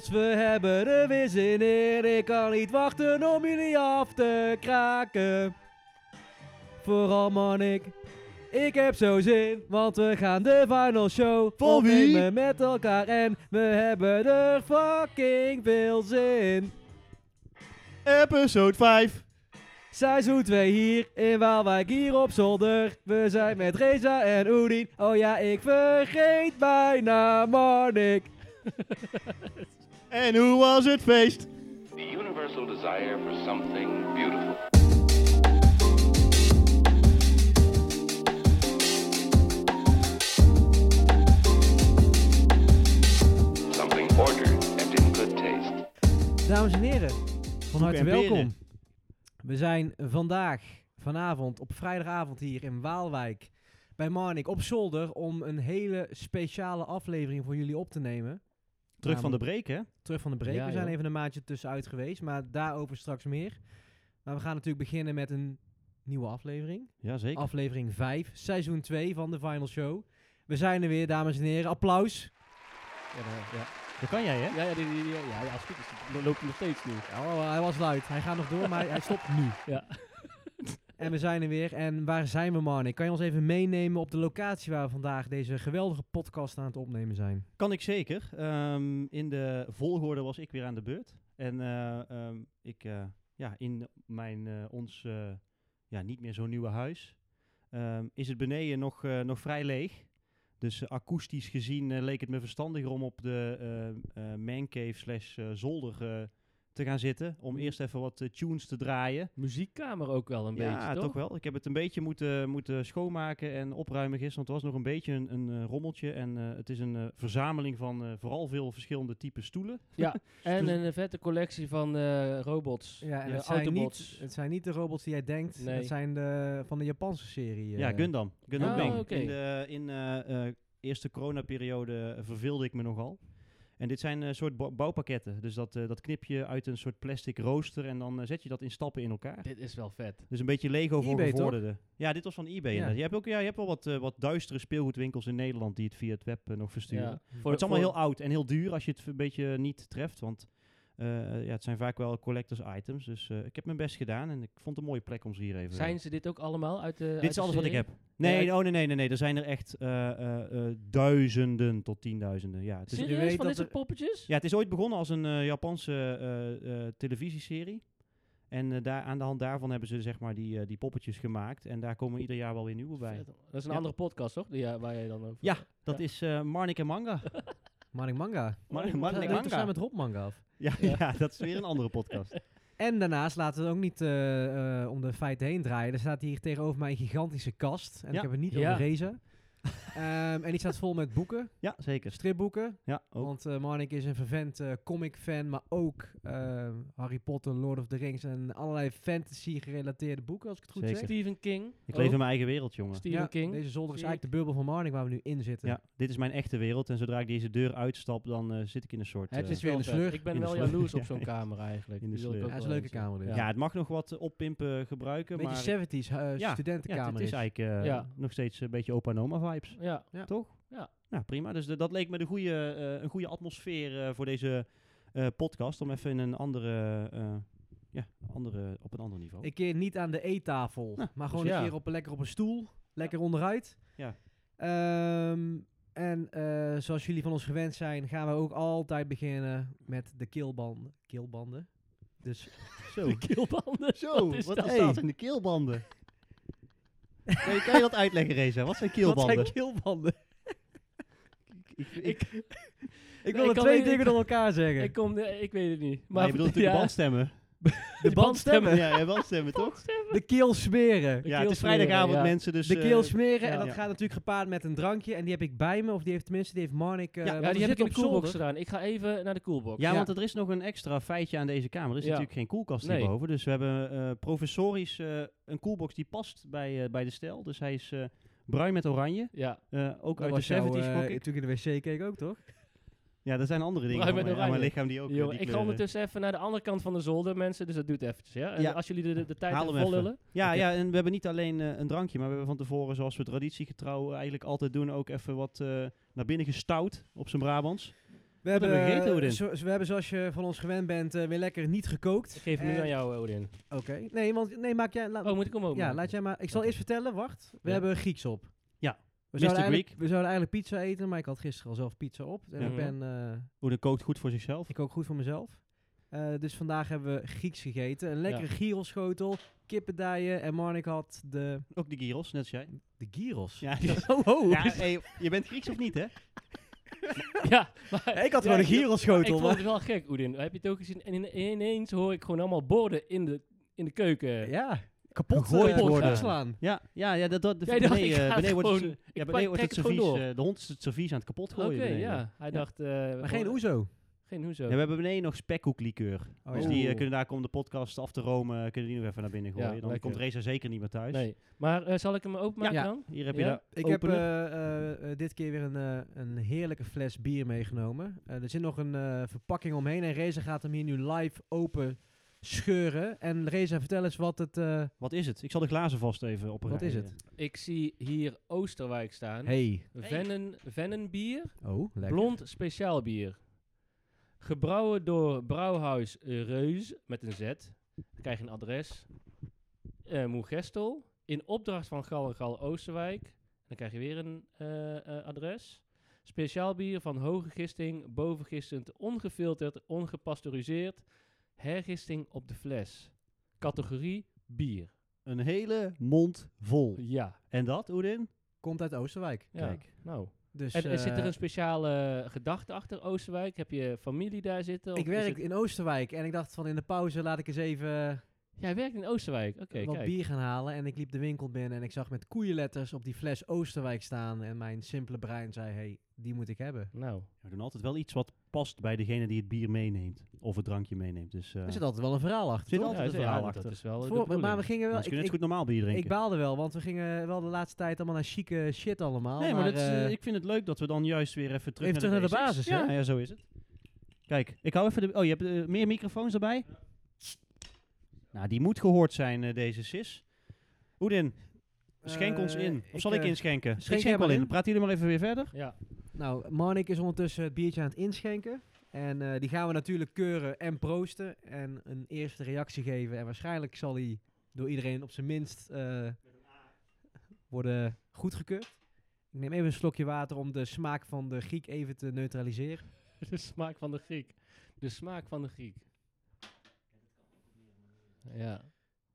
Als we hebben er weer zin in. Ik kan niet wachten om jullie af te kraken. Vooral Manik. Ik heb zo zin, want we gaan de final show Van wie? opnemen met elkaar en we hebben er fucking veel zin. Episode 5. Seizoen 2 hier in Waalwijk, hier op zolder. We zijn met Reza en Oedien. Oh ja, ik vergeet bijna Manik. En hoe was het feest? The universal desire for something beautiful. Something ordered and in good taste. Dames en heren, van harte en peren. welkom. We zijn vandaag, vanavond, op vrijdagavond hier in Waalwijk bij Marnik op zolder om een hele speciale aflevering voor jullie op te nemen. Terug van de break, hè? Terug van de break. Ja, we zijn joh. even een maandje tussenuit geweest, maar daarover straks meer. Maar we gaan natuurlijk beginnen met een nieuwe aflevering. Jazeker. Aflevering 5, seizoen 2 van de Final Show. We zijn er weer, dames en heren. Applaus. Ja, maar, ja. Dat kan jij, hè? Ja, ja, die, die, die- ja, ja, als het goed is, lo- loopt hij nog steeds nu. Oh, hij was luid. Hij gaat nog door, maar hij stopt nu. Ja. En we zijn er weer. En waar zijn we, Marnik? Kan je ons even meenemen op de locatie waar we vandaag deze geweldige podcast aan het opnemen zijn? Kan ik zeker. Ehm, in de volgorde was ik weer aan de beurt. En eh, ehm, ik, eh, ja, in mijn, eh, ons eh, ja, niet meer zo nieuwe huis ehm, is het beneden nog, eh, nog vrij leeg. Dus eh, akoestisch gezien eh, leek het me verstandiger om op de eh, eh, mancave slash eh, zolder eh, te gaan zitten. Om eerst even wat eh, tunes te draaien. Muziekkamer ook wel een ja, beetje, toch? toch? wel. Ik heb het een beetje moeten, moeten schoonmaken en opruimen gisteren. Want het was nog een beetje een, een eh, rommeltje. En eh, het is een eh, verzameling van eh, vooral veel verschillende typen stoelen. En een vette collectie van eh, robots. Ja, en Eh, het, zijn Autobots. niet, het zijn niet de robots die jij denkt. Nee. Het zijn de, van de Japanse serie. eh. ja, Gundam. Gundam Oh, Wing. oké. In de in, eh, eh, eerste coronaperiode eh, verveelde ik me nogal. En dit zijn een soort bou- bouwpakketten. Dus dat, eh, dat knip je uit een soort plastic rooster en dan eh, zet je dat in stappen in elkaar. Dit is wel vet. Dus een beetje Lego voor eBay, toch? gevorderden. Ja, dit was van eBay. Ja. inderdaad. Je hebt ook ja, je hebt wel wat, eh, wat duistere speelgoedwinkels in Nederland die het via het web eh, nog versturen. Ja. Voor, Maar het is allemaal voor- heel oud en heel duur als je het een beetje niet treft. Want eh, ja, het zijn vaak wel collectors items. Dus eh, ik heb mijn best gedaan en ik vond het een mooie plek om ze hier even... Zijn ze dit ook allemaal uit de Dit is alles wat ik heb. Nee, Ja, oh, nee, nee, nee, nee. Er zijn er echt eh, eh, eh, duizenden tot tienduizenden. Ja, het is, je weet Serieus, dat van dit er- soort poppetjes? ja, het is ooit begonnen als een eh, Japanse eh, eh, televisieserie. En eh, daar, aan de hand daarvan hebben ze zeg maar die, eh, die poppetjes gemaakt. En daar komen ieder jaar wel weer nieuwe bij. Vet. Dat is een Ja. andere podcast, toch? Die, ja, waar jij dan over... Ja, dat Ja. is eh Marnik en Manga. Marnik Manga. Marnik Dat doet toch samen met Rob Manga af. Ja, Ja. ja, dat is weer een andere podcast. En daarnaast laten we het ook niet eh, eh, om de feiten heen draaien. Er staat hier tegenover mij een gigantische kast. En Ja. ik heb het niet Ja. over Reza. Ehm, en die staat vol met boeken, Ja, zeker. stripboeken. Ja, ook. Want eh Marnik is een vervent eh, comic-fan, maar ook eh, Harry Potter, Lord of the Rings en allerlei fantasy-gerelateerde boeken, als ik het goed Zeker. zeg. Stephen King. Ik ook. leef in mijn eigen wereld, jongen. Stephen Ja, King. Deze zolder is Zie eigenlijk de bubbel van Marnik waar we nu in zitten. Ja, dit is mijn echte wereld. En zodra ik deze deur uitstap, dan eh, zit ik in een soort... Het eh, weer is weer in een de sleur. sleur. Ik ben In de wel sleur. jaloers op zo'n Ja, kamer eigenlijk. in de Die wil ik sleur. ook Ja, is wel een leuke eens, ja. kamer dit. ja. het mag nog wat eh, oppimpen gebruiken, Beetje maar... 70s eh, Ja, studentenkamer ja, dit is eigenlijk eh, Ja. nog steeds een beetje opa en oma vibes. Ja. Toch? Ja. Nou, prima. Dus de- dat leek me de goede, eh, een goede atmosfeer eh, voor deze eh, podcast. Om even in een andere... eh, ja, andere, op een ander niveau. Een keer niet aan de eettafel, Nou, maar dus gewoon ja. een keer op, een- lekker op een stoel, lekker onderuit. Ja. Ehm, en eh, zoals jullie van ons gewend zijn, gaan we ook altijd beginnen met de keelbanden. Keelbanden? Dus zo, De keelbanden. zo Wat is dat? staat er in de keelbanden? Nee, kan je dat uitleggen, Reza? Wat zijn keelbanden? Wat zijn keelbanden? Ik- ik- Ik- Ik Ik wilde kan twee alleen- dingen door elkaar zeggen. Ik kom... de- Ik weet het niet. Maar je bedoelt natuurlijk ja. bandstemmen. de bandstemmen. Ja, ja, bandstemmen, toch? De keel smeren. De Ja, het is keelsmeren, vrijdagavond, ja. mensen, dus... De eh, keel smeren. ja. En dat gaat natuurlijk gepaard met een drankje. En die heb ik bij me. Of die heeft tenminste, die heeft Marnik. eh, Ja, want Ja, we die heb ik zitten op de koelbox zolder. gedaan. Ik ga even naar de koelbox. ja, Ja. want er is nog een extra feitje aan deze kamer. Er is Ja. natuurlijk geen koelkast Nee. hierboven. Dus we hebben eh, professorisch eh, een koelbox die past bij, eh, bij de stijl. Dus hij is eh, bruin met oranje. Ja, Eh, ook Dat uit was de 70s, jouw, eh, gok ik. natuurlijk in de wc keek ook, toch? Ja, er zijn andere dingen Bruin aan met mijn- aan mijn oranje. lichaam die ook eh, Jongen, die ik ga kleuren- ondertussen even naar de andere kant van de zolder, mensen. Dus dat doet eventjes, ja? En Ja. als jullie de, de, de tijd Haal even hem vol even. lullen. Ja, Oké. ja, en we hebben niet alleen eh, een drankje, maar we hebben van tevoren, zoals we traditiegetrouw eigenlijk altijd doen, ook even wat eh, naar binnen gestouwd op zijn Brabants. We hebben, hebben we gegeten, eh, Odin? zo- we hebben, zoals je van ons gewend bent, eh, weer lekker niet gekookt. Ik geef hem nu En- aan jou, Odin. Oké. Nee, want nee, maak jij. laat- Oh, moet ik hem ook Eh, ja, maken? laat jij maar. Ik zal Oké. eerst vertellen. Wacht. We Ja. hebben Grieks op. Ja, We Mr. zouden, eigenlijk, Greek. we zouden eigenlijk pizza eten, maar ik had gisteren al zelf pizza op. En ik Ja. ben eh, Oede kookt goed voor zichzelf. ik ook goed voor mezelf. Eh, dus vandaag hebben we Grieks gegeten. Een lekkere gyroschotel, kippendijen. En Marnik had de, Ook de gyros, net als jij. de gyros. Ja, Oh, oh. Ja, hey, je bent Grieks of niet, hè? Ja, maar- Ik had eh, Ja, gewoon een ik- Ik gyroschotel. vond maar- het wel gek, Oedin. Heb je het ook gezien? En in- ineens hoor ik gewoon allemaal borden in de, in de keuken. Ja, kapot Gegooid eh, worden. kapot slaan. Ja, ja, ja dat, dat de, Jij dacht, beneden, ik ga eh, beneden het wordt het, gewoon- ser- ja, ik beneden wordt het pak- kijk gewoon servies, door. eh, de hond is het servies aan het kapot Oké, gooien. beneden. ja. Hij dacht... eh, Maar geen Oh, hoor- oezo. Geen hoezo. Ja, we hebben beneden nog spekkoeklikeur. Oh, ja. Dus die eh, Oeh. kunnen daar om de podcast af te romen, eh, kunnen die nog even naar binnen Ja, gooien. Dan lekker. komt Reza zeker niet meer thuis. Nee. Maar eh, zal ik hem openmaken Ja. dan? Hier heb je Ja, de Ik heb opener. eh, eh, eh, dit keer weer een, eh, een heerlijke fles bier meegenomen. Eh, er zit nog een eh, verpakking omheen en Reza gaat hem hier nu live open scheuren. En Reza, vertel eens wat het... eh, Wat is het? Ik zal de glazen vast even op Wat is het? Ik zie hier Oosterwijk staan. Hey. Vennen, Vennenbier. Oh, lekker. Blond speciaal bier. Gebrouwen door Brouwhuis Reus met een Z. Dan krijg je een adres. Eh Moegestel. In opdracht van Gal en Gal Oosterwijk. Dan krijg je weer een eh, eh, adres. Speciaal bier van hoge gisting, bovengistend, ongefilterd, ongepasteuriseerd. Hergisting op de fles. Categorie bier. Een hele mond vol. Ja. En dat, Oedin? Komt uit Oosterwijk. ja. Kijk. Nou. Dus, En, en zit er eh, een speciale gedachte achter Oosterwijk? Heb je familie daar zitten? Of ik is het- werk in Oosterwijk en ik dacht van in de pauze laat ik eens even eh, Jij werkt in Oosterwijk, oké, wat kijk. bier gaan halen. En ik liep de winkel binnen en ik zag met koeienletters op die fles Oosterwijk staan. En mijn simpele brein zei, hey, die moet ik hebben. Nou, We doen altijd wel iets wat past bij degene die het bier meeneemt. Of het drankje meeneemt. Dus, eh, Er zit altijd wel een verhaal achter, Zit toch? altijd ja, een verhaal dat achter. is wel de Voor- maar we bedoeling. gingen wel... Anders kun je ik- net zo goed normaal bier drinken. Ik baalde wel, want we gingen wel de laatste tijd allemaal naar chique shit allemaal. nee, maar, dat is, eh, eh, ik vind het leuk dat we dan juist weer even terug Even terug naar de basis, ja. hè? ja, zo is het. Kijk, ik hou even de... Oh, je hebt eh, meer microfoons erbij? Nou, die moet gehoord zijn, eh, deze sis. Oedin, schenk ons eh, in. Of zal ik, eh, inschenken? schenk ik jij schenk wel maar in. in. Praat jullie maar even weer verder. Ja, Nou, Marnik is ondertussen het biertje aan het inschenken. En eh, die gaan we natuurlijk keuren en proosten. En een eerste reactie geven. En waarschijnlijk zal die door iedereen op zijn minst eh, worden goedgekeurd. Ik neem even een slokje water om de smaak van de Griek even te neutraliseren. de smaak van de Griek. De smaak van de Griek. Ja,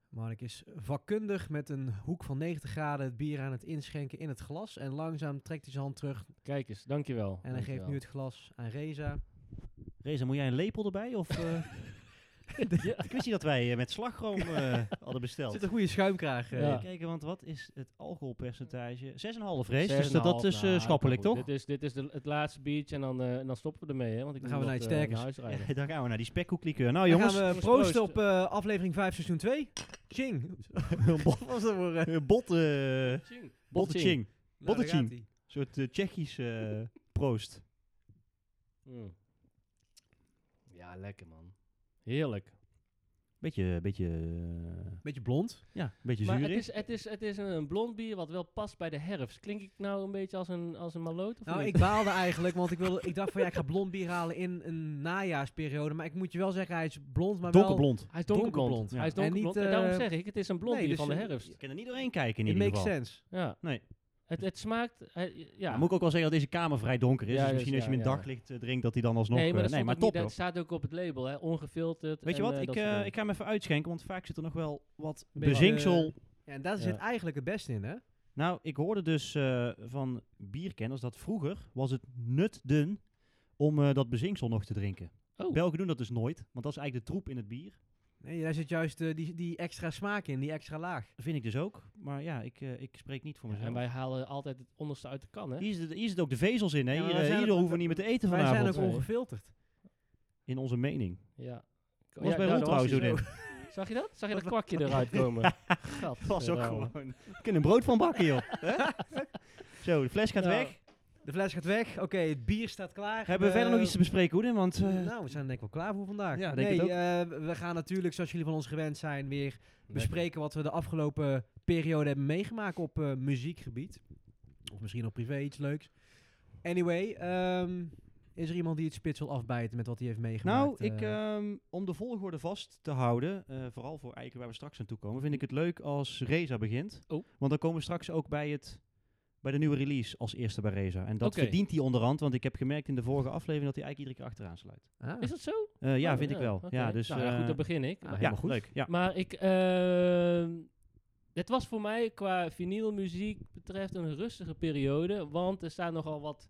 Marnik is vakkundig met een hoek van 90 graden het bier aan het inschenken in het glas. En langzaam trekt hij zijn hand terug. kijk eens, dankjewel. En hij geeft nu het glas aan Reza. Reza, moet jij een lepel erbij? Of, eh, Ja. Ik wist niet dat wij eh, met slagroom eh, hadden Er besteld. zit een goede schuimkraag. eh, Ja. Even kijken, want wat is het alcoholpercentage? 6,5 race, dus dat, 6,5, dat is eh, nou, schappelijk, goed, toch? Dit is, dit is de, het laatste biertje en dan, eh, en dan stoppen we ermee, hè? Want ik Dan moet gaan we naar nog, iets eh, sterkers. huis rijden. Ja, daar gaan we naar die spekkoeklikeur. Nou, Dan jongens, gaan we jongens, proosten proost. op eh, aflevering 5, seizoen 2. Ching. Wat was dat voor... eh, eh, bot, eh, Tjing. Botteching. nou, daar Botteching. gaat-ie. Een soort eh, Tsjechisch eh, proost. Mm. Ja, lekker man. Heerlijk. Beetje, beetje, eh, Beetje blond. ja, beetje Maar het zuurig. is, het, is, het is een, een blond bier wat wel past bij de herfst. Klink ik nou een beetje als een, als een maloot? Of Nou, niet? ik baalde eigenlijk, want ik, wilde, ik dacht van ja, ik ga blond bier halen in een najaarsperiode. Maar ik moet je wel zeggen, hij is blond, maar wel... Donkerblond. Hij is donkerblond. Donkerblond, ja. Hij is En niet, donkerblond. En daarom eh, zeg ik, het is een blond nee, bier dus van de je- herfst. Ik kan er niet doorheen kijken in It ieder makes geval. sense. Ja. Nee. Het, het smaakt... hij- ja. Ja, moet ik ook wel zeggen dat deze kamer vrij donker is. Ja, dus dus misschien als je ja, hem in ja. daglicht eh, drinkt, dat hij dan alsnog... nee, maar, eh, dat, nee, stond maar ook niet- top, dat hoor. staat ook op het label, hè. Ongefilterd. Weet je en, wat, eh, ik, dat eh, soort dingen. ik ga hem even uitschenken, want vaak zit er nog wel wat Beetje, bezinksel... eh, Ja, en daar Ja. zit eigenlijk het beste in, hè? Nou, ik hoorde dus eh, van bierkenners dat vroeger was het nutdun om eh, dat bezinksel nog te drinken. Oh. Belgen doen dat dus nooit, want dat is eigenlijk de troep in het bier. Nee, daar zit juist eh, die, die extra smaak in, die extra laag. Vind ik dus ook. Maar ja, ik, eh, ik spreek niet voor Ja, mezelf. en wij halen altijd het onderste uit de kan, hè. hier, zit, hier zit ook de vezels in. Hè? Ja, maar hier wij eh, zijn hierdoor ook- hoeven we niet meer te eten Wij zijn vanavond. ook Nee. ongefilterd. In onze mening. Ja. dus Was bij Ron daar trouwens hij zo zo. Zag je dat? Zag je dat kwakje eruit komen? Gadverdamme. Was ook gewoon. Ik kan een brood van bakken, joh. Hè? Zo, de fles gaat Nou, weg. De fles gaat weg. Oké, het bier staat klaar. Eh, Hebben we verder nog iets te bespreken, Hoedin? Want eh, Nou, we zijn denk ik wel klaar voor vandaag. Ja, denk nee, het ook. eh, we gaan natuurlijk, zoals jullie van ons gewend zijn, weer Lekker. bespreken wat we de afgelopen periode hebben meegemaakt op eh, muziekgebied. Of misschien op privé iets leuks. Anyway, ehm, Is er iemand die het spits wil afbijten met wat hij heeft Nou, meegemaakt? ik, eh? ehm, om de volgorde vast te houden, eh, vooral voor Eiken waar we straks aan toe komen, vind ik het leuk als Reza begint. Oh. Want dan komen we straks ook bij, het, bij de nieuwe release als eerste bij Reza. En dat Oké. verdient hij onderhand, want ik heb gemerkt in de vorige aflevering dat hij eigenlijk iedere keer achteraan sluit. Ah. Is dat zo? Eh, ja, Oh, vind ik wel. oké. Ja, dus, nou, ja, eh, goed, dan begin ik. ah, Maar- ja, helemaal goed. leuk. Ja. Maar ik... ehm, het was voor mij qua vinylmuziek betreft een rustige periode. Want er staan nogal wat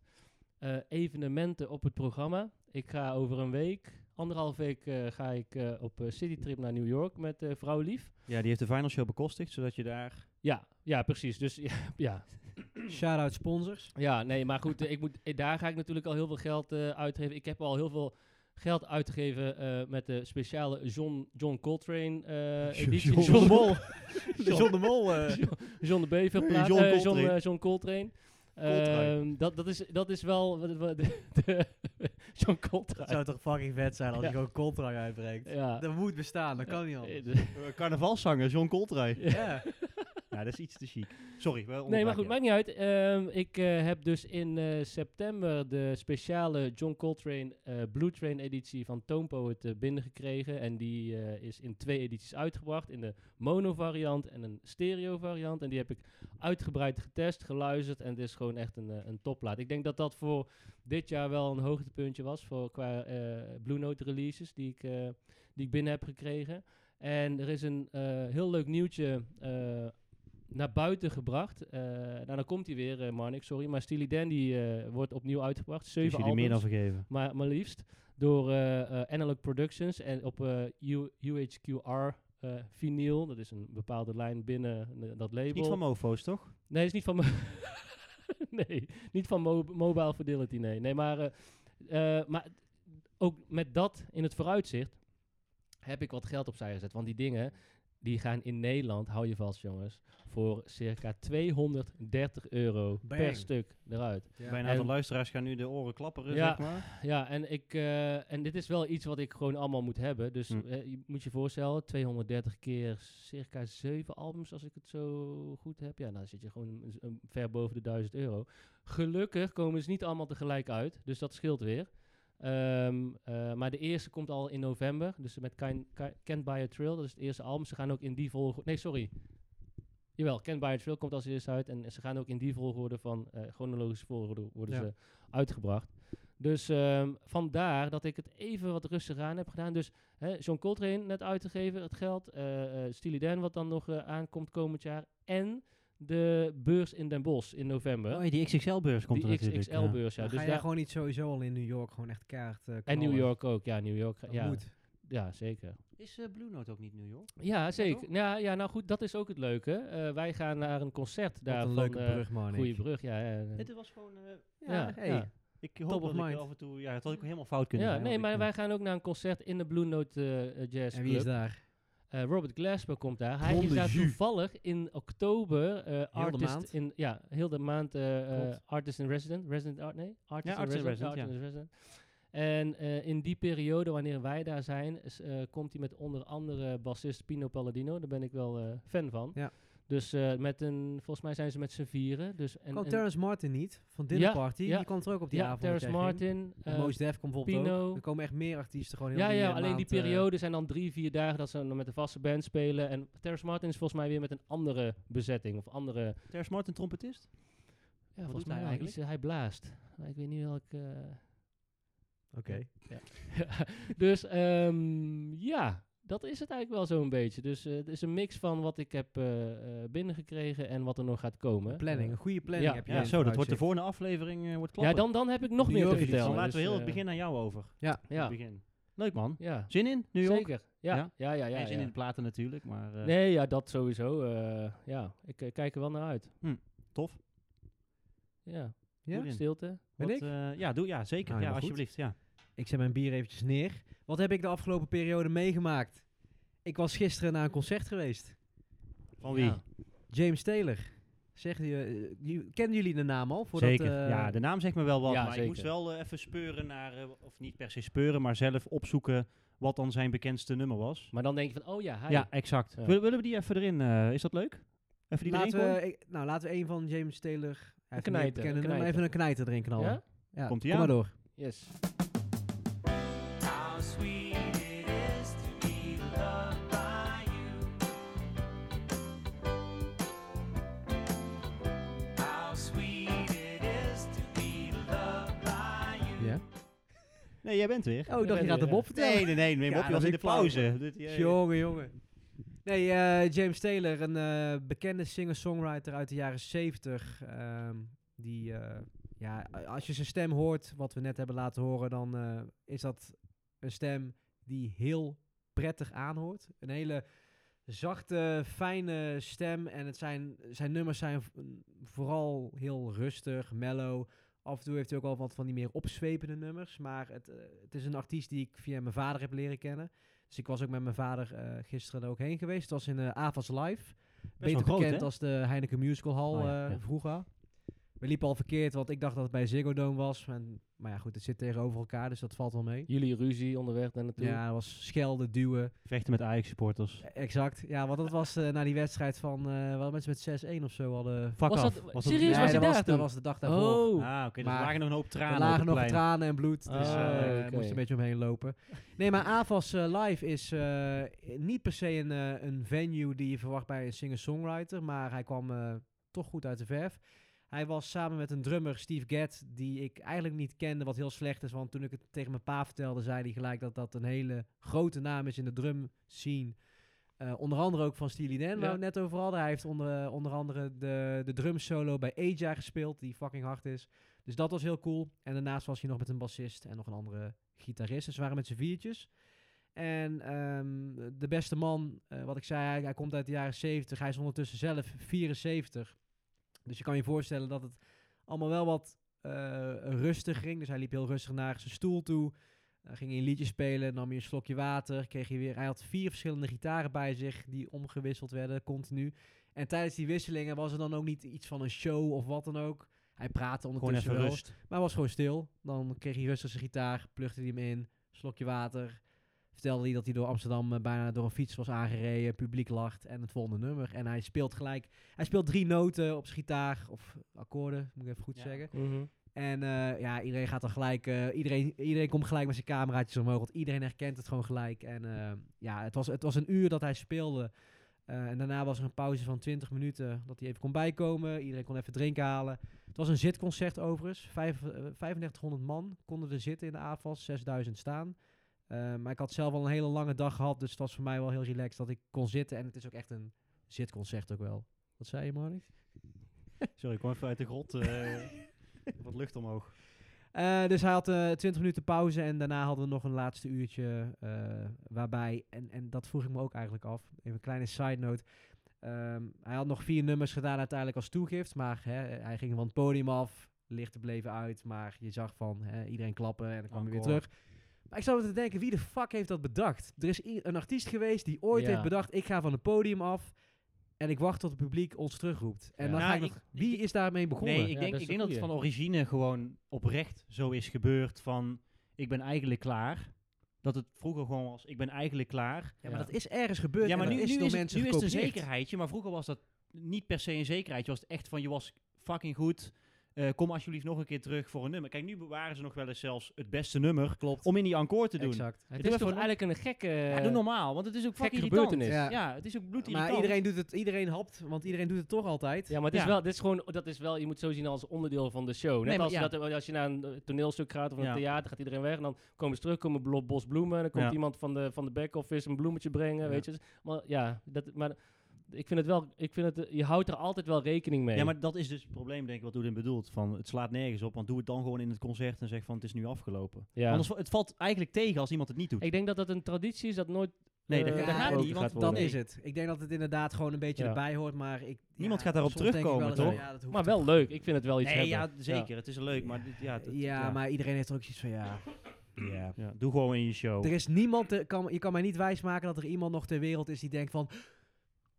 eh, evenementen op het programma. Ik ga over een week, anderhalf week, eh, ga ik eh, op eh, citytrip naar New York met eh vrouw Lief. ja, die heeft de final show bekostigd, zodat je daar... Ja, ja, precies. Dus ja, ja, Shout-out sponsors. Ja, nee, maar goed, eh, ik moet, eh, daar ga ik natuurlijk al heel veel geld eh, uitgeven. Ik heb al heel veel geld uitgegeven eh, met de speciale John, John Coltrane eh editie. John de Mol. John de Mol. eh. John, John de Bever plaat. John eh, Coltrane. John, eh, John Coltrane. Coltrane. Ehm, dat, dat, is, dat is wel... wat- wat- de- de- John Coltrane. toch fucking vet zijn als je Ja. gewoon contract uitbrengt? ja. Dat moet bestaan, dat kan niet Eh, anders. de- Eh, Carnavalszanger, John Coltrane. Ja. ja, dat is iets te chic. Sorry, wel Nee, maar onderbraak goed, je. maakt niet uit. Ehm, ik eh, heb dus in eh, september de speciale John Coltrane eh, Blue Train editie van Tone Poet eh, binnengekregen. En die eh, is in twee edities uitgebracht. In de mono variant en een stereo variant. En die heb ik uitgebreid getest, geluisterd. En het is gewoon echt een, eh, een topplaat. Ik denk dat dat voor dit jaar wel een hoogtepuntje was. Voor qua eh, Blue Note releases die ik, eh, die ik binnen heb gekregen. En er is een eh, heel leuk nieuwtje eh, naar buiten gebracht. Eh, nou, dan komt hij weer, eh Marnik, sorry. Maar Steely Dan die, eh, wordt opnieuw uitgebracht. Dus Zeven jullie meer dan albums, vergeven. maar, maar liefst. Door eh, eh, Analog Productions en op eh, U- UHQR eh vinyl. Dat is een bepaalde lijn binnen eh, dat label. Niet van mofo's, toch? Nee, is niet van. mo- nee, niet van mo- Mobile Fidelity, nee. Nee, maar, eh, eh, maar ook met dat in het vooruitzicht heb ik wat geld opzij gezet. Want die dingen, die gaan in Nederland, hou je vast jongens, voor circa 230 euro per Bang. stuk eruit. Bijna En- alle luisteraars gaan nu de oren klapperen, Ja. zeg maar. Ja, en, ik, eh, en dit is wel iets wat ik gewoon allemaal moet hebben. Dus Hm. eh, je moet je voorstellen, 230 keer circa 7 albums, als ik het zo goed heb. Ja, dan zit je gewoon een- een- ver boven de 1000 euro. Gelukkig komen ze niet allemaal tegelijk uit, dus dat scheelt weer. Ehm, eh, maar de eerste komt al in november, dus met Kind- Ki- Can't Buy a Trail, dat is het eerste album. Ze gaan ook in die volgorde... Nee, sorry. Jawel, Can't Buy a Trail komt als eerste uit. En ze gaan ook in die volgorde van, eh, chronologische volgorde worden Ja. ze uitgebracht. Dus ehm, vandaar dat ik het even wat rustiger aan heb gedaan. Dus hè, John Coltrane net uitgegeven, het geld. eh eh Steely Dan, wat dan nog eh, aankomt komend jaar. En de beurs in Den Bosch in november. Oh, ja, die XXL-beurs komt er die natuurlijk. ja. XXL-beurs, ja. Dan Dus ga daar- jij gewoon niet sowieso al in New York gewoon echt kaart eh, en New knallen? York ook, ja. New York, Dat ja. moet. Ja, zeker. Is eh, Blue Note ook niet New York? Ja, toch? zeker. Ja, ja, nou goed, dat is ook het leuke. Eh, wij gaan naar een concert daar Wat een van... leuke eh, brug, man. Goeie brug, ja. ja, ja. Het was gewoon... eh, ja, Ja, hey. ja. Ik hoop Top dat of ik mind. af en toe... Ja, dat had ik helemaal fout kunnen ja, zijn, nee, want maar ik, wij gaan ook naar een concert in de Blue Note eh, eh, Jazz En wie is Club. daar? Eh, Robert Glasper komt daar. Hij Ron is de daar Jus. toevallig in oktober eh artist maand. in ja, heel de maand eh, eh, Klopt. artist in resident, resident art nee, artist, artist in in resident, resident, artist in resident. En eh, in die periode wanneer wij daar zijn, is, eh, komt hij met onder andere bassist Pino Palladino. Daar ben ik wel eh, fan van. Ja. Dus eh, met een, volgens mij zijn ze met z'n vieren. Dus en, Komt en- Terrence Martin niet? Van Dinner Ja, Party? ja. Die komt er ook op die ja, avond. Terrence dat jij ging. Martin. En eh, Mos Def komt bijvoorbeeld Pino. ook. Er komen echt meer artiesten gewoon heel ja, die, ja, eh, alleen die maand, eh, periode zijn dan drie, vier dagen dat ze dan met de vaste band spelen. En Terrence Martin is volgens mij weer met een andere bezetting of andere eh, Ter Smart, een trompetist? Ja, Wat volgens doet mij hij hij, eigenlijk? is, hij blaast. Maar ik weet niet welk. eh, Oké. dus ehm, ja, dat is het eigenlijk wel zo'n beetje. Dus eh, het is een mix van wat ik heb eh, eh, binnengekregen en wat er nog gaat komen. Planning, een goede planning Ja. heb je. Ja, in het zo. Dat wordt de vooruitzicht. volgende aflevering eh, wordt Eh, ja, klappen. dan, dan heb ik nog New meer te York is iets. vertellen. Dan laten we dus, heel het eh, begin aan jou over. Ja, Het begin. Leuk, man. ja Zin in, New York? zeker. Ja, Ja? ja, ja. ja, Geen zin ja. in de platen natuurlijk, maar eh, Nee, ja, dat sowieso. eh, ja, ik eh, kijk er wel naar uit. tof. Ja, Ja? Goed in. stilte. Ben Wat, ik? eh, ja, doe, ja, zeker. Nou, ja, helemaal goed. alsjeblieft. Ja. eh. Ik zet mijn bier eventjes neer. Wat heb ik de afgelopen periode meegemaakt? Ik was gisteren naar een concert geweest. Van wie? Ja. James Taylor. Zeg je, eh, die- kennen jullie de naam al? Voordat, zeker. eh, ja, de naam zegt me wel wat, ja, maar ik moest zeker. wel eh, even speuren naar... eh, of niet per se speuren, maar zelf opzoeken wat dan zijn bekendste nummer was. Maar dan denk je van, oh ja, hij. Ja, exact. Ja. Willen, willen we die even erin? eh, is dat leuk? Even die laten, erin we, ik- nou, laten we een van James Taylor... Hij heeft knijter, een bekende een nummer, knijter. even een knijter erin knallen. Ja? Ja, Komt-ie kom maar aan. door. Yes. How sweet it is to be loved by you. How sweet it is to be loved by you. Ja. Nee, jij bent weer. Oh, ik dacht, je gaat de Bob vertellen. Nee, nee, nee. nee Ja, Bob, je dat was in is de flauw, pauze. Dit- ja, ja. Jongen, jongen. Nee, eh, James Taylor, een eh, bekende singer-songwriter uit de jaren 70. ehm, die, eh, ja, a- als je zijn stem hoort, wat we net hebben laten horen, dan eh, is dat een stem die heel prettig aanhoort. Een hele zachte, fijne stem. En het zijn, zijn nummers zijn v- vooral heel rustig, mellow. Af en toe heeft hij ook al wat van die meer opzwepende nummers. Maar het, eh, het is een artiest die ik via mijn vader heb leren kennen. Dus ik was ook met mijn vader eh, gisteren er ook heen geweest. Het was in eh Avas Live. wel Beter groot, bekend hè? als de Heineken Musical Hall Oh ja, eh, ja. vroeger. We liepen al verkeerd, want ik dacht dat het bij Ziggo Dome was. En, maar ja, goed, het zit tegenover elkaar, dus dat valt wel mee. Jullie ruzie onderweg daar naartoe. Ja, er was schelden, duwen. Vechten met Ajax-supporters. Exact. Ja, want dat was eh na die wedstrijd van... eh waar mensen met 6-1 of zo hadden... Fuck Was af. dat- Was serieus, Nee, was dat hij dat daar was, dat toen? was de dag daarvoor. Oh. was- Ah, oké. dus Maar er lagen nog een hoop Er tranen op lagen het nog plein. tranen en bloed, dus eh Oh, ik oké. moest een beetje omheen lopen. Nee, maar AFAS eh, Live is eh, niet per se een, eh, een venue die je verwacht bij een singer-songwriter, maar hij kwam eh, toch goed uit de verf. Hij was samen met een drummer, Steve Gadd, die ik eigenlijk niet kende, wat heel slecht is, want toen ik het tegen mijn pa vertelde, zei hij gelijk dat dat een hele grote naam is in de drum scene. Eh, onder andere ook van Steely Dan, waar we Ja. het net over hadden. Hij heeft onder, onder andere de, de drum solo bij Aja gespeeld, die fucking hard is. Dus dat was heel cool. En daarnaast was hij nog met een bassist en nog een andere gitarist. Dus ze waren met z'n viertjes. En ehm, de beste man, eh, wat ik zei, hij, hij komt uit de jaren 70. Hij is ondertussen zelf 74. Dus je kan je voorstellen dat het allemaal wel wat eh, rustig ging. Dus hij liep heel rustig naar zijn stoel toe. Eh, ging hij een liedje spelen, nam hij een slokje water. Kreeg hij, weer, hij had vier verschillende gitaren bij zich die omgewisseld werden continu. En tijdens die wisselingen was er dan ook niet iets van een show of wat dan ook. Hij praatte Gewoon ondertussen even wel. rust. Maar hij was gewoon stil. Dan kreeg hij rustig zijn gitaar, plugde hij hem in, slokje water. Vertelde hij dat hij door Amsterdam eh, bijna door een fiets was aangereden, publiek lacht en het volgende nummer. En hij speelt gelijk, hij speelt drie noten op zijn gitaar, of akkoorden, moet ik even goed Ja. zeggen. Mhm. En eh, ja, iedereen gaat dan gelijk, eh, iedereen, iedereen komt gelijk met zijn cameraatjes omhoog, want iedereen herkent het gewoon gelijk. En eh, ja, het was, het was een uur dat hij speelde. Eh, en daarna was er een pauze van 20 minuten dat hij even kon bijkomen. Iedereen kon even drinken halen. Het was een zitconcert overigens. Vijf, eh, 3500 man konden er zitten in de AFAS, 6000 staan. Eh, maar ik had zelf al een hele lange dag gehad, dus het was voor mij wel heel relaxed dat ik kon zitten. En het is ook echt een zitconcert ook wel. Wat zei je, Marnix? Sorry, ik kwam even uit de grot. eh, wat lucht omhoog. Eh, dus hij had eh 20 minuten pauze en daarna hadden we nog een laatste uurtje eh, waarbij, en, en dat vroeg ik me ook eigenlijk af, even een kleine side note. Ehm, hij had nog vier nummers gedaan uiteindelijk als toegift, maar hè, hij ging van het podium af, lichten bleven uit, maar je zag van hè, iedereen klappen en dan kwam hij weer Encore. terug. Maar ik zat me te denken, wie de fuck heeft dat bedacht? Er is i- een artiest geweest die ooit Ja. heeft bedacht, ik ga van het podium af en ik wacht tot het publiek ons terugroept. En Ja. dan Nou, ga ik ik- nog, wie is daarmee begonnen? Nee, ik Ja, denk, dat is ik de denk dat het goeie. van origine gewoon oprecht zo is gebeurd van... Ik ben eigenlijk klaar. Dat het vroeger gewoon was, ik ben eigenlijk klaar. ja, maar Ja. dat is ergens gebeurd ja, maar en nu, dat is nu, door is, het, mensen nu is het een gekopieerd. zekerheidje, maar vroeger was dat niet per se een zekerheidje. Was het echt van, je was fucking goed, eh, kom alsjeblieft nog een keer terug voor een nummer. Kijk, nu bewaren ze nog wel eens zelfs het beste nummer Klopt. om in die encore te doen. Exact. Het Doe is even toch een- eigenlijk een gekke... Ja, doe normaal, want het is ook gekke fucking irritant. gebeurtenis. Ja. Ja. het is ook bloedirritant. Maar iedereen doet het, iedereen hapt, want iedereen doet het toch altijd. Ja, maar het is Ja. wel, dit is gewoon, dat is wel, je moet het zo zien als onderdeel van de show. Net Nee, maar als, ja. dat, als je naar een eh, toneelstuk gaat of een Ja. theater, gaat iedereen weg en dan komen ze terug, komen blo- bos bloemen en dan komt Ja. iemand van de, van de back-office een bloemetje brengen, Ja. weet je. Dus, Maar ja, dat, maar ik vind het wel, ik vind het, eh, je houdt er altijd wel rekening mee. Ja, maar dat is dus het probleem, denk ik, wat Doedin bedoelt. Van, het slaat nergens op, want doe het dan gewoon in het concert en zeg van, het is nu afgelopen. Ja. Anders, va- het valt eigenlijk tegen als iemand het niet doet. ik denk dat dat een traditie is dat nooit... nee, eh, daar, ja, daar gaat ook niet, gaat want Dat worden. dan Nee. is het. Ik denk dat het inderdaad gewoon een beetje Ja. erbij hoort, maar ik... Niemand gaat daarop soms denk ik wel terugkomen, eens, toch? Ja, dat hoeft Maar wel leuk, ik vind het wel iets Nee, hebben. ja, zeker. Het is leuk, maar dit- ja, dat- ja, maar iedereen heeft er ook zoiets van, ja... ja. Ja, doe gewoon in je show. Er is niemand, eh, kan, je kan mij niet wijsmaken dat er iemand nog ter wereld is die denkt van...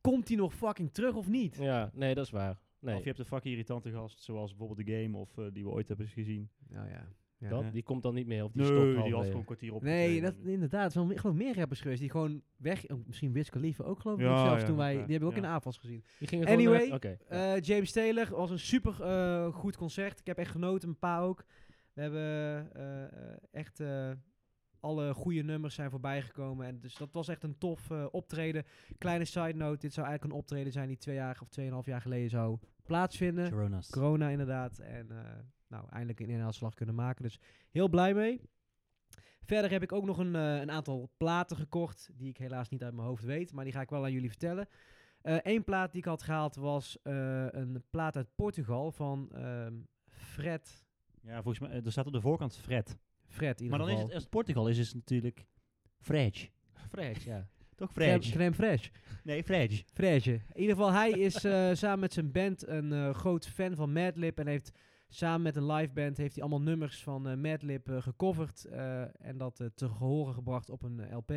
Komt hij nog fucking terug of niet? Ja, nee, dat is waar. Nee, Of je hebt een fucking irritante gast, zoals bijvoorbeeld de game of eh, die we ooit hebben gezien. Nou ja. ja. dat, Ja. die komt dan niet meer of die Nee, stopt die halverwege. was gewoon een kwartier op. Nee, dat, inderdaad. Er zijn wel me- geloof ik meer rappers geweest die gewoon weg... oh, Misschien Wiz Khalifa ook geloof ik Ja, zelf ja, toen wij... ja, Die hebben we ook ja. in de avonds gezien. Die gingen gewoon Anyway, naar- Oké. Eh, James Taylor was een super eh, goed concert. Ik heb echt genoten, een paar ook. We hebben eh, eh, echt eh, alle goede nummers zijn voorbijgekomen. En dus dat was echt een tof eh, optreden. Kleine side note, dit zou eigenlijk een optreden zijn die twee jaar of tweeënhalf jaar geleden zou plaatsvinden. Corona's. Corona inderdaad. En eh, nou, eindelijk een inhaalslag kunnen maken. Dus heel blij mee. Verder heb ik ook nog een, eh, een aantal platen gekocht. Die ik helaas niet uit mijn hoofd weet. Maar die ga ik wel aan jullie vertellen. Eén plaat die ik had gehaald was eh, een plaat uit Portugal van ehm, Fred. ja, volgens mij, eh, er staat op de voorkant Fred. Fred in ieder Maar dan is geval. het, als het Portugal is, is het natuurlijk Fred. Fresh, ja. Toch Crème, Fred? crème fraîche. Nee, Fred. Freesje. In ieder geval, hij is eh, samen met zijn band een eh, groot fan van Madlib. En heeft samen met een live band heeft hij allemaal nummers van eh, Madlib eh, gecoverd. eh, en dat eh, te horen gebracht op een eh, LP.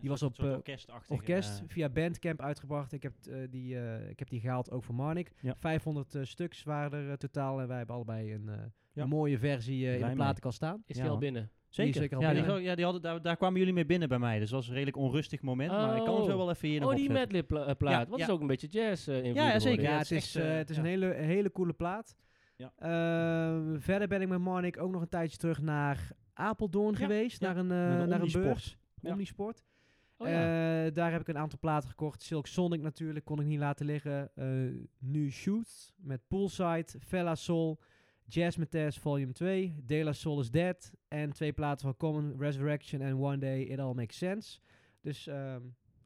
Die was op, eh, orkestachtig. Orkest, via Bandcamp uitgebracht. Ik heb, eh, die, eh, ik heb die gehaald ook voor Marnik. Ja. 500 eh, stuks waren er eh, totaal. En wij hebben allebei een, eh, Ja. een mooie versie eh, in Blij de mee. platenkast staan. Is Ja, die al man. binnen? Die Zeker. is zeker al ja, die, binnen. is ook- ja, die hadden, daar, daar kwamen jullie mee binnen bij mij. Dus dat was een redelijk onrustig moment. Maar ik kan hem zo Oh. wel even hier nog Oh, die opzetten. medley pla- eh, plaat. Ja, Wat is ja. ook een beetje jazz eh invloed. Ja, ja, zeker. Ja, het het is is, echt, eh, eh, het is ja. een hele, hele coole plaat. Ja. Ehm, verder ben ik met Marnik ook nog een tijdje terug naar Apeldoorn Ja, geweest. ja. Naar een, eh, Met een naar een omnisport. beurs. Ja. Omnisport. Oh, ja. Eh, daar heb ik een aantal platen gekocht. Silk Sonic natuurlijk, kon ik niet laten liggen. Eh, nu Shoots met Poolside, Fella Sol, Jazz Matters Volume 2, De La Soul is Dead. En twee platen van Common, Resurrection en One Day It All Makes Sense. Dus ehm,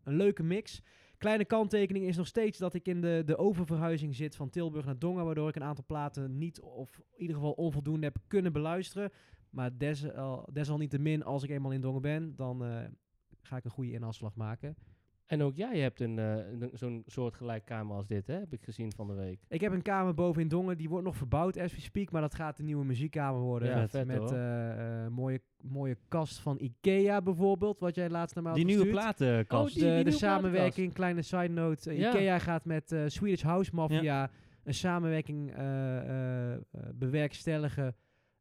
een leuke mix. Kleine kanttekening is nog steeds dat ik in de, de oververhuizing zit van Tilburg naar Donga, waardoor ik een aantal platen niet of in ieder geval onvoldoende heb kunnen beluisteren. Maar desal, desalniettemin, als ik eenmaal in Dongen ben, dan eh, ga ik een goede inhaalslag maken. En ook jij hebt een, eh, een- zo'n soort gelijkkamer als dit, hè? Heb ik gezien van de week. Ik heb een kamer boven in Dongen, die wordt nog verbouwd as we speak, maar dat gaat een nieuwe muziekkamer worden. Ja, vet, met hoor. eh, eh, mooie, mooie kast van Ikea bijvoorbeeld, wat jij laatst naar mij had Die nieuwe gestuurd. platenkast. Oh, die- de, de nieuwe samenwerking, kleine side note. eh, Ja. Ikea gaat met eh, Swedish House Mafia een samenwerking eh, eh, eh, bewerkstelligen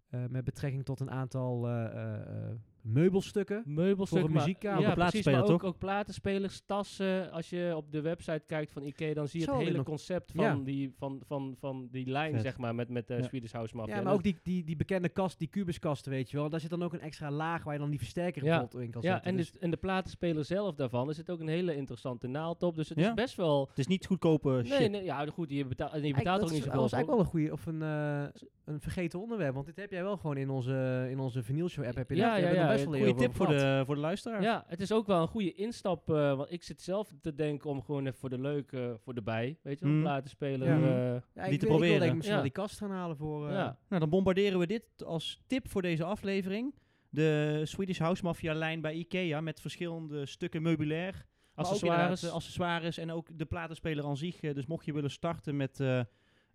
eh, met betrekking tot een aantal eh, eh, eh, meubelstukken. Meubelstukken. Voor een maar- muziekkamer. Ja, Voor precies. Maar platenspeler, ook, toch? ook platenspelers, tassen. Als je op de website kijkt van Ikea, dan zie je Zo, het hele nog- concept van, Ja. die, van, van, van die lijn, Vet. zeg maar, met, met eh, Ja. Swedish House Mafia. Ja, maar ook die, die, die bekende kast, die kubuskasten, weet je wel. Daar zit dan ook een extra laag waar je dan die versterker Ja. bijvoorbeeld in kan ja, zetten. en, Dus- dus, en de platenspeler zelf daarvan er zit ook een hele interessante naald op. Dus het Ja. is best wel... Het is niet goedkope shit. Nee, nee, ja, goed, je betaalt, en je Eigenlijk, Oh, betaalt dat ook niet is- zoveel. Dat was eigenlijk voor. wel een goede of een, eh, een vergeten onderwerp. Want dit heb jij wel gewoon in onze, in onze vinylshow app. Heb je Ja, dat? We ja, hebben ja, er best wel een Goeie eerder tip over voor gehad. de, voor de luisteraar. Ja, het is ook wel een goede instap. eh, want ik zit zelf te denken om gewoon even voor de leuk, eh, voor de bij, weet je wel, Mm. platenspeler. Ja. eh, Ja, ik die te weet- ik wil denk proberen. ik misschien Ja. wel die kast gaan halen voor... eh, ja. Nou, dan bombarderen we dit als tip voor deze aflevering. De Swedish House Mafia lijn bij Ikea met verschillende stukken meubilair. Maar ook inderdaad, Accessoires. eh, accessoires en ook de platenspeler aan zich. Eh, Dus mocht je willen starten met eh,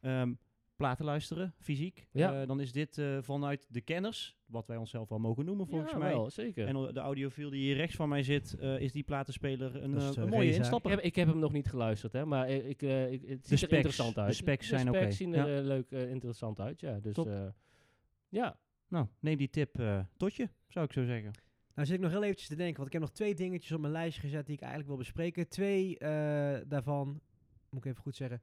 ehm, platen luisteren, fysiek, Ja. eh, dan is dit eh, vanuit de kenners, wat wij onszelf wel mogen noemen volgens ja, mij. wel, zeker. En o- de audiofiel die hier rechts van mij zit, eh, is die platenspeler een, Dat is, eh, eh, een mooie Reza. ik, instapper. heb, ik heb hem nog niet geluisterd, hè, maar eh, ik, eh, ik, het ziet De er specs, interessant uit. de specs zijn De oké, specs zien er ja. eh, leuk eh, interessant uit, ja. Dus Top. eh, ja, Nou, neem die tip eh, tot je, zou ik zo zeggen. Nou zit ik nog heel eventjes te denken. Want ik heb nog twee dingetjes op mijn lijstje gezet die ik eigenlijk wil bespreken. Twee eh, daarvan, moet ik even goed zeggen.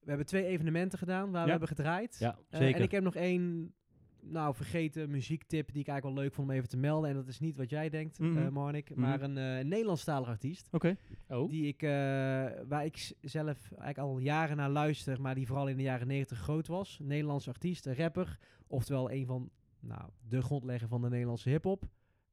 We hebben twee evenementen gedaan waar Ja. we hebben gedraaid. ja. Eh, Zeker. en ik heb nog één, nou vergeten, muziektip die ik eigenlijk wel leuk vond om even te melden. En dat is niet wat jij denkt, eh Mhm. Marnik. Mhm. Maar een eh, Nederlandstalig artiest. Oké. Oh, Die ik, eh, waar ik s- zelf eigenlijk al jaren naar luister, maar die vooral in de jaren 90 groot was. Een Nederlands artiest, een rapper. Oftewel een van nou, de grondlegger van de Nederlandse hip-hop.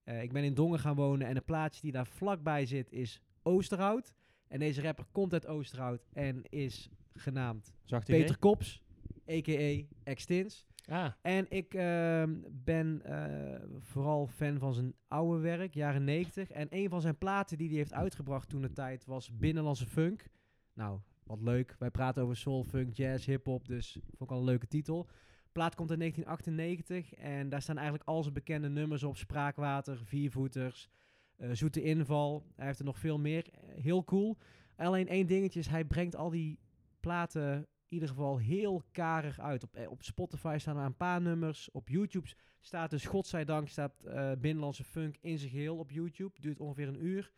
Eh, ik ben in Dongen gaan wonen en een plaatsje die daar vlakbij zit is Oosterhout. En deze rapper komt uit Oosterhout en is genaamd Zacht idee. Peter Kops, a.k.a. Extins. ah, En ik ehm, ben eh, vooral fan van zijn oude werk, jaren 90. En een van zijn platen die hij heeft uitgebracht toen de tijd was Binnenlandse Funk. Nou, wat leuk. Wij praten over soul, funk, jazz, hip-hop. Dus vond ik al een leuke titel. Plaat komt uit 1998 en daar staan eigenlijk al zijn bekende nummers op: Spraakwater, Viervoeters, eh, Zoete Inval. Hij heeft er nog veel meer. Eh, Heel cool. Alleen één dingetje is: hij brengt al die platen in ieder geval heel karig uit. Op, eh, op Spotify staan er een paar nummers. Op YouTube staat dus, godzijdank, staat eh, Binnenlandse Funk in zijn geheel op YouTube. Duurt ongeveer een uur.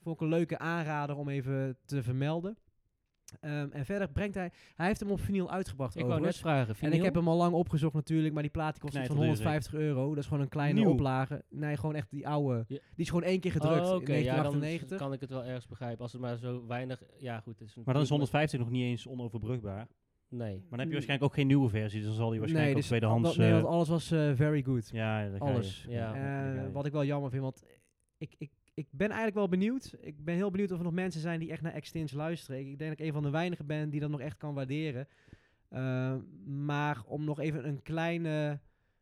Vond ik een leuke aanrader om even te vermelden. Ehm, en verder brengt hij... Hij heeft hem op vinyl uitgebracht Ik wou net overigens. vragen, En ik heb hem al lang opgezocht natuurlijk, maar die plaat die kost iets van Knijterduur, 150 euro. Dat is gewoon een kleine Nieuw. oplage. Nee, gewoon echt die oude. Ja. Die is gewoon één keer gedrukt Oh, in oké, ja, dan 1998. kan ik het wel ergens begrijpen. Als het maar zo weinig... Ja, goed. Het is Maar dan is natuurlijk- 150 nog niet eens onoverbrugbaar. Nee. Maar dan heb je waarschijnlijk ook geen nieuwe versie, dus dan zal die waarschijnlijk Hmm. dus op tweedehands... al- nee, eh, want alles was eh, very good. ja, daar ga je. alles. Ja. daar Eh, ga je. wat ik wel jammer vind, want ik, ik, ik ben eigenlijk wel benieuwd. Ik ben heel benieuwd of er nog mensen zijn die echt naar Extince luisteren. Ik, ik denk dat ik een van de weinigen ben die dat nog echt kan waarderen. Eh, maar om nog even een, kleine,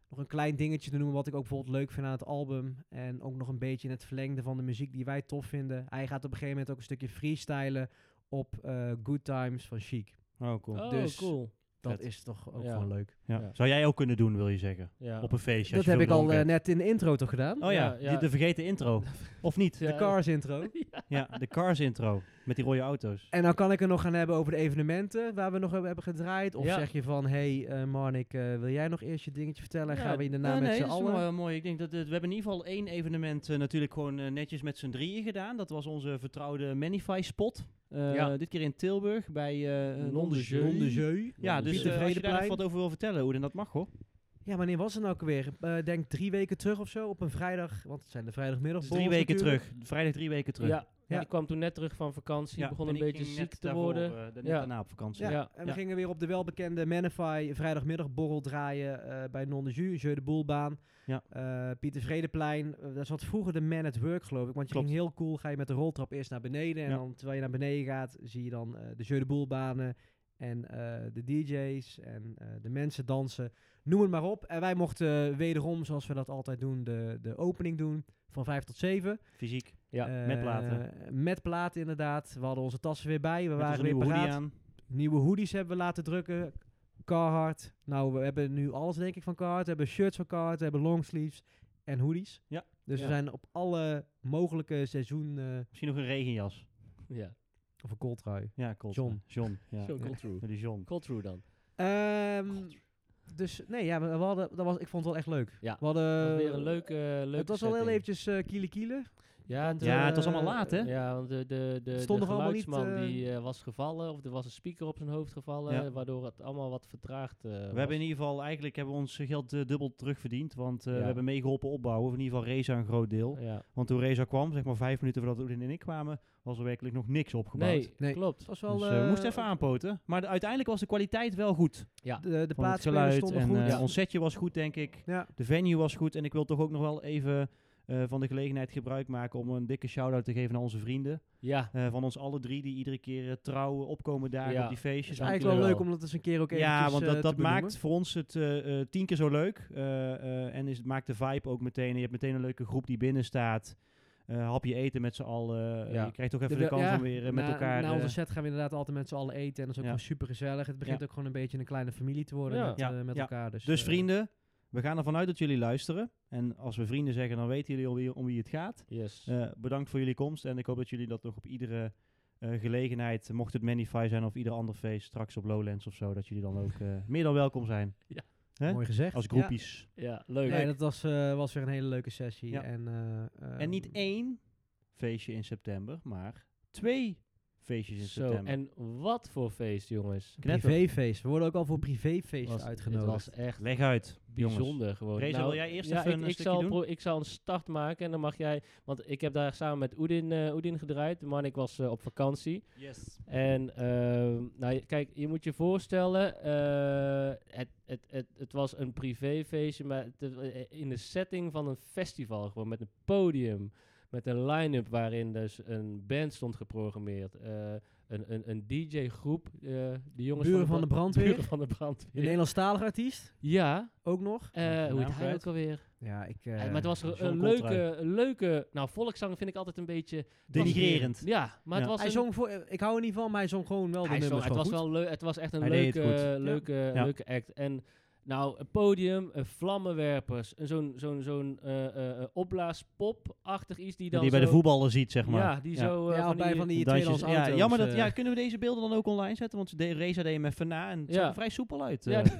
nog een klein dingetje te noemen, wat ik ook bijvoorbeeld leuk vind aan het album. En ook nog een beetje in het verlengde van de muziek die wij tof vinden. Hij gaat op een gegeven moment ook een stukje freestylen op eh, Good Times van Chic. Oh, cool. Oh, Dus- cool. Dat Vet. is toch ook Ja. gewoon leuk. ja. ja. Zou jij ook kunnen doen, wil je zeggen? Ja. Op een feestje. dat als je heb ik veel al gedronken eh, net in de intro toch gedaan? hebt. Oh ja, Ja, ja. die- de vergeten intro. Of niet? Ja. De Cars intro. Ja, de Cars intro. Met die rode auto's. En dan kan ik er nog gaan hebben over de evenementen waar we nog hebben hebben gedraaid. Of Ja. zeg je van, hé hey, eh, Marnik, eh, wil jij nog eerst je dingetje vertellen? En gaan we daarna eh, met nee, z'n dat is allen? wel heel mooi. Ik denk dat het- we hebben in ieder geval één evenement eh, natuurlijk gewoon eh, netjes met z'n drieën gedaan. Dat was onze vertrouwde Manify spot. Eh, Ja. Dit keer in Tilburg bij eh Non Non de de Jeu. Non de jeu. Ja, Non de dus Jeu. eh, als je daar nog Vredeplein. wat over wil vertellen, hoe dan dat mag hoor. Ja, wanneer was het nou ook weer? Eh denk drie weken terug of zo, op een vrijdag. Want het zijn de vrijdagmiddag. Dus drie weken terug. Vrijdag drie weken terug. Ja. Ja. ja, ik kwam toen net terug van vakantie. Ja, begon en een ik beetje ging ziek net te daarvoor, worden. eh, da- net Ja. daarna op vakantie. Ja, Ja. en we Ja. gingen weer op de welbekende Manify vrijdagmiddagborrel draaien eh, bij Non de Jus, Jeu de Boelbaan. Ja. Eh, Pieter Vredeplein, eh, daar zat vroeger de Man at Work geloof ik. Want je Klopt. ging heel cool, ga je met de roltrap eerst naar beneden. En Ja. dan terwijl je naar beneden gaat, zie je dan eh, de Jeu de Boelbanen en eh, de DJ's en eh, de mensen dansen. Noem het maar op. En wij mochten eh, wederom, zoals we dat altijd doen, de, de opening doen van 5 tot 7. Fysiek. Ja, met Eh, platen. Met platen inderdaad. We hadden onze tassen weer bij. We Met waren onze weer nieuwe hoodie paraat. aan. Nieuwe hoodies hebben we laten drukken. Carhartt. Nou, we hebben nu alles denk ik van Carhartt. We hebben shirts van Carhartt, we hebben longsleeves en hoodies. Ja. Dus Ja. we zijn op alle mogelijke seizoen... eh, Misschien nog een regenjas. ja. of een kooltrui. Ja, klopt. John. John, ja. Zo, Coltrue. Met die John. Coltrue dan. Ehm, dus nee, ja, we, we hadden, dat was, ik vond het wel echt leuk. Ja. We hadden, Dat was weer een leuke, eh, leuke Eh, het was al heel setting. eventjes eh kielen kielen. Ja, want, de- Ja, het was allemaal laat, hè? Ja, want de, de, de, Stond de nog allemaal niet, geluidsman eh, die eh, was gevallen, of er was een speaker op zijn hoofd gevallen, Ja. waardoor het allemaal wat vertraagd eh, We was. hebben in ieder geval, eigenlijk hebben we ons geld eh, dubbel terugverdiend. Want eh, Ja. we hebben meegeholpen opbouwen. Of in ieder geval Reza een groot deel. ja. Want toen Reza kwam, zeg maar vijf minuten voordat Oedin en ik kwamen, was er werkelijk nog niks opgebouwd. nee, Nee. klopt. Het was wel... Dus eh, we eh, moesten even aanpoten. Maar de- uiteindelijk was de kwaliteit wel goed. De, de Van het plaatspelers geluid stonden en goed. eh, ons setje was goed, denk ik. ja. De venue was goed. En ik wil toch ook nog wel even eh, van de gelegenheid gebruik maken om een dikke shout-out te geven aan onze vrienden. Ja, Eh, van ons alle drie die iedere keer eh, trouw opkomen dagen Ja. op die feestjes. eh, Het is dank eigenlijk jullie wel leuk wel. om dat eens een keer ook eventjes Ja, want eh, dat, dat te benoemen. maakt voor ons het eh, eh, tien keer zo leuk. Eh, eh, en is, het maakt de vibe ook meteen. En je hebt meteen een leuke groep die binnen staat. Eh, hapje eten met z'n allen. Eh, Ja. Je krijgt toch even de, Ja, kans ja, om weer eh, met na, elkaar... Na onze eh, set gaan we inderdaad altijd met z'n allen eten. En dat is ook Ja. gewoon super gezellig. Het begint Ja. ook gewoon een beetje een kleine familie te worden Ja. met, Ja, eh, met ja. elkaar. Dus, dus eh, vrienden, we gaan ervan uit dat jullie luisteren. En als we vrienden zeggen, dan weten jullie al wie, om wie het gaat. yes. Eh, bedankt voor jullie komst. En ik hoop dat jullie dat nog op iedere eh, gelegenheid, mocht het Manify zijn of ieder ander feest, straks op Lowlands of zo, dat jullie dan ook eh, meer dan welkom zijn. hè? Mooi gezegd. Als Ja. groepjes. ja, leuk. Nee, dat was, eh, was weer een hele leuke sessie. Ja. En, eh, En niet ehm, één feestje in september, maar twee feestjes in Zo, september. en wat voor feest, jongens. knetter. privéfeest. We worden ook al voor privéfeesten Was- uitgenodigd. Het was echt Leg uit, jongens. bijzonder gewoon. Reza, Nou, wil jij eerst ja, even ik, een ik stukje zal doen? pro- ik zal een start maken en dan mag jij... Want ik heb daar samen met Oedin, eh, Oedin gedraaid. Man, ik was eh, op vakantie. Yes. En ehm, nou, je- kijk, je moet je voorstellen, eh, het, het, het, het was een privéfeestje, maar het, eh, in de setting van een festival, gewoon met een podium, met een line-up waarin dus een band stond geprogrammeerd, eh, een, een, een DJ-groep, eh de jongens Buren van de bra- brandweer. Buren van de Een brandweer. Nederlandstalig artiest, Ja, ook nog. eh, hoe naam heet hij kwijt. ook alweer? Ja, ik... Eh, maar het was John een, een Coltrane. leuke, een leuke, nou volkszang vind ik altijd een beetje... Denigrerend. Ja, maar het Ja. was hij een- zong voor... eh, Ik hou er niet van, maar hij zong gewoon wel de Hij zong- nummers het was gewoon goed. wel leuk. Het was echt een Hij deed leuke, het goed. leuke, Ja. leuke act. En nou, een podium, een vlammenwerpers, en zo'n zo'n zo'n eh, eh, eh, opblaaspop-achtig iets die dan. die je bij de zo- voetballen ziet, zeg maar. Ja, die zo. eh, ja, van bij die, van die dansjes. tweedehands ja, auto's, jammer dat, eh. ja, kunnen we deze beelden dan ook online zetten? Want de Reza deed hem even na en het zag Ja. er vrij soepel uit. Ja, eh,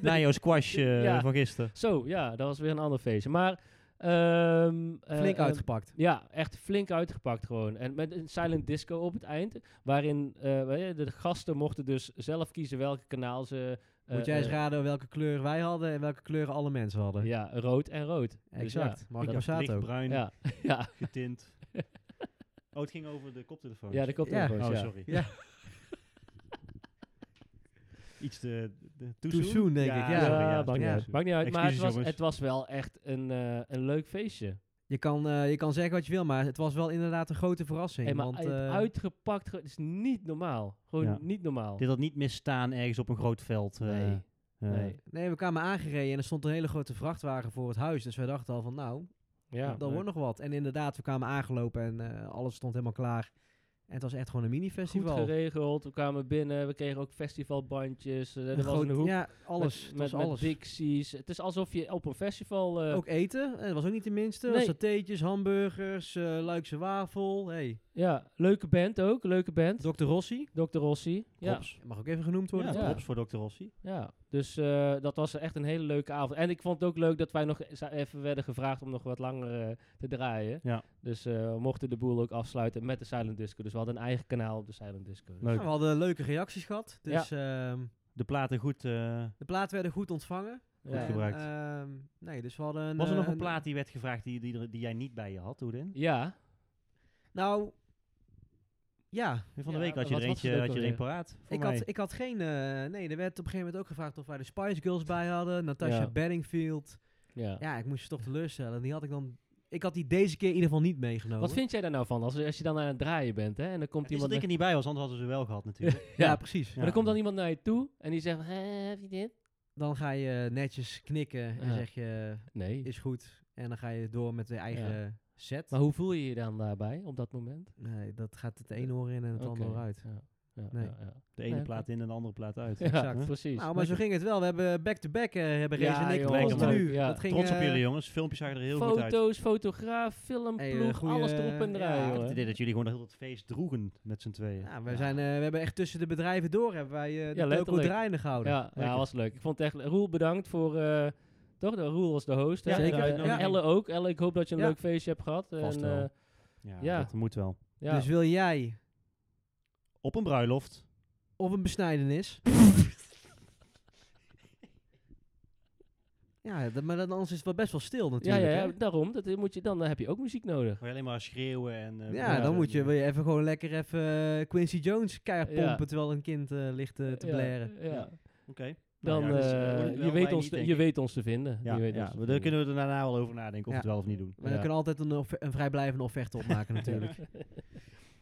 na jouw squash eh, Ja. van gisteren. Zo, ja, dat was weer een ander feestje. Maar Ehm, eh, Flink ehm, uitgepakt. Ja, echt flink uitgepakt gewoon. En met een silent disco op het eind, waarin eh, weet je, de gasten mochten dus zelf kiezen welke kanaal ze... eh, Moet jij eens eh, raden welke kleur wij hadden en welke kleuren alle mensen hadden. Ja, rood en rood. Dus exact. Marco dat- Borsato. lichtbruin ja, ja, getint. Oh, het ging over de koptelefoon. ja, de koptelefoons, Oh, ja. sorry. Ja. Iets te... de- Too, Too soon, denk ik, ja. Ja, sorry, sorry, maakt, niet ja, uit. sorry. maakt niet uit. Maar het Excuses, was, jongens. het was wel echt een, eh, een leuk feestje. Je kan, eh, je kan zeggen wat je wil, maar het was wel inderdaad een grote verrassing. Hey, maar want, het eh, uitgepakt, het is niet normaal. Gewoon Ja. niet normaal. Dit had niet misstaan ergens op een groot veld. eh, Nee, eh, nee. Nee, we kwamen aangereden en er stond een hele grote vrachtwagen voor het huis. Dus wij dachten al van, nou, Ja, dat wordt nog wat. En inderdaad, we kwamen aangelopen en eh, alles stond helemaal klaar. En het was echt gewoon een goed mini-festival. geregeld. We kwamen binnen, we kregen ook festivalbandjes. eh, er Een was groot- een hoek Ja, alles. met, Het met, was met alles. Dixies. Het is alsof je op een festival... eh, ook eten, eh, dat was ook niet de minste. Nee. Satéetjes, hamburgers, eh, Luikse wafel. Hey, Ja, leuke band ook. Leuke band. Dr. Rossi. Dr. Rossi. Ja, Props. Mag ook even genoemd worden. Ja, Ja. props voor Dr. Rossi. ja. dus eh, dat was echt een hele leuke avond. En ik vond het ook leuk dat wij nog eens even werden gevraagd om nog wat langer eh, te draaien. Ja. Dus eh, we mochten de boel ook afsluiten met de Silent Disco. Dus we hadden een eigen kanaal op de Silent Disco. Dus- Leuk. Nou, we hadden leuke reacties gehad. Dus ehm, De platen goed... eh, de platen werden goed ontvangen. Goed ja. gebruikt. ehm, nee, dus we hadden een, was er nog eh, een plaat die werd gevraagd die, die, er- die jij niet bij je had, Hoedin? Ja, Nou, ja. Van de Ja, week had je wat er was eentje, het ook had je er alweer? een paraat voor Ik mij. had, ik had geen... eh, nee, er werd op een gegeven moment ook gevraagd of wij de Spice Girls bij hadden. Natasha Ja. Bedingfield. ja. Ja, ik moest je toch teleurstellen. Die had ik dan... Ik had die deze keer in ieder geval niet meegenomen. Wat vind jij daar nou van? Als, als je dan aan het draaien bent, hè? En dan komt Het is dat ik iemand... naar- er niet bij was, anders hadden ze wel gehad natuurlijk. ja. ja. precies. Maar dan komt dan iemand naar je toe en die zegt... "Hè, heb je dit? Dan ga je eh, netjes knikken en Ja. zeg je, Nee. is goed. En dan ga je door met de eigen set. Maar hoe voel je je dan daarbij op dat moment? Nee, dat gaat het ene oor in en het Oké, andere oor uit. Ja, ja, Nee. ja, ja. de ene Nee, plaat in en de andere plaat uit. Ja, Exact. precies. Nou, maar zo ging het wel. We hebben back-to-back eh, hebben Ja, Rees en ik joh. continu. Ja. Dat ging, Trots op eh, jullie jongens, filmpjes zagen er heel goed uit. Foto's, fotograaf, film, Hey, eh, ploeg, goeie- alles erop en eraan, ja, jongen. Het idee dat jullie gewoon heel het feest droegen met z'n tweeën. Ja, we, Zijn, eh, we hebben echt tussen de bedrijven door hebben wij eh de Ja, docu letterlijk. draaiende gehouden. Ja, ja, was leuk. Ik vond het echt... Roel, bedankt voor... eh, toch? De- Roel was de host. hè? Ja, zeker. En, eh, en Ja. Elle ook. Elle, ik hoop dat je een Ja. leuk feestje hebt gehad. Vast en, wel. eh, Ja, ja. dat moet wel. ja. Dus wil jij Op een bruiloft. of een besnijdenis? ja, dat- maar dan, anders is het wel best wel stil ja, natuurlijk. ja, hè? ja, daarom. Dat moet je, dan eh, heb je ook muziek nodig. Waar je alleen maar schreeuwen en... eh, Ja, dan en- moet je, wil je even gewoon lekker even eh, Quincy Jones keihard Ja. pompen terwijl een kind eh, ligt eh, te Ja, blaren. ja. Ja. Oké. Dan, Nou ja, dus, eh, eh, moet wel je, bij weet niet ons te, denken. je weet ons te vinden. Ja, je weet ja, ons te maar daar vinden. kunnen we er daarna wel over nadenken Ja. of we het wel of niet doen. Maar we Ja. kunnen altijd een, offe- een vrijblijvende offerte opmaken natuurlijk.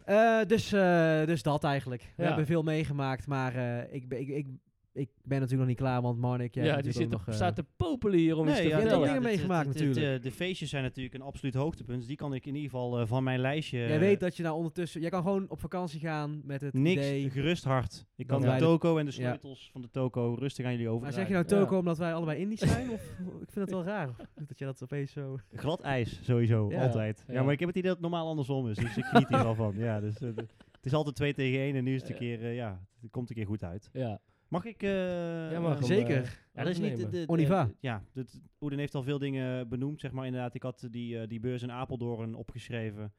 Eh, dus, eh, dus dat eigenlijk. We Ja. hebben veel meegemaakt, maar eh, ik, ben- ik, ik, ik ben natuurlijk nog niet klaar, want Marnik, jij ja, hebt die zit natuurlijk ook op, nog, eh, staat te popelen hier om Nee, iets te ja, hebt ook vertellen. dingen dit- meegemaakt dit- dit, natuurlijk. eh, de feestjes zijn natuurlijk een absoluut hoogtepunt. Dus die kan ik in ieder geval eh, van mijn lijstje... Jij weet dat je nou ondertussen... Jij kan gewoon op vakantie gaan met het Niks, idee... gerust hart. Ik kan wij de de- toko en de Ja. sleutels van de toko rustig aan jullie Maar over. zeg je nou Ja. Toko omdat wij allebei Indisch zijn? of, ik vind het wel raar dat je dat opeens zo... Glad ijs, sowieso, Ja. altijd. Ja. Ja. maar ik heb het idee dat het normaal andersom is. Dus ik geniet hier wel van. Ja, dus, eh, de- het is altijd twee tegen één en nu is het een Ja. keer, eh, ja, het komt een keer goed uit. Ja, Mag ik... eh, jij mag hem, zeker. eh, Ja, dat is niet... De, overnemen. de- de- Oniva. ja, dat- Oeden heeft al veel dingen eh, benoemd, zeg maar. Inderdaad, ik had die, eh, die beurs in Apeldoorn opgeschreven.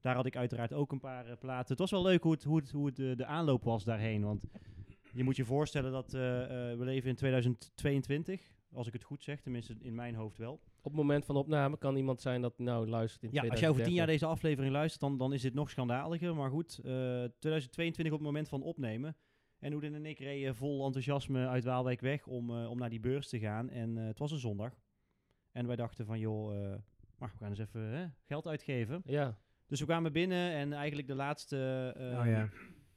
Daar had ik uiteraard ook een paar eh, platen. Het was wel leuk hoe, het, hoe, het, hoe het, eh, de aanloop was daarheen. Want je moet je voorstellen dat eh, eh, we leven in 2022. Als ik het goed zeg, tenminste in mijn hoofd wel. Op het moment van opname kan iemand zijn dat nou luistert in Ja, als jij over tien jaar 2030. deze aflevering luistert, dan, dan is dit nog schandaliger. Maar goed, eh, 2022 op het moment van opnemen. En Oeden en ik reden vol enthousiasme uit Waalwijk weg om, eh, om naar die beurs te gaan. En eh, het was een zondag. En wij dachten van, joh, eh, maar we gaan eens even hè, geld uitgeven. Ja, Dus we kwamen binnen en eigenlijk de laatste, eh, Oh ja.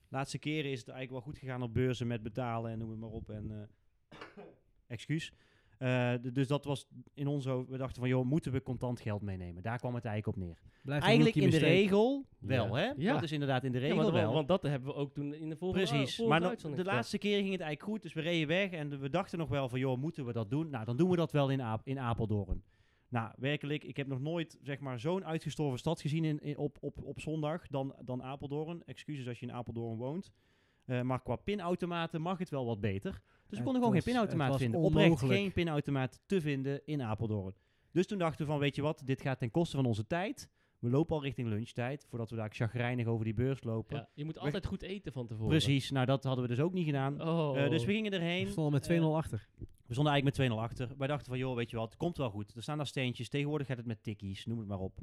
laatste keren is het eigenlijk wel goed gegaan op beurzen met betalen en noem het maar op. En, eh, excuus. Eh, d- dus dat was in ons hoofd. We dachten van, joh, moeten we contant geld meenemen? Daar kwam het eigenlijk op neer. Blijf Eigenlijk in de regen. regel wel, Ja. hè? Ja. Dat is inderdaad in de Ja, regel want, wel. want, dat hebben we ook toen in de vorige Precies. vorige Maar dan- de uitzending gezegd. laatste keer ging het eigenlijk goed, dus we reden weg en we dachten nog wel van, joh, moeten we dat doen? Nou, dan doen we dat wel in, Aap- in Apeldoorn. Nou, werkelijk, ik heb nog nooit zeg maar, zo'n uitgestorven stad gezien in, in- op, op, op zondag dan, dan Apeldoorn. Excuses als je in Apeldoorn woont. Eh, maar qua pinautomaten mag het wel wat beter. Dus we Het konden gewoon geen was- het pinautomaat was vinden. Oprecht onmogelijk. geen pinautomaat te vinden in Apeldoorn. Dus toen dachten we van, weet je wat, dit gaat ten koste van onze tijd. We lopen al richting lunchtijd, voordat we daar chagrijnig over die beurs lopen. Ja, je moet altijd goed eten van tevoren. Precies, nou dat hadden we dus ook niet gedaan. Oh. Eh, dus we gingen erheen. We stonden met 2-0 achter. We stonden eigenlijk met 2-0 achter. Wij dachten van, joh, weet je wat, het komt wel goed. Er staan daar steentjes. Tegenwoordig gaat het met tikkies, noem het maar op.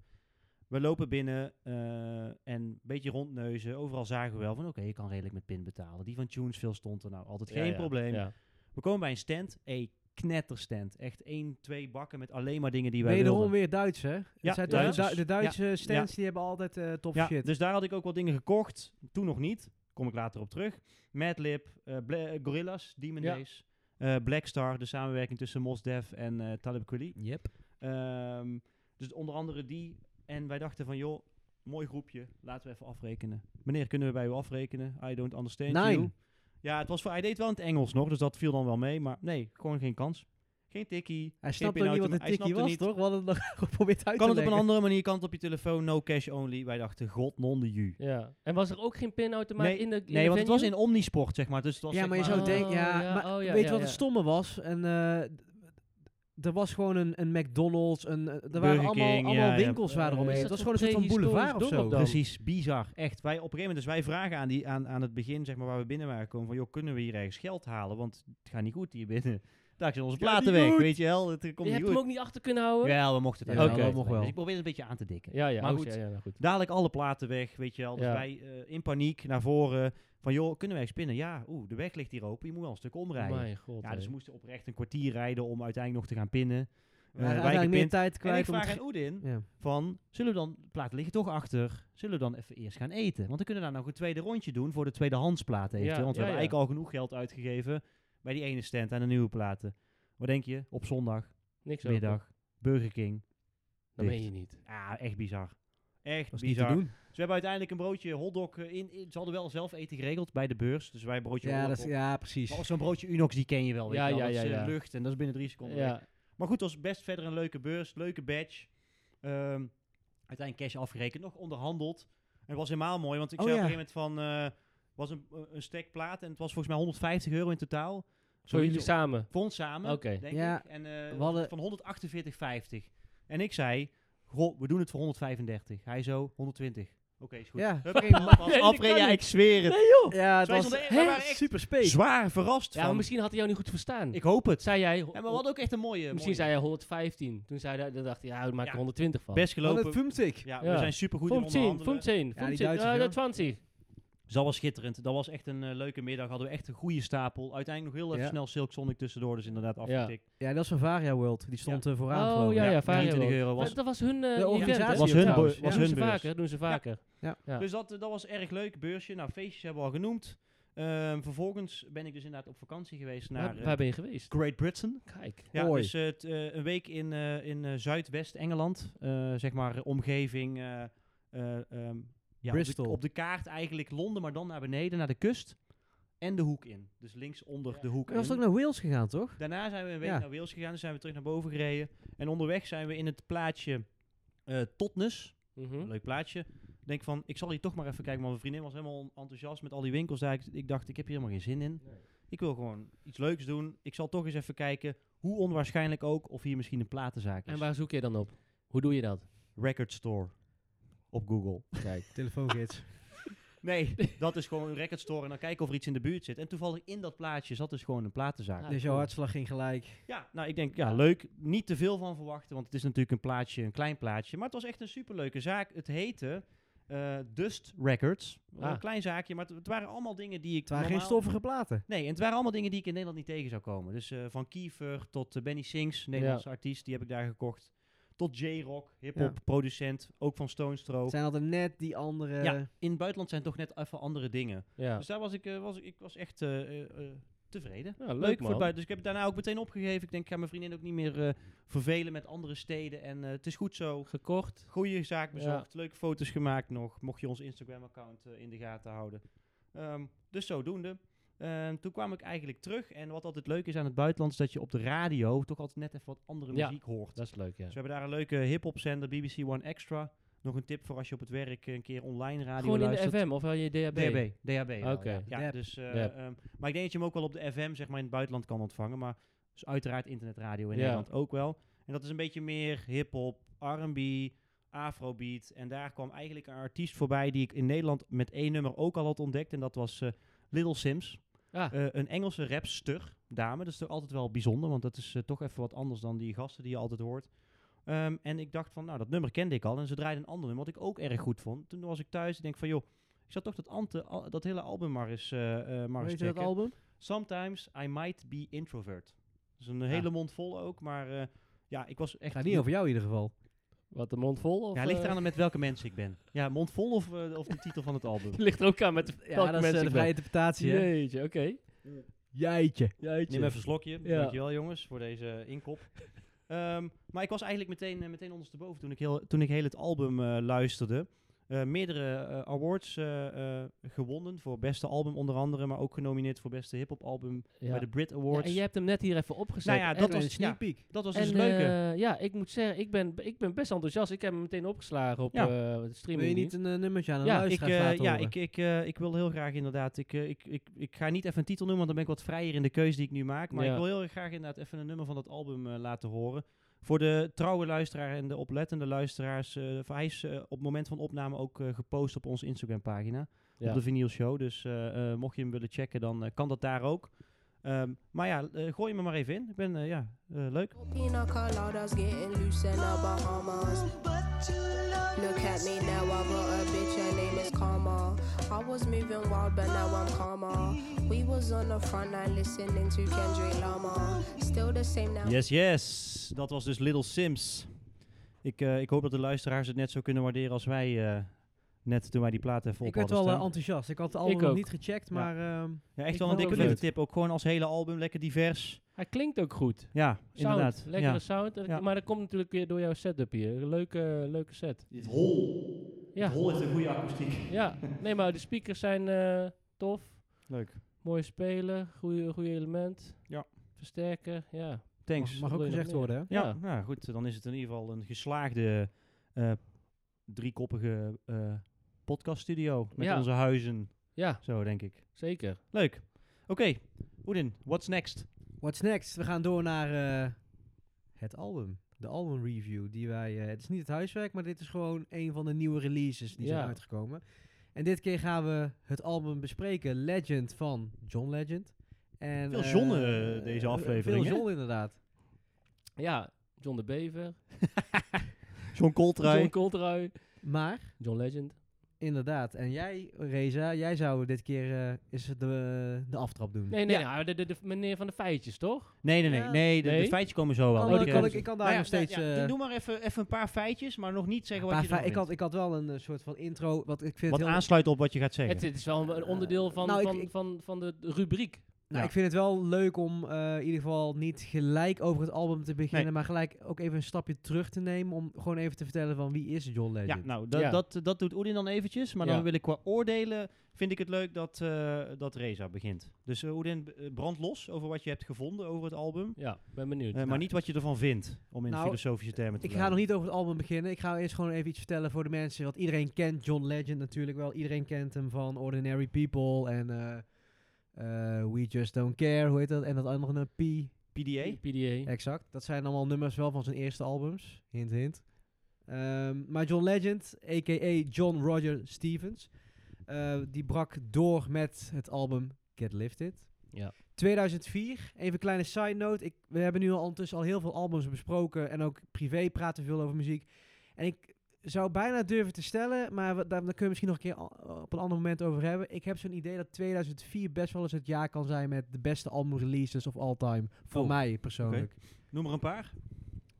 We lopen binnen eh, en een beetje rondneuzen. Overal zagen we wel van, oké, je kan redelijk met pin betalen. Die van Tunesville stond er nou altijd Ja, geen ja, probleem. ja. We komen bij een stand, een knetterstand. Echt één, twee bakken met alleen maar dingen die wij Wederom wilden. weer Duits, hè? Ja, het zijn toch de, Duitsers. Du- de Duitse stands, die hebben altijd eh, top Ja, shit. dus daar had ik ook wat dingen gekocht. Toen nog niet. Kom ik later op terug. Madlib, eh Bla- eh, Gorillas, Demon Ja. Days, eh, Black Star, de samenwerking tussen Mos Def en eh Talib Kweli. Yep. Ehm, dus onder andere die. En wij dachten van, joh, mooi groepje. Laten we even afrekenen. Meneer, kunnen we bij u afrekenen? I don't understand Nein. you. Ja, het was voor, hij deed wel in het Engels nog, dus dat viel dan wel mee. Maar nee, gewoon geen kans. Geen tikkie. Hij geen snapte niet pinautomaat. wat een Hij tikkie snapte was, niet. toch? We hadden het nog geprobeerd uit Kan te het op een leggen. andere manier, kan het op je telefoon, no cash only. Wij dachten, god non de ju. Ja. En was er ook geen pinautomaat Nee, in de in Nee, de want het was in venue? Omnisport, zeg maar. Dus het was Ja, zeg maar je maar- zou denken, ja, Oh, ja, maar oh, ja, weet je ja, wat ja. het stomme was? En, eh, d- er was gewoon een, een McDonald's, een, eh, er waren Burger allemaal, King, allemaal ja, ja. winkels waar Eh, eromheen. is het dat was gewoon een soort van prehistorisch boulevard of dorp zo. Dus dan? Precies, bizar. Echt. Wij op een gegeven moment, dus wij vragen aan, die, aan, aan het begin, zeg maar, waar we binnen waren gekomen, van joh, kunnen we hier ergens geld halen? Want het gaat niet goed hier binnen. Daar zijn onze Gaat platen niet weg, goed. weet je wel. Het komt Je niet hebt hem goed. ook niet achter kunnen houden? Wel, we mochten het Ja, uiteindelijk dat wel. mocht wel. Dus ik probeer het een beetje aan te dikken. Ja, ja. Maar oh, goed. Ja, ja, nou goed. Dadelijk alle platen weg, weet je wel. Dus Ja. wij eh, in paniek naar voren van joh, kunnen we ergens binnen? Ja, oeh, de weg ligt hier open. Je moet wel een stuk omrijden. Mijn god. ja, dus hé. we moesten oprecht een kwartier rijden om uiteindelijk nog te gaan pinnen. We waren Eh, uiteindelijk meer wijkenpint. tijd En ik kwijt om het vraag ge- aan Oedin, ja. van, zullen we dan, de platen liggen toch achter, zullen we dan even eerst gaan eten? Want dan kunnen we daar nog een tweede rondje doen voor de tweedehands platen eventueel. Ja, want we ja, hebben ja. eigenlijk al genoeg geld uitgegeven bij die ene stand aan de nieuwe platen. Wat denk je? Op zondag, Niks over. middag, Burger King. Dat dicht. meen je niet. Ah, echt bizar. Echt was niet te bizar. doen. Dus we hebben uiteindelijk een broodje hotdog eh, in, in- Ze hadden wel zelf eten geregeld bij de beurs. Dus wij een broodje Ja, hotdog dat is, op. ja, precies. Maar als zo'n broodje Unox, die ken je wel. Weet Ja, je wel. ja, dat ja, is, eh, ja. lucht en dat is binnen drie seconden weg. Ja. Maar goed, het was best verder een leuke beurs, leuke badge. Ehm, uiteindelijk cash afgerekend, nog onderhandeld. En het was helemaal mooi, want ik Oh zei ja. op een gegeven moment van... eh, was een, een stek plaat en het was volgens mij 150 euro in totaal. Voor jullie Zoiets- samen. Voor ons samen, Oké. denk Ja, ik. En eh, we hadden- van 148,50. En ik zei, goh, we doen het voor 135. Hij zo, 120. Oké, is goed. Ja, Huppakee, fucking- was Nee, dat afreken, kan ja, niet. ik zweer het. Ja, het Zo is was het onder- wij hè, waren echt super speed. Zwaar verrast Ja, maar van, misschien had hij jou niet goed verstaan. ik hoop het. Zei jij... Ja, maar we hadden ook echt een mooie... Misschien mooie zei hij 115. Toen zei hij... Dan dacht hij, ja, we maken Ja. er 120 van. best gelopen. 150. Ja, Ja. we zijn supergoed in 15, onderhandelen. 15, Ja, die 15, Duitsers, eh, ja. 20. Dus dat was schitterend. Dat was echt een eh, leuke middag. Hadden we echt een goede stapel. Uiteindelijk nog heel even Ja. snel Silk Sonic tussendoor. Dus inderdaad Ja. afgetikt. Ja, dat was van Varia World. Die stond eh, vooraan Oh geloof ik. ja, Ja, ja, Vario. 23 euro was- Dat- Dat was hun eh, De organisatie event, hè? was hun Trouwens. beurs- was Ja, doen hun ze beurs. vaker, doen ze vaker. Ja. Dus dat, eh, dat was erg leuk. Beursje. Nou, feestjes hebben we al genoemd. Ehm, vervolgens ben ik dus inderdaad op vakantie geweest naar Waar eh, waar ben je geweest? Great Britain. Kijk. Ja, Mooi. dus eh, t- eh, een week in, eh, in eh, Zuidwest-Engeland. Eh, zeg maar eh, omgeving. eh, eh, ehm, ja, op de- Bristol. Op, de, kaart eigenlijk Londen, maar dan naar beneden, naar de kust. En de hoek in. Dus links onder Ja. de hoek Hij was in. ook naar Wales gegaan, toch? Daarna zijn we een week Ja. naar Wales gegaan. Dus zijn we terug naar boven gereden. En onderweg zijn we in het plaatsje eh Totnes. Mhm. Leuk plaatsje. Ik Denk van, ik zal hier toch maar even kijken. Want mijn vriendin was helemaal enthousiast met al die winkels. daar. Ik, ik dacht, ik heb hier helemaal geen zin in. Ik wil gewoon iets leuks doen. Ik zal toch eens even kijken, hoe onwaarschijnlijk ook, of hier misschien een platenzaak is. En waar zoek je dan op? Hoe doe je dat? Record store. Op Google. Kijk. Telefoongids. Nee, dat is gewoon een record store. En dan kijken of er iets in de buurt zit. En toevallig in dat plaatje zat dus gewoon een platenzaak. Ja, dus jouw cool. hartslag ging gelijk. Ja, nou ik denk, ja, leuk. Niet te veel van verwachten, want het is natuurlijk een plaatje, een klein plaatje. Maar het was echt een superleuke zaak. Het heette eh, Dust Records. Wel Ah. Een klein zaakje, maar het, het waren allemaal dingen die ik Het waren geen normaal- stoffige platen. Nee, en het waren allemaal dingen die ik in Nederland niet tegen zou komen. Dus eh, van Kiefer tot eh, Benny Sings, Nederlandse artiest, die heb ik daar gekocht. Tot J-Rock, hip-hop Ja. producent, ook van Stone Het Stroke. zijn altijd net die andere... Ja, in het buitenland zijn toch net even andere dingen. Ja. Dus daar was ik, eh, was, ik was echt eh, eh, eh, tevreden. Ja, leuk, Leuk voor man. het buiten. Dus ik heb het daarna ook meteen opgegeven. Ik denk, ik ga mijn vriendin ook niet meer eh, vervelen met andere steden. En eh, het is goed zo. Gekocht. Goede zaak Ja. bezocht. Leuke foto's gemaakt nog. Mocht je ons Instagram-account eh, in de gaten houden. Ehm, dus zodoende. Ehm, toen kwam ik eigenlijk terug. En wat altijd leuk is aan het buitenland, is dat je op de radio toch altijd net even wat andere Ja. muziek hoort. Dat is leuk, ja. Dus we hebben daar een leuke hip-hop zender, BBC One Extra. Nog een tip voor als je op het werk eh, een keer online radio Gewoon in luistert. de FM of wel je DHB? DHB. DHB. wel, Oké. ja. Ja, Dab. dus, eh, Dab. ehm, maar ik denk dat je hem ook wel op de FM, zeg maar, in het buitenland kan ontvangen. Maar dus uiteraard internetradio in Ja. Nederland ook wel. En dat is een beetje meer hip-hop, RB, afrobeat. En daar kwam eigenlijk een artiest voorbij die ik in Nederland met één nummer ook al had ontdekt. En dat was eh, Little Sims. Ah, Eh, een Engelse rapster, dame. Dat is toch altijd wel bijzonder, want dat is eh, toch even wat anders dan die gasten die je altijd hoort. Ehm, en ik dacht van, nou, dat nummer kende ik al. En ze draaide een ander nummer, wat ik ook erg goed vond. Toen was ik thuis en denk van, joh, ik zat toch dat, ante, al- dat hele album maar eens, eh, eh, maar eens Weet je dat checken. album? Sometimes I might be introvert. Dat is een hele mond vol ook, maar eh, ja, ik was echt... Gaat niet over jou in ieder geval. wat de mond vol? Of, Ja, ligt eh, eraan met welke mensen ik ben. Ja, mond vol of, eh, of de titel van het album. ligt er ook aan met Ja, welke dat is eh, mensen de ik vrije ben. interpretatie, hè? Jeetje, oké. Jeitje. Jeetje. Neem even een slokje. Ja. Dankjewel jongens voor deze inkop. Ehm, maar ik was eigenlijk meteen, eh, meteen ondersteboven toen ik heel, toen ik heel het album eh, luisterde. Eh, meerdere eh, awards eh, eh, gewonnen voor beste album onder andere, maar ook genomineerd voor beste hip-hop album Ja. bij de Brit Ja, Awards. en je hebt hem net hier even opgezet. Nou ja, En- dat Kleine was- sneak ja. peek. Dat was en, dus leuk. eh, ja, ik moet zeggen, ik ben, ik ben best enthousiast. Ik heb hem meteen opgeslagen op Ja. eh, de Wil je streaming. niet een eh, nummertje aan een Ja, ik, luisteraar eh, laten ja, horen? ik, ik, eh, ik wil heel graag inderdaad. Ik, eh, ik, ik, ik ga niet even een titel noemen, want dan ben ik wat vrijer in de keuze die ik nu maak. Maar Ja. ik wil heel erg graag inderdaad even een nummer van dat album eh, laten horen. Voor de trouwe luisteraar en de oplettende luisteraars. eh, hij is eh, op het moment van opname ook eh, gepost op onze Instagram pagina. Ja. eh, Op de Vinyl Show. Dus eh, eh, mocht je hem willen checken, dan eh, kan dat daar ook. Ehm, maar ja, eh, gooi me maar even in. Ik ben, eh, ja, eh, leuk. Pina coladas getting loose in the Bahamas. Look at me now, I got a bitch, her name is Karma. I was moving wild, but now I'm calmer. We was on the front line listening to Kendrick Lamar. Still the same now. Yes, yes. Dat was dus Little Sims. Ik, eh, ik hoop dat de luisteraars het net zo kunnen waarderen als wij eh, net toen wij die platen even op Ik werd hadden wel eh, staan. enthousiast. Ik had het Ik album nog ook. niet gecheckt, Ja. maar... ehm, ja, echt ik wel een vond het dikke ook vette leuk. tip. Ook gewoon als hele album, lekker divers. Hij klinkt ook goed. Ja, Sound, inderdaad. lekkere ja. sound. En- Ja. Maar dat komt natuurlijk weer door jouw setup hier. Een Leuke, leuke set. Het hol. Ja. hol heeft een goede akoestiek. ja, nee, maar de speakers zijn eh, tof. Leuk. Mooi spelen, goede element. Ja. Versterker, ja. Thanks. mag, mag Wil ook je nog gezegd meer? worden, hè? Ja, Ja. nou goed. Dan is het in ieder geval een geslaagde eh, driekoppige eh podcaststudio met Ja. onze huizen. Ja, Zo, denk ik. zeker. Leuk. Oké, Oedin, what's next? What's next? We gaan door naar eh, het album. De albumreview die wij... eh, het is niet het huiswerk, maar dit is gewoon een van de nieuwe releases die Ja. zijn uitgekomen. En dit keer gaan we het album bespreken. Legend van John Legend. En, Veel eh, John, eh, deze eh, aflevering, hè? Veel John, inderdaad. Ja, John de Bever, John Coltrane. John Coltrane, Maar, John Legend. inderdaad. En jij, Reza, jij zou dit keer eh is de, de aftrap doen. Nee, nee, nou, de, de, de meneer van de feitjes, toch? Nee, nee, nee. Ja. nee de, de Nee? feitjes komen zo wel. Kan, Oh, eh, die kan komen ik, ze. ik kan daar Nou ja, nog steeds... nou ja, eh, doe maar even, even een paar feitjes, maar nog niet zeggen Maar wat je fa- ervan ik, had, vindt. ik had wel een eh, soort van intro. Wat ik vind Wat het heel, aansluit op wat je gaat zeggen. Het, het is wel een- een onderdeel van, Nou, ik- van, ik- van, van de rubriek. nou, ja. ik vind het wel leuk om eh, in ieder geval niet gelijk over het album te beginnen. Nee. Maar gelijk ook even een stapje terug te nemen. Om gewoon even te vertellen van wie is John ja, Legend. nou, dat, Ja. Dat, dat doet Oedin dan eventjes. Maar dan Ja. wil ik qua oordelen, vind ik het leuk dat, eh, dat Reza begint. Dus eh, Oedin, eh, brand los over wat je hebt gevonden over het album. Ja, ben benieuwd. eh, maar niet wat je ervan vindt, om in Nou, filosofische termen te Ik ga blijven. nog niet over het album beginnen. Ik ga eerst gewoon even iets vertellen voor de mensen. Want iedereen kent John Legend natuurlijk wel. Iedereen kent hem van Ordinary People en eh, eh, We Just Don't Care. Hoe heet dat? En dat andere P. PDA? PDA. Exact. Dat zijn allemaal nummers wel van zijn eerste albums. Hint, hint. Ehm, maar John Legend, a.k.a. John Roger Stevens, eh, die brak door met het album Get Lifted. Ja. 2004, even een kleine side note. Ik, we hebben nu al ondertussen al heel veel albums besproken en ook privé praten we veel over muziek. En ik zou bijna durven te stellen, maar we- daar, daar kunnen we misschien nog een keer al- op een ander moment over hebben. Ik heb zo'n idee dat 2004 best wel eens het jaar kan zijn met de beste albumreleases of all time. Voor Oh, mij persoonlijk. Noem er een paar.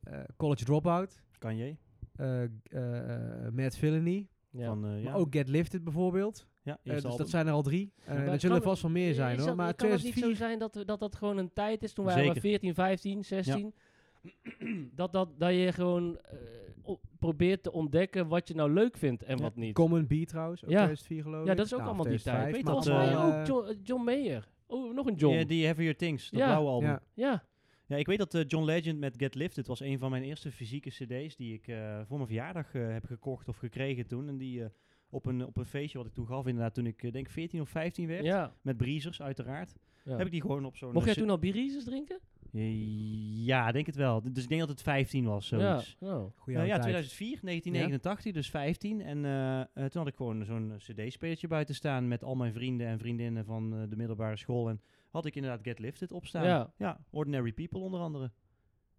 Eh, College Dropout, Kan je? eh g- eh, eh, Mad Villainy, Ja. Van, eh, ja. maar ook Get Lifted bijvoorbeeld. ja, Eh, eerste dus dat album. zijn er al drie. Eh, Maar er zullen er kan- vast wel meer zijn Is hoor. dat- Maar kan het niet zo 2004, zijn dat, we- dat dat gewoon een tijd is toen wij Zeker. waren 14, 15, 16? dat, dat, dat je gewoon eh, o- probeert te ontdekken wat je nou leuk vindt en Ja, wat niet. Common B trouwens, ook Ja. 2004 geloof ik. Ja, dat is ook Nou, allemaal die tijd. 2005, Weet maar volgens mij allemaal, ook eh, John, eh, John Mayer. Oh, nog een John. Ja, die Heavier Things, dat Ja. blauwe album. ja. ja. Ja, ik weet dat eh, John Legend met Get Lifted was een van mijn eerste fysieke cd's die ik eh, voor mijn verjaardag eh, heb gekocht of gekregen toen. En die eh, op, een, op een feestje wat ik toen gaf, inderdaad toen ik eh, denk 14 of 15 werd, ja. met breezers uiteraard, ja. heb ik die gewoon op zo'n... Mocht jij eh, toen al bierizes drinken? cd Ja, denk het wel. D- Dus ik denk dat het 15 was, zoiets. Ja, oh. Goeie oude Nou ja, tijd. 2004, 1989, dus 15. En eh, eh, toen had ik gewoon zo'n eh, cd-spelertje buiten staan met al mijn vrienden en vriendinnen van eh, de middelbare school. En had ik inderdaad Get Lifted opstaan. Ja. Ordinary People onder andere.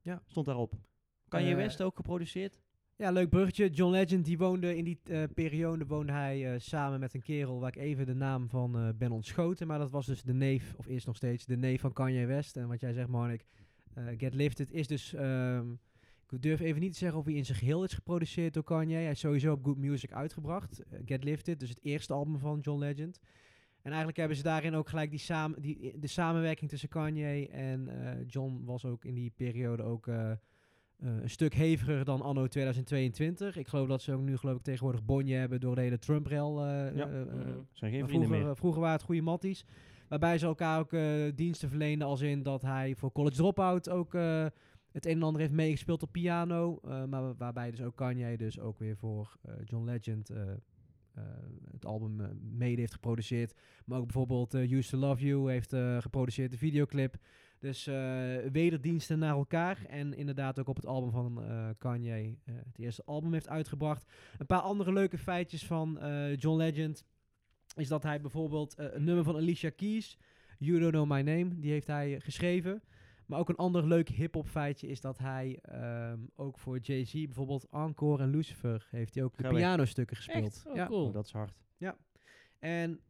Ja. Stond daarop. Kanye Eh, West ook geproduceerd. Ja, leuk bruggetje. John Legend, die woonde in die eh, periode woonde hij eh, samen met een kerel waar ik even de naam van eh, ben ontschoten. Maar dat was dus de neef, of is nog steeds, de neef van Kanye West. En wat jij zegt, Monik, eh, Get Lifted is dus... ehm, ik durf even niet te zeggen of hij in zijn geheel is geproduceerd door Kanye. Hij is sowieso op Good Music uitgebracht. eh, Get Lifted, dus het eerste album van John Legend. En eigenlijk hebben ze daarin ook gelijk die saam, die, de samenwerking tussen Kanye en eh, John was ook in die periode ook... eh, eh, een stuk heviger dan anno 2022. Ik geloof dat ze ook nu geloof ik tegenwoordig bonje hebben door de hele Trump-rel. eh, Ja. eh, eh, Mhm. Zijn geen maar vrienden vroeger, meer. eh, vroeger waren het goede matties. Waarbij ze elkaar ook eh, diensten verleenden als in dat hij voor College Dropout ook eh, het een en ander heeft meegespeeld op piano. eh, maar wa- waarbij dus ook Kanye dus ook weer voor eh, John Legend eh, eh, het album eh, mede heeft geproduceerd. Maar ook bijvoorbeeld eh, Used to Love You heeft eh, geproduceerd de videoclip. Dus eh, wederdiensten naar elkaar. En inderdaad ook op het album van eh, Kanye eh, het eerste album heeft uitgebracht. Een paar andere leuke feitjes van eh, John Legend. Is dat hij bijvoorbeeld eh, een nummer van Alicia Keys, You Don't Know My Name, die heeft hij eh, geschreven. Maar ook een ander leuk hip-hop feitje is dat hij ehm, ook voor Jay-Z bijvoorbeeld Encore en Lucifer heeft hij ook de Ga weg. pianostukken gespeeld. Oh, Ja. cool. Oh, dat is hard. En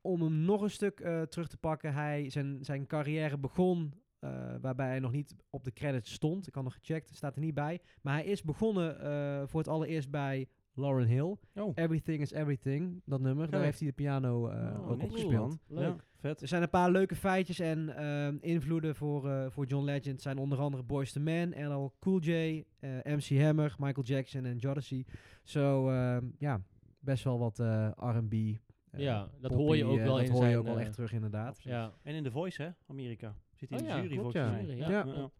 om hem nog een stuk eh, terug te pakken, hij, zijn, zijn carrière begon eh, waarbij hij nog niet op de credits stond. Ik had nog gecheckt, staat er niet bij. Maar hij is begonnen eh, voor het allereerst bij Lauren Hill. Oh, Everything is Everything, dat nummer. Daar Kijk. heeft hij de piano eh, Oh, ook netjes, op gespeeld. man. Leuk. Ja, vet. Er zijn een paar leuke feitjes en ehm, invloeden voor, eh, voor John Legend zijn onder andere Boyz II Man, LL Cool J, eh, MC Hammer, Michael Jackson en Jodeci. Zo, ehm, ja, best wel wat eh, R&B. eh, Ja, dat poppy, hoor je ook eh, wel Dat in hoor je zijn, ook wel eh, echt terug inderdaad. Ja. En in The Voice, hè? Amerika. Zit in Oh de ja, jury klopt, volgens ja. mij. Jury, ja. Ja.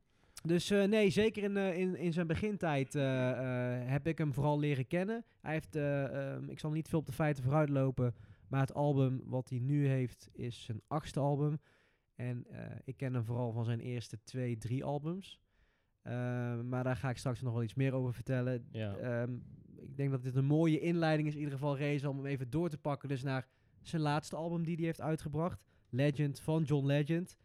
Dus eh, nee, zeker in, eh, in, in zijn begintijd eh, eh, heb ik hem vooral leren kennen. Hij heeft, eh, ehm, ik zal niet veel op de feiten vooruitlopen, maar het album wat hij nu heeft is zijn achtste album. En eh, ik ken hem vooral van zijn eerste twee, drie albums. Ehm, maar daar ga ik straks nog wel iets meer over vertellen. Ja. Ehm, ik denk dat dit een mooie inleiding is, in ieder geval Reza, om hem even door te pakken. Dus naar zijn laatste album die hij heeft uitgebracht. Legend van John Legend.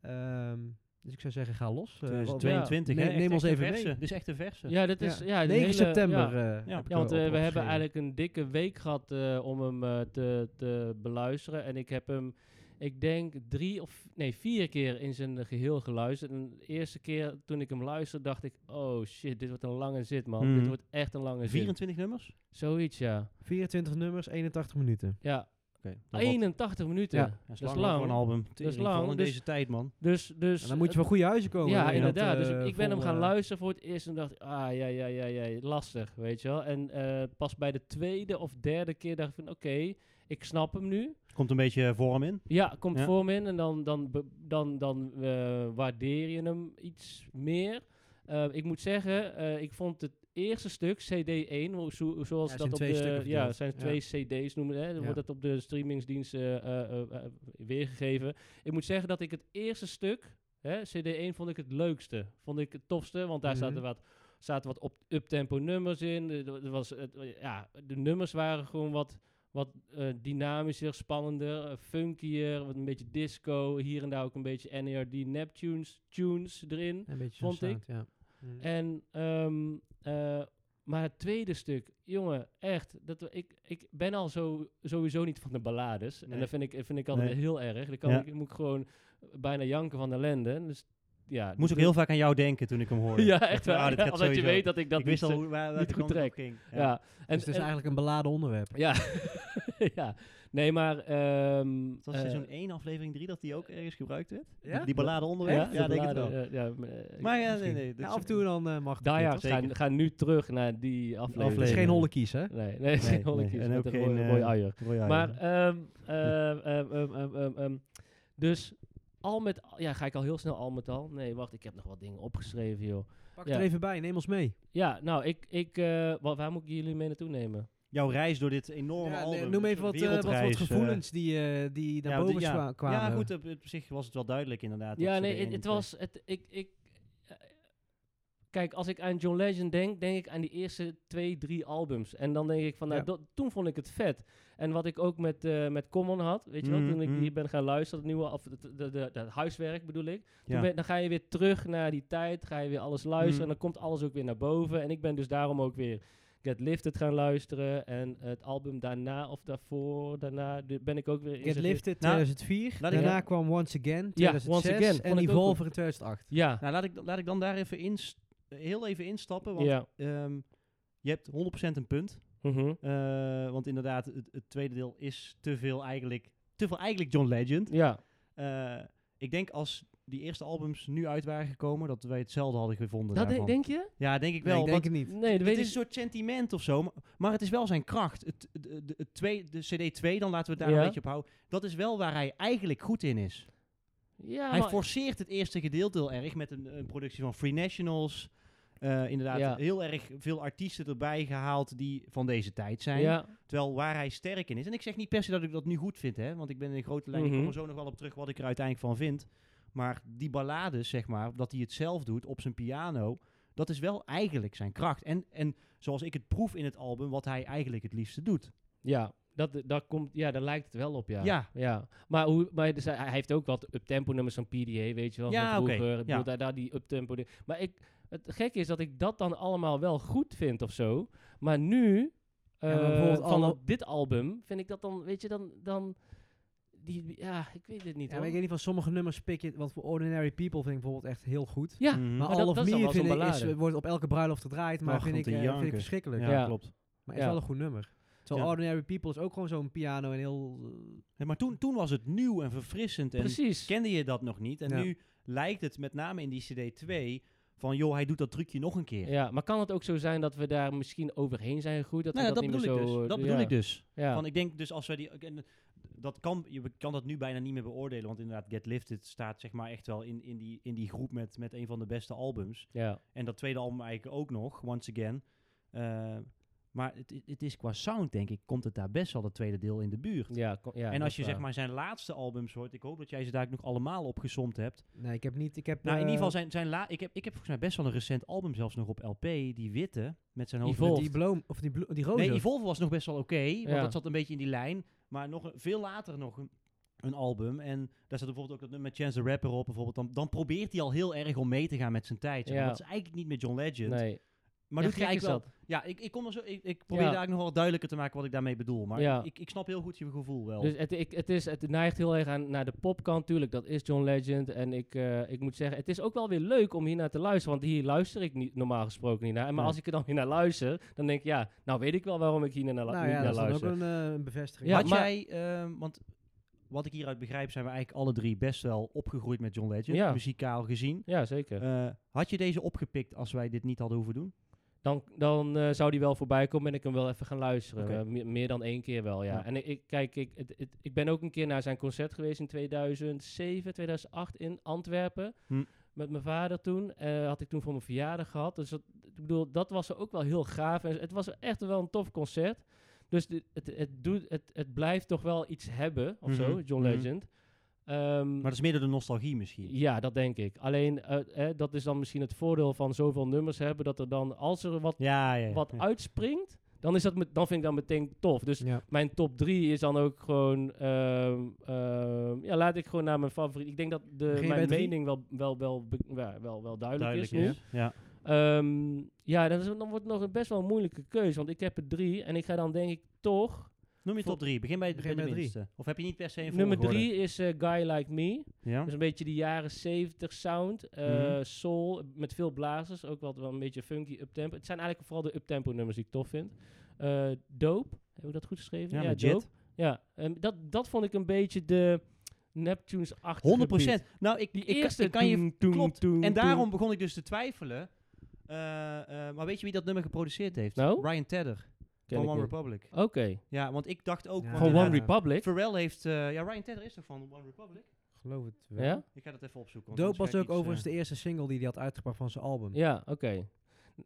Ehm, dus ik zou zeggen, ga los. Eh, wat- 2022, Nee, hè? Echt- neem ons echt een even verse. mee. Dit is echt een verse. ja, dit Ja. is... Ja, de 9 hele- september. Ja, eh, Ja, heb ik Ja, want erop eh, we hebben opgeschreven. eigenlijk een dikke week gehad eh, om hem eh, te, te beluisteren. En ik heb hem, ik denk, drie of nee, vier keer in zijn geheel geluisterd. En de eerste keer toen ik hem luisterde, dacht ik: oh shit, dit wordt een lange zit, man. Mhm. Hmm. Dit wordt echt een lange zit. 24 nummers? Zoiets, ja. 24 nummers, 81 minuten. Ja, Oké. dat valt. 81 minuten. Ja, dat Dat is dat lang, is hoor, lang. voor een album. Dat is lang. in dus- deze tijd, man. Dus, dus. En dan moet je van goede huizen komen. Ja, wil je dat, inderdaad. dus ik, eh, ik ben hem vol, gaan eh, luisteren voor het eerst en dacht ik, ah ja, ja, ja, ja, lastig, weet je wel. En eh, pas bij de tweede of derde keer dacht ik van, oké, ik snap hem nu. Komt een beetje vorm in. Ja, komt Ja. vorm in en dan, dan, be- dan, dan eh, waardeer je hem iets meer. Eh, ik moet zeggen, eh, ik vond het eerste stuk, CD1, hoe- zo, zoals Ja, dat zijn op twee de... stukken Ja, verdeeld. zijn Ja. twee CD's noemen, hè, dan Ja. wordt dat op de streamingsdiensten eh, eh, eh, eh, weergegeven. Ik moet zeggen dat ik het eerste stuk, hè, CD1, vond ik het leukste. Vond ik het tofste, want daar Mhm. zaten wat zaten wat op uptempo nummers in. Er- er was, het, ja, de nummers waren gewoon wat, wat eh, dynamischer, spannender, eh, funkier, wat een beetje disco. Hier en daar ook een beetje NERD Neptunes tunes erin. Een beetje zo'n vond ik. sound, ja. Mm. En, ehm, eh, maar het tweede stuk, jongen, echt, dat, ik, ik ben al zo, sowieso niet van de ballades. En Nee. dat vind ik, vind ik altijd Nee. heel erg. Dan kan Ja. ik, moet ik gewoon bijna janken van ellende. Dus, ja, Moest ook heel vaak aan jou denken toen ik hem hoorde. Ja, echt wel. Ah, dit gaat Omdat je sowieso. weet dat ik dat ik wist niet al hoe- waar, welke niet goed kant het op trek. ging. Ja. En, dus het is en- eigenlijk een beladen onderwerp. Ja. ja. Nee, maar... ehm Het was eh, seizoen 1, aflevering 3, dat die ook ergens gebruikt werd. Ja? Die ballade onderweg. echt? Ja, denk ik het wel. eh, Ja, ja, maar, eh, maar ja, nee, Misschien. nee. dat Ja, is- af en toe dan eh, mag het Die weer, hard toch? zeker. gaan, gaan nu terug naar die aflevering. Het is geen aflevering. holle kies, hè? Nee, nee, het is geen Nee, holletjes nee, en met ook een mooie- geen, mooie eh, uier. Royale. Maar, ehm, ehm, ehm, ehm, ehm, ehm, ehm, dus al met al... Ja, ga ik al heel snel al met al? Nee, wacht, ik heb nog wat dingen opgeschreven, joh. Pak Ja. er even bij, neem ons mee. Ja, nou, ik... ik eh, wa- waar moet ik jullie mee naartoe nemen? jouw reis door dit enorme Ja, nee, album. noem een even wat, soort eh, wat, wat wereldreis, eh, gevoelens die, eh, die naar ja, boven die- ja. zwa- kwamen. Ja, goed, op, op zich was het wel duidelijk inderdaad. dat Ja, ze nee, de het, een- het was... Het, ik, ik, eh, kijk, als ik aan John Legend denk, denk ik aan die eerste twee, drie albums. En dan denk ik van, nou, Ja. dat- toen vond ik het vet. En wat ik ook met, eh, met Common had, weet je wel, Mhm, toen ik mhm. hier ben gaan luisteren, het nieuwe, of het- de- de- de- het huiswerk bedoel ik. Toen Ja. ben- dan ga je weer terug naar die tijd, ga je weer alles luisteren Mm. en dan komt alles ook weer naar boven. En ik ben dus daarom ook weer Get Lifted gaan luisteren en het album daarna of daarvoor, daarna de- ben ik ook weer... in Get zijn- Lifted Nou, 2004. laat ik- Daarna kwam Once Again Ja, 2006. Once Again, vond en ik ook Evolver in 2008. Ja, Nou, laat ik, laat ik dan daar even inst- heel even instappen. Want ja. ehm, je hebt 100% een punt. mhm. Eh, want inderdaad, het, het tweede deel is te veel eigenlijk, te veel eigenlijk John Legend. Ja, Eh, ik denk als die eerste albums nu uit waren gekomen, dat wij hetzelfde hadden gevonden. dat daarvan. denk- denk je? ja, denk ik wel. Nee, ik denk want het niet. Nee, dat het weet is een ik. soort sentiment of zo, maar, maar het is wel zijn kracht. Het, het- de, de, het twee- de CD 2, dan laten we het daar Ja. een beetje op houden. Dat is wel waar hij eigenlijk goed in is. Ja, hij maar- forceert het eerste gedeelte heel erg met een, een productie van Free Nationals. Eh, inderdaad, Ja. heel erg veel artiesten erbij gehaald die van deze tijd zijn. ja, Terwijl waar hij sterk in is. En ik zeg niet per se dat ik dat nu goed vind, hè. Want ik ben in grote lijn, ik Mhm. kom er zo nog wel op terug wat ik er uiteindelijk van vind. Maar die ballades, zeg maar, dat hij het zelf doet op zijn piano... Dat is wel eigenlijk zijn kracht. En, en zoals ik het proef in het album, wat hij eigenlijk het liefste doet. ja. Dat, dat komt, ja, daar lijkt het wel op, ja. Ja. ja. Maar, hoe, maar dus hij, hij heeft ook wat uptempo nummers van PDA, weet je wel, Ja, van oké, vroeger. Ik ja. bedoel, daar, daar die uptempo ding. Maar ik, het gekke is dat ik dat dan allemaal wel goed vind of zo. Maar nu, maar eh, bijvoorbeeld van alle- dit album, vind ik dat dan, weet je, dan... dan die, ja, ik weet het niet, Ja, hoor. maar ik weet niet van sommige nummers pik je, want voor Ordinary People vind ik bijvoorbeeld echt heel goed. Ja, Mhm. Maar, maar All dat- of dat is dan Me wel zo'n vind ik, is, ballade. wordt op elke bruiloft gedraaid, maar Ach, vind om ik, te eh, vind ik janken. verschrikkelijk. Ja, Ja. klopt. Maar het is Ja. wel een goed nummer. Terwijl Ja. Ordinary People is ook gewoon zo'n piano en heel... eh, Ja, maar toen, toen was het nieuw en verfrissend. En precies. kende je dat nog niet. En Ja. nu lijkt het met name in die CD 2 van... joh, hij doet dat trucje nog een keer. Ja, maar kan het ook zo zijn dat we daar misschien overheen zijn gegroeid? Dat Nou ja, we dat, dat, niet bedoel meer ik zo... dus. eh, dat bedoel ja. ik dus. Ja. Van, ik denk dus als wij die... en Dat kan, je kan dat nu bijna niet meer beoordelen. Want inderdaad, Get Lifted staat zeg maar echt wel in, in, die, in die groep met, met een van de beste albums. ja. En dat tweede album eigenlijk ook nog, Once Again. Eh, maar het, het is qua sound, denk ik, komt het daar best wel dat tweede deel in de buurt. Ja, ko- ja, en dat als is je zeg waar. maar zijn laatste albums hoort, ik hoop dat jij ze daar ook nog allemaal opgesomd hebt. Nee, ik heb niet... Ik heb, Nou, in ieder eh, geval zijn, zijn la ik, heb, ik heb volgens mij best wel een recent album zelfs nog op LP, die witte, met zijn hoofd. Evolved. die bloem, of die, blo- die roze. Nee, Evolve was nog best wel oké, want Oh, Ja. dat zat een beetje in die lijn. Maar nog een- veel later nog een, een album. En daar zat bijvoorbeeld ook dat nummer met Chance the Rapper op. Bijvoorbeeld. Dan, dan probeert hij al heel erg om mee te gaan met zijn tijd. zeg maar. Ja. Dat is eigenlijk niet met John Legend. Nee. Maar Ja, doet hij gek is eigenlijk dat. wel... Ja, ik, ik, kom er zo, ik, ik probeer Ja. daar eigenlijk nog wel wat duidelijker te maken wat ik daarmee bedoel. Maar Ja. ik, ik snap heel goed je gevoel wel. Dus het, ik, het, is, het neigt heel erg aan, naar de popkant, tuurlijk. Dat is John Legend. En ik, eh, ik moet zeggen, het is ook wel weer leuk om hier naar te luisteren. Want hier luister ik niet, normaal gesproken niet naar. Maar Nee. als ik er dan weer naar luister, dan denk ik, ja, nou weet ik wel waarom ik hier naar, nou niet ja, naar dat is dan ook luister. een eh, een bevestiging. Ja, Had maar- jij... ehm, want wat ik hieruit begrijp zijn we eigenlijk alle drie best wel opgegroeid met John Legend. Ja. Muzikaal gezien. Ja, zeker. Eh, had je deze opgepikt als wij dit niet hadden hoeven doen? Dan, dan eh, zou die wel voorbij komen en ik hem wel even gaan luisteren. Oké. Eh, me- meer dan één keer wel, ja. Ja. En ik, ik- kijk, ik, het- het- ik ben ook een keer naar zijn concert geweest in 2007, 2008 in Antwerpen. Hm. Met mijn vader toen. Eh, had ik toen voor mijn verjaardag gehad. Dus dat, ik bedoel, dat was ook wel heel gaaf. En het was echt wel een tof concert. Dus dit- het, het, doet, het, het blijft toch wel iets hebben, of zo, Mhm, John mhm. Legend. Ehm, Maar dat is meer door de nostalgie misschien. ja, dat denk ik. Alleen, eh, eh, dat is dan misschien het voordeel van zoveel nummers hebben, dat er dan, als er wat Ja, ja. ja. wat Ja. uitspringt, dan, is dat met, dan vind ik dat meteen tof. Dus Ja. mijn top 3 is dan ook gewoon. ehm, ehm, ja, laat ik gewoon naar mijn favoriet. Ik denk dat de, Begin je bij mijn drie? mening wel, wel, wel, be- ja, wel, wel duidelijk, is. nu. hè? Ja. Ehm, ja, dan, is, het- dan wordt het nog een best wel moeilijke keuze. Want ik heb er drie en ik ga dan denk ik toch. Noem je top 3. Begin bij, Begin bij de bij drie. minste. Of heb je niet per se een Nummer volgorde? 3 is eh, Guy Like Me. Ja. Dus een beetje die jaren 70 sound. eh, Oh. Mhm. Soul met veel blazers. Ook wat wel een beetje funky uptempo. Het zijn eigenlijk vooral de uptempo nummers die ik tof vind. Eh dope. Heb ik dat goed geschreven? Ja, met Jet. Ja, en dat, dat vond ik een beetje de Neptunes 100 achtige Nou, ik, Die ik, eerste. ik kan je... toen, toen, klopt. toen, En toen. daarom begon ik dus te twijfelen. Eh, eh, maar weet je wie dat nummer geproduceerd heeft? Nou? Ryan Tedder Ken van ik One niet. Republic. Oké. Ja, want ik dacht ook... Ja. want Van Van One inderdaad, Republic. Republic. Pharrell heeft... eh, ja, Ryan Tedder is toch van One Republic? geloof het wel. Ja? Ik ga dat even opzoeken. want Dope anders was ga ook ik iets, overigens eh, de eerste single die hij had uitgebracht van zijn album. Ja, oké.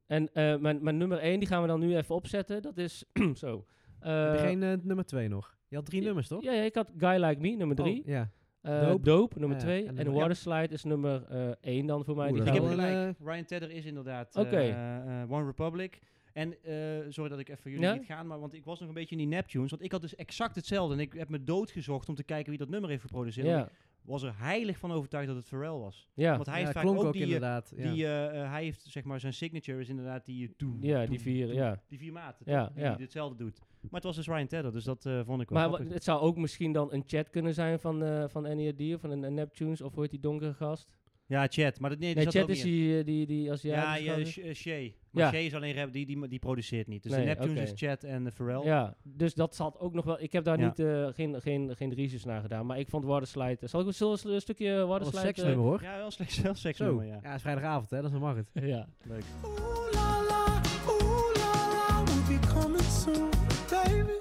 En eh, mijn, mijn nummer 1, die gaan we dan nu even opzetten. Dat is, zo, Heb je Eh, geen eh, nummer 2 nog? Je had drie ja, nummers, toch? Ja, ja, ik had Guy Like Me, nummer drie. Oh, ja. Eh, Dope. dope. nummer Ja, 2. en en nummer- Waterslide is nummer 1 dan voor mij. Oeh, die dat Ik is gaan heb eh, wel we- een, gelijk. Ryan Tedder is inderdaad eh, Oké. eh, eh, One Republic. En eh, sorry dat ik even jullie Ja? niet gaan, maar want ik was nog een beetje in die Neptunes. Want ik had dus exact hetzelfde. En ik heb me doodgezocht om te kijken wie dat nummer heeft geproduceerd. En ja, Ik was er heilig van overtuigd dat het Pharrell was. ja, Want hij heeft ja, vaak klonk ook, ook, die, eh, inderdaad. ja. die eh, eh, hij heeft zeg maar zijn signature is inderdaad die eh, doe, ja, doe, die vier, doe, ja. die vier maten Ja, toch, die ja. hetzelfde doet. Maar het was dus Ryan Tedder, dus dat eh, vond ik wel. Maar wa- grappig. het zou ook misschien dan een chat kunnen zijn van, eh van NERD of van een, een Neptunes of hoe heet die donkere gast? ja, chat, maar dat, nee, die Nee, zat er chat ook is niet in. die, eh, die, die als Ja, jij. ja, Sh- eh, Shay. Maar Ja. Shay is alleen rap, die, die, die produceert niet. Dus Nee, de Neptunes oké. is Chat en eh, Pharrell. ja, dus dat zat ook nog wel. Ik heb daar Ja. niet, eh, geen, geen, geen research naar gedaan, maar ik vond Waterslide. Zal ik zullen we een stukje dat was een Waterslide? eh, seksnummer, hoor. Ja, wel slecht, wel slecht Zo. nummer, Ja, ja. het is vrijdagavond, hè. Dat is dan mag het. eh, ja. Leuk. Ooh la la, ooh la la, we'll be coming soon, baby.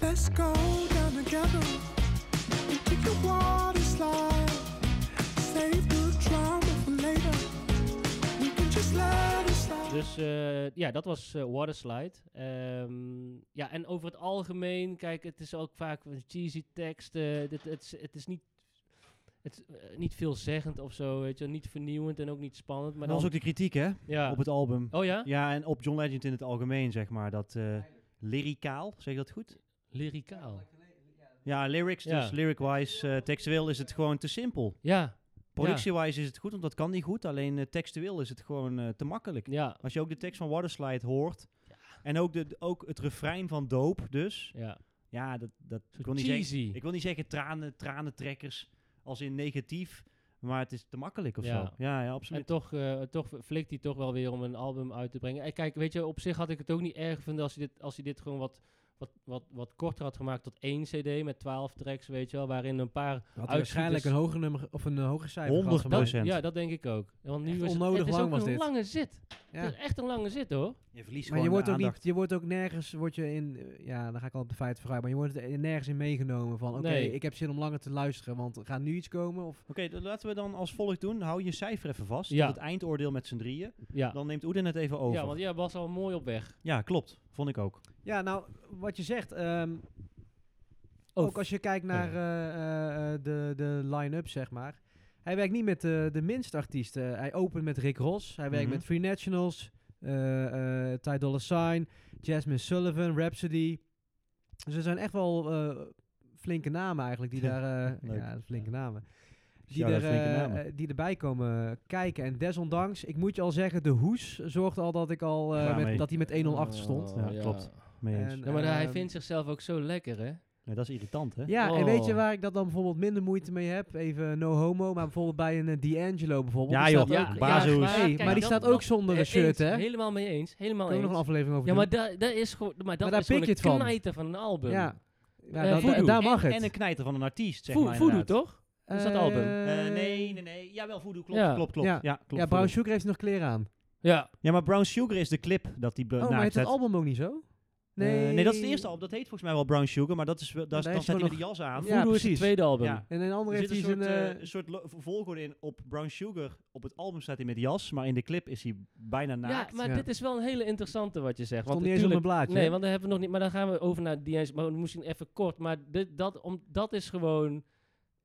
Let's go down together and take a water slide. Save the drama for later. We can just let it slide. Dus eh, ja, dat was eh, Waterslide. Ehm, ja, en over het algemeen, kijk, het is ook vaak een cheesy tekst. eh, dit, het, is- het is niet, het, is, eh, niet veelzeggend of zo, weet je wel. Niet vernieuwend en ook niet spannend. Maar Maar dat was dan, ook de kritiek, hè, ja. op het album. oh ja? Ja, en op John Legend in het algemeen, zeg maar. Dat eh lyricaal, zeg ik dat goed? Lyricaal. Ja, lyrics Ja. dus, lyric-wise, eh, textueel is het gewoon te simpel. Ja, Productie-wise is het goed, want dat kan niet goed. Alleen eh, textueel is het gewoon eh, te makkelijk. ja, Als je ook de tekst van Waterslide hoort, en ook, de, ook het refrein van Doop dus. ja. Ja, dat, dat Zo ik wil niet zeggen. cheesy. Ik wil niet zeggen tranen, tranentrekkers als in negatief, maar het is te makkelijk of Ja. zo. Ja, ja, En absoluut. toch, eh, toch flikt hij toch wel weer om een album uit te brengen. En kijk, weet je, op zich had ik het ook niet erg gevonden als hij dit, als hij dit gewoon wat, wat, wat, wat korter had gemaakt tot één cd met twaalf tracks, weet je wel, waarin een paar Had hij waarschijnlijk een hoger nummer ge- of een eh, hoger cijfer gehad 100% gemaakt. Dat, procent. ja, dat denk ik ook. Want nu Echt is het, onnodig het is lang ook was een dit. lange zit. Ja. Het is echt een lange zit hoor. Je verliest Maar je gewoon wordt de ook aandacht. niet, je wordt ook nergens, word je in, eh, ja, dan ga ik al op de feiten vooruit, maar je wordt er nergens in meegenomen van, oké, Nee. ik heb zin om langer te luisteren, want gaat nu iets komen? Of, Oké, dan laten we dan als volgt doen. Hou je cijfer even vast. Ja. Het eindoordeel met z'n drieën. Ja, Dan neemt Oeden het even over. ja want jij was al mooi op weg. Ja, klopt. Vond ik ook. ja, nou, wat je zegt, ehm, ook als je kijkt Oh naar eh, eh, eh, de, de line-up, zeg maar. Hij werkt niet met eh, de de minste artiesten. Hij opent met Rick Ross, hij werkt Mhm. met Free Nationals, eh eh Ty Dolla Sign, Jasmine Sullivan, Rhapsody. Dus er zijn echt wel eh, flinke namen eigenlijk die daar... eh, Leuk. ja, flinke namen. Die, Shout-out er, flinke eh, namen. eh, die erbij komen kijken. En desondanks, ik moet je al zeggen, de hoes zorgt al dat ik al eh, Klaar met, mee. dat hij met 1-0 achter stond. Oh, Ja, klopt. Mee eens. En, Ja, maar hij ehm, vindt zichzelf ook zo lekker, hè? Nee, dat is irritant, hè? Ja, en weet je Oh. waar ik dat dan bijvoorbeeld minder moeite mee heb? Even no homo, maar bijvoorbeeld bij een eh, D'Angelo bijvoorbeeld. Ja, Die staat joh, ook- bazenhoes. maar- hey, kijk, maar die dat- staat dat- ook zonder een eh, shirt, eens, hè? Kunnen Helemaal mee eens. Helemaal we eens. nog een aflevering over ja, doen? maar, da, dat is gewoon, maar dat daar is gewoon pik een je het van. knijter van een album. Ja, ja Eh, da- da- voodoo. daar mag en, het. En een knijter van een artiest, zeg Vo- maar. Voodoo, inderdaad. toch? is dat album. Eh, nee, nee, nee. Jawel, Voodoo. Klopt, Ja. klopt, klopt. Ja. Ja, klopt. ja, Brown Voodoo. Sugar heeft nog kleren aan. Ja. Ja, maar Brown Sugar is de clip dat die be- Oh, maar naakt heet het zet. album ook niet zo? Eh, Nee, nee, dat is het eerste album. Dat heet volgens mij wel Brown Sugar, maar dat is, wel- daar is Daar dan is zet hij gewoon met die jas aan. Ja, Voodoo is het precies. tweede album. Ja. En een andere Er heeft zit een hij soort, zijn... eh, eh, een soort lo- volgorde in. Op Brown Sugar, op het album staat hij met jas, maar in de clip is hij bijna naakt. Ja, maar ja. dit is wel een hele interessante wat je zegt. Stond Want niet eens op natuurlijk- mijn blaadje, hè? Nee, want daar hebben we nog niet. Maar dan gaan we over naar die Maar misschien even kort. Maar dit, dat, om, dat is gewoon.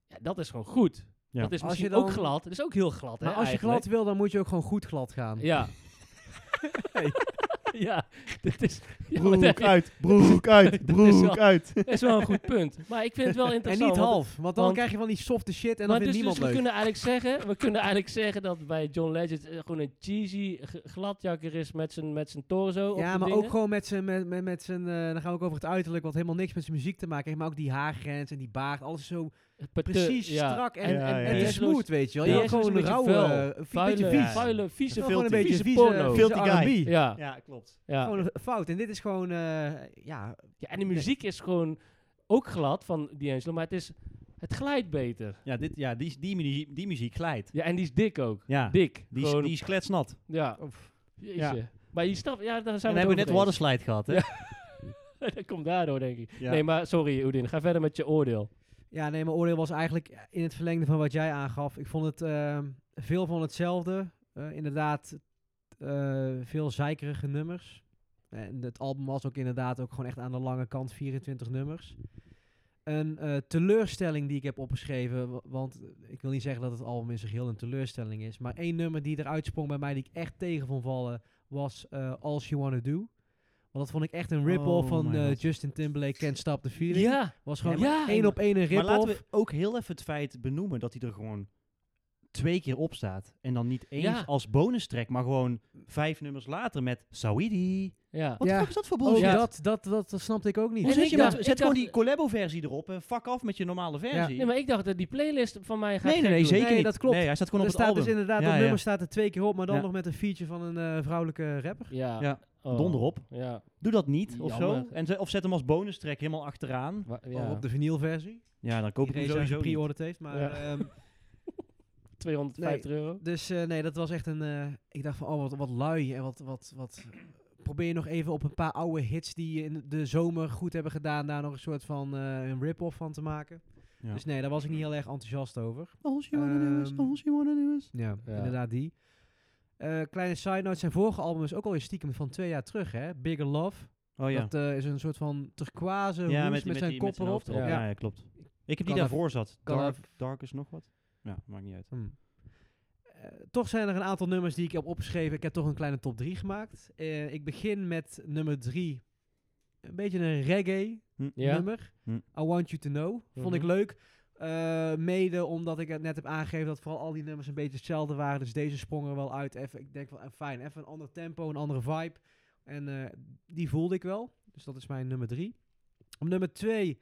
Ja, dat is gewoon goed. Ja. Dat is Als je misschien ook dan- glad. Dat is ook heel glad. eh, maar hè, als je glad eigenlijk. wil, dan moet je ook gewoon goed glad gaan. Ja. ja, dit is. Ja, maar broek dat- uit, broek uit, is wel- broek uit. dat is wel een goed punt. Maar ik vind het wel En interessant. niet want- half, want dan want- krijg je van die softe shit en dan maar vindt dus, niemand dus we leuk. kunnen eigenlijk zeggen, we kunnen eigenlijk zeggen dat bij John Legend eh, gewoon een cheesy g- gladjakker is met zijn met zijn torso. op Ja, die maar dingen. ook gewoon met zijn, met, met, met zijn eh, dan gaan we ook over het uiterlijk, wat helemaal niks met zijn muziek te maken heeft, maar ook die haargrens en die baard, alles is zo Pate- precies ja. strak en, Ja, ja, en, ja. en Die te is smooth, weet je wel. die Je is hebt gewoon een een rauwe, beetje vuil. eh, een beetje Vuile, vies. vuile, vieze Gewoon een filter. beetje Vieze vieze, porno. vieze Filthy guy. R&B. Ja, ja. Ja, klopt. Gewoon een fout. En dit is gewoon, eh, ja, Ja, en de muziek is gewoon ook glad van D'Angelo, maar het, is, het glijdt beter. Ja, dit, ja die, die, muziek, die muziek glijdt. Ja, en die is dik ook. Ja, Dik. die is, gewoon, die is kletsnat. ja. Oef. Jeetje. Ja. Maar je snapt, ja, daar En zijn we het hebben net over eens. Waterslide gehad, hè? Dat komt daardoor, denk ik. Ja. Nee, maar sorry, Oedin, ga verder met je oordeel. ja, nee, mijn oordeel was eigenlijk in het verlengde van wat jij aangaf. Ik vond het ehm, veel van hetzelfde. Eh, inderdaad, eh, veel zeikerige nummers. En het album was ook inderdaad ook gewoon echt aan de lange kant, 24 nummers. Een eh, teleurstelling die ik heb opgeschreven, wa- want eh, ik wil niet zeggen dat het album in zich heel een teleurstelling is, maar één nummer die eruit sprong bij mij die ik echt tegen vond vallen, was eh All She Wanna Do. Want dat vond ik echt een rip-off Oh van my eh, God. Justin Timberlake, Can't Stop the Feeling. Ja, Was gewoon Ja, maar- één op één een Maar laten rip-off. we ook heel even het feit benoemen dat hij er gewoon twee keer op staat. En dan niet eens Ja. als bonus track, maar gewoon vijf nummers later met Saudi. ja. Wat de Ja. fuck is dat voor Oh, bullshit? Ja. dat, dat, dat, dat snapte ik ook niet. Hoe En zit ik je dacht- met, ik zet gewoon dacht- die collabo-versie erop en fuck af met je normale versie. Nee, maar ik dacht dat die playlist van mij gaat nee, nee, gek nee, doen. zeker Nee, niet. dat klopt. Nee, hij staat gewoon Er op het staat album. dus inderdaad, Ja, dat ja. nummer staat er twee keer op, maar dan Ja. nog met een feature van een eh, vrouwelijke rapper. Ja. Ja. Oh. Donder op. Ja. Doe dat niet, of zo. Jammer. En ze- of zet hem als bonus track helemaal achteraan. Wa- Of ja. Op de vinylversie. Ja, dan koop ik hem Iedereen sowieso sowieso niet. pre-ordered heeft, maar... Ja. ehm, 250 euro. dus eh, nee, dat was echt een... eh, ik dacht van, oh, wat, wat lui en wat, wat, wat... Probeer je nog even op een paar oude hits die in de zomer goed hebben gedaan... daar nog een soort van eh, een rip-off van te maken. Ja. Dus nee, daar was ik niet heel erg enthousiast over. All she wanna do is, Ehm, all she wanna do is. Ja, Ja. inderdaad die. Eh, kleine side note, zijn vorige album is ook alweer stiekem van twee jaar terug, hè? Bigger Love. Oh ja. Dat eh, is een soort van turquoise hoes met, die- zijn die- kop erop. hoofd erop. Ja. Ja. ja, klopt. Ik heb Kan die daarvoor zat. kan Dark, dark is nog wat. Ja, maakt niet uit. Hmm. Eh, toch zijn er een aantal nummers die ik heb opgeschreven. Ik heb toch een kleine top 3 gemaakt. Eh, ik begin met nummer 3. Een beetje een reggae Ja. nummer. Hm. I Want You To Know. Vond ik Mhm. leuk. Eh, mede omdat ik het net heb aangegeven dat vooral al die nummers een beetje hetzelfde waren. Dus deze sprongen wel uit. Even, ik denk wel, eh, fijn, even een ander tempo, een andere vibe. En eh, die voelde ik wel. Dus dat is mijn nummer drie. Op nummer twee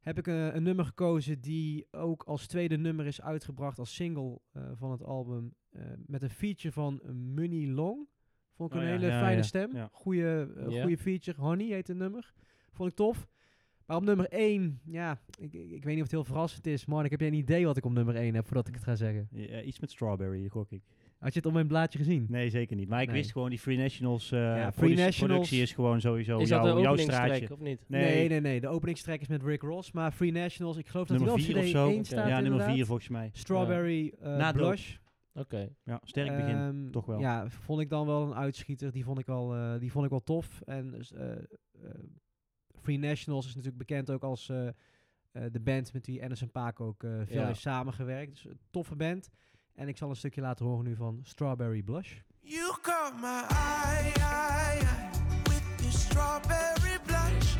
heb ik eh, een nummer gekozen die ook als tweede nummer is uitgebracht als single eh, van het album. eh, met een feature van Money Long. Vond ik Oh een ja, hele ja, fijne ja, stem. ja. Goeie, eh, Ja. goeie feature. Honey heet het nummer. Vond ik tof. Maar op nummer 1, ja, ik, ik, ik weet niet of het heel verrassend is. Marnik, heb jij een idee wat ik op nummer 1 heb voordat ik het ga zeggen? Ja, Eh, iets met strawberry, gok ik. Had je het op mijn blaadje gezien? Nee, zeker niet. Maar ik Nee. wist gewoon, die Free Nationals, eh, Free produc- Nationals- productie is gewoon sowieso is dat jouw, de jouw openingstrek straatje. of niet? Nee. nee, nee, De openingstrack is met Rick Ross, maar Free Nationals, ik geloof dat hij nummer wel op 4 of CD zo. 1 staat ja, nummer inderdaad. 4 volgens mij. Strawberry eh, Na Dope. Blush. Oké. Ja, sterk begin. Ehm, toch wel. Ja, vond ik dan wel een uitschieter. Die vond ik wel, eh, die vond ik wel tof. En dus, eh, eh, Free Nationals is natuurlijk bekend ook als eh, eh, de band met wie Anderson Paak ook eh, veel Ja. heeft samengewerkt. Dus een toffe band. En ik zal een stukje laten horen nu van Strawberry Blush. You caught my eye, eye, eye with your strawberry blush.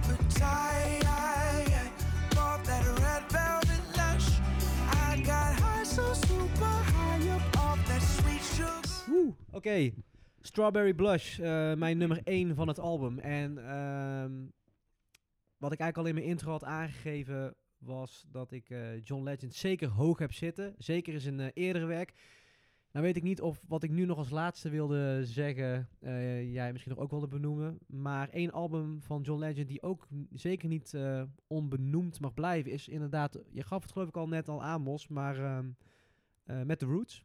Appetite, eye, bought that red velvet lush. I got high, so super high up off that sweet sugar. Oeh, oké. Strawberry Blush, eh, mijn nummer 1 van het album. En ehm, wat ik eigenlijk al in mijn intro had aangegeven, was dat ik eh, John Legend zeker hoog heb zitten. Zeker is een eh, eerdere werk. Nou weet ik niet of wat ik nu nog als laatste wilde zeggen, eh, jij misschien nog ook wilde benoemen. Maar één album van John Legend die ook n- zeker niet eh, onbenoemd mag blijven, is inderdaad, je gaf het geloof ik al net al aan, Mos, maar ehm, eh, met The Roots.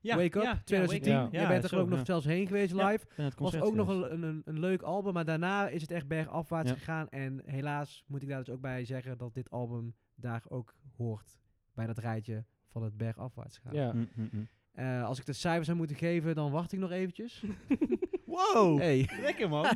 ja, Wake Up, ja, 2010. Ja, Jij bent er zo, ook nog ja. zelfs heen geweest Ja, live. En was het concert ook nog zelfs. een, een, een leuk album, maar daarna is het echt bergafwaarts Ja. gegaan. En helaas moet ik daar dus ook bij zeggen dat dit album daar ook hoort bij dat rijtje van het bergafwaarts gaan. Ja. Mm, mm, mm. Eh, als ik de cijfers zou moeten geven, dan wacht ik nog eventjes. Wow, Hey. lekker man.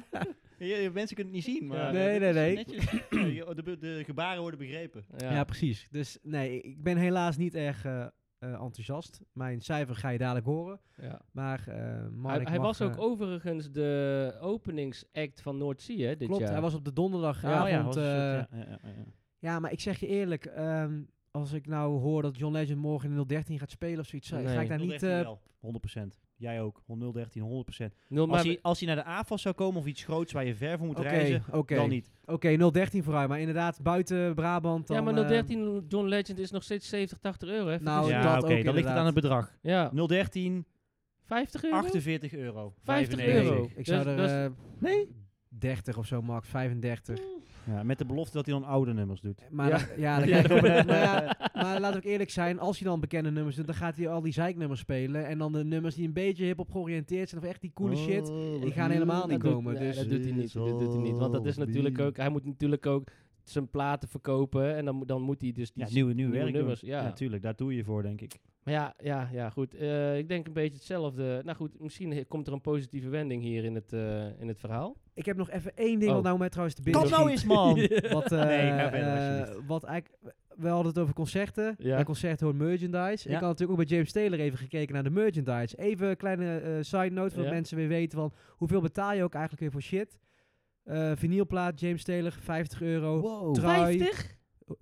Je- je- mensen kunnen het niet zien, maar... Ja. eh, Nee, dit nee, is netjes. Je- de, be- de gebaren worden begrepen. Ja. precies. Dus nee, ik ben helaas niet erg eh, eh, enthousiast. Mijn cijfer ga je dadelijk horen. Ja. Maar eh, Hij, Marnik hij mag, was ook eh, overigens de openingsact van Noordzee, hè, dit Klopt, jaar. hij was op de Ja, Oh ja, donderdagavond was een soort- eh, ja, ja, ja, ja. Ja, maar ik zeg je eerlijk, ehm, als ik nou hoor dat John Legend morgen in 013 gaat spelen of zoiets, eh, ga Nee. ik daar niet. 013 eh, wel, 100%. Jij ook. 013, 100%. Nul, maar Als hij, als hij naar de AFAS zou komen of iets groots waar je ver voor moet Oké, reizen, dan oké, niet. oké, 013 vooruit, maar inderdaad buiten Brabant. Dan, ja, maar eh, 013 John Legend is nog steeds 70, 80 euro. Hè? Nou, vergis je ja. niet. dat ook dan ligt het aan het bedrag. ja. 013, 50 euro? 48 euro. 50 nee, 95. euro. Ik zou Dus- er dus- eh, 30 of zo max, 35. Ja, met de belofte dat hij dan oude nummers doet. Maar Ja. dan- ja, dan krijg je ook- maar ja, maar laat ook eerlijk zijn, als hij dan bekende nummers doet, dan gaat hij al die zeiknummers spelen en dan de nummers die een beetje hip-hop georiënteerd zijn of echt die coole shit. die gaan helemaal niet Dat Oh, doet- komen, nee, dus- dat doet hij niet. Dat doet hij niet. Want dat is natuurlijk ook. Hij moet natuurlijk ook zijn platen verkopen. En dan, moet- dan moet hij dus die Ja, nieuwe, nieuwe, nieuwe werk doen. nummers, ja. natuurlijk. Daar doe je voor, denk ik. Maar ja, ja, ja goed. Eh, ik denk een beetje hetzelfde. Nou goed, misschien he- komt er een positieve wending hier in het, eh, in het verhaal. Ik heb nog even één ding Oh. wat nou met trouwens te binnen Kom nou eens, man! schiet. Wat, eh, Nee, ga verder, eh, alsjeblieft. wat eigenlijk, we hadden het over concerten. Ja. Bij concerten hoort merchandise. Ja. Ik had natuurlijk ook bij James Taylor even gekeken naar de merchandise. Even een kleine eh, side note, zodat Ja. mensen weer weten van hoeveel betaal je ook eigenlijk weer voor shit. Eh vinylplaat, James Taylor, 50 euro. Wow. Trui,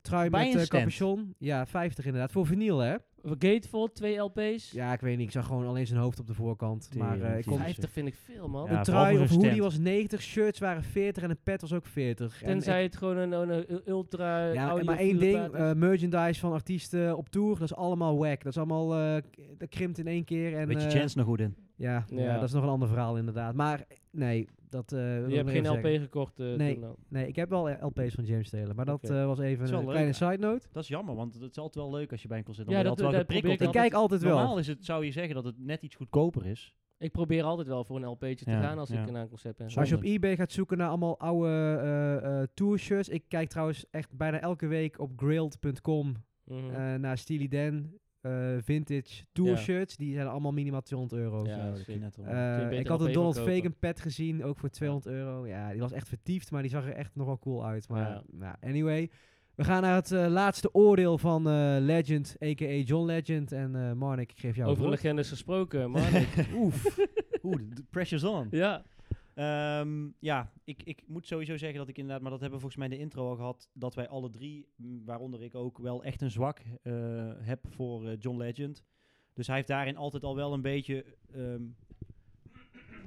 trui Bij met een eh, stand. capuchon. Ja, 50 inderdaad. Voor vinyl, hè? Gatefold, twee LP's. Ja, ik weet niet. Ik zag gewoon alleen zijn hoofd op de voorkant. Maar eh, ik Tering, kon... jezus. 50 vind ik veel, man. Ja, een vooral trui voor of zo'n hoodie stand. was 90, shirts waren 40 en een pet was ook 40. En Tenzij het gewoon een, een, een ultra Ja, eh, audio maar één ding, plaat is. eh, merchandise van artiesten op tour, dat is allemaal wack. Dat is allemaal, eh, k- dat krimpt in één keer. En, Beetje eh, chance nog goed in. ja, ja. Ja. dat is nog een ander verhaal inderdaad. Maar nee, dat... eh, wil Je ik hebt nog geen even LP zeggen. gekocht. eh, Nee. toen al. Nee, ik heb wel eh, LP's van James Taylor, maar dat Oké. eh, was is even wel een leuk, kleine ja. side note. Dat is jammer, want het is altijd wel leuk als je bij een concert dan Ja, wordt je altijd wel dat- dat probeer geprikkeld. Ik ik hè? kijk altijd wel. Normaal is het, zou je zeggen dat het net iets goedkoper is. Ik probeer altijd wel voor een LP'tje te Ja, gaan als ja. ik naar een concert ben. Maar Als je op Zonde. eBay gaat zoeken naar allemaal oude eh, eh, tourshirts. Ik kijk trouwens echt bijna elke week op grailed.com Mhm. eh, naar Steely Dan eh, vintage tourshirts. Die zijn allemaal minimaal 200 euro. Ja, dat dat vind ik- net om. Eh, Kun je beter ik had op een Evo Donald kopen. Fagan pet gezien, ook voor 200 euro. Ja, die was echt vertiefd, maar die zag er echt nog wel cool uit. Maar Ja. nou, anyway, we gaan naar het eh, laatste oordeel van eh, Legend, a.k.a. John Legend. En eh Marnik, ik geef jou Over het legendes gesproken, man. woord. Oef. Oeh, de- de pressure's on. ja. Ehm, ja, ik, ik moet sowieso zeggen dat ik inderdaad, maar dat hebben we volgens mij in de intro al gehad, dat wij alle drie, m, waaronder ik ook, wel echt een zwak eh, heb voor eh, John Legend. Dus hij heeft daarin altijd al wel een beetje ehm,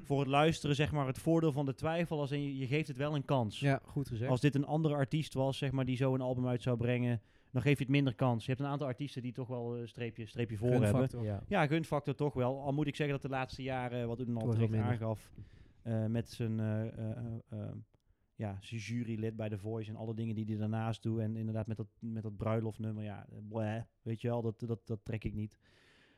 voor het luisteren, zeg maar, het voordeel van de twijfel. Als in je, je geeft het wel een kans. Ja, goed gezegd. Als dit een andere artiest was, zeg maar, die zo een album uit zou brengen, dan geef je het minder kans. Je hebt een aantal artiesten die toch wel een streepje, streepje voor Gunfactor. hebben. Ja. Ja, gunfactor toch wel. Al moet ik zeggen dat de laatste jaren, eh, wat Unan al Wordt wel terecht minder. aangaf, eh, met zijn eh, eh, eh, eh, ja, zijn jurylid bij The Voice en alle dingen die hij daarnaast doet. En inderdaad met dat, met dat bruiloftnummer, ja, eh, bleh, weet je wel, dat, dat, dat trek ik niet.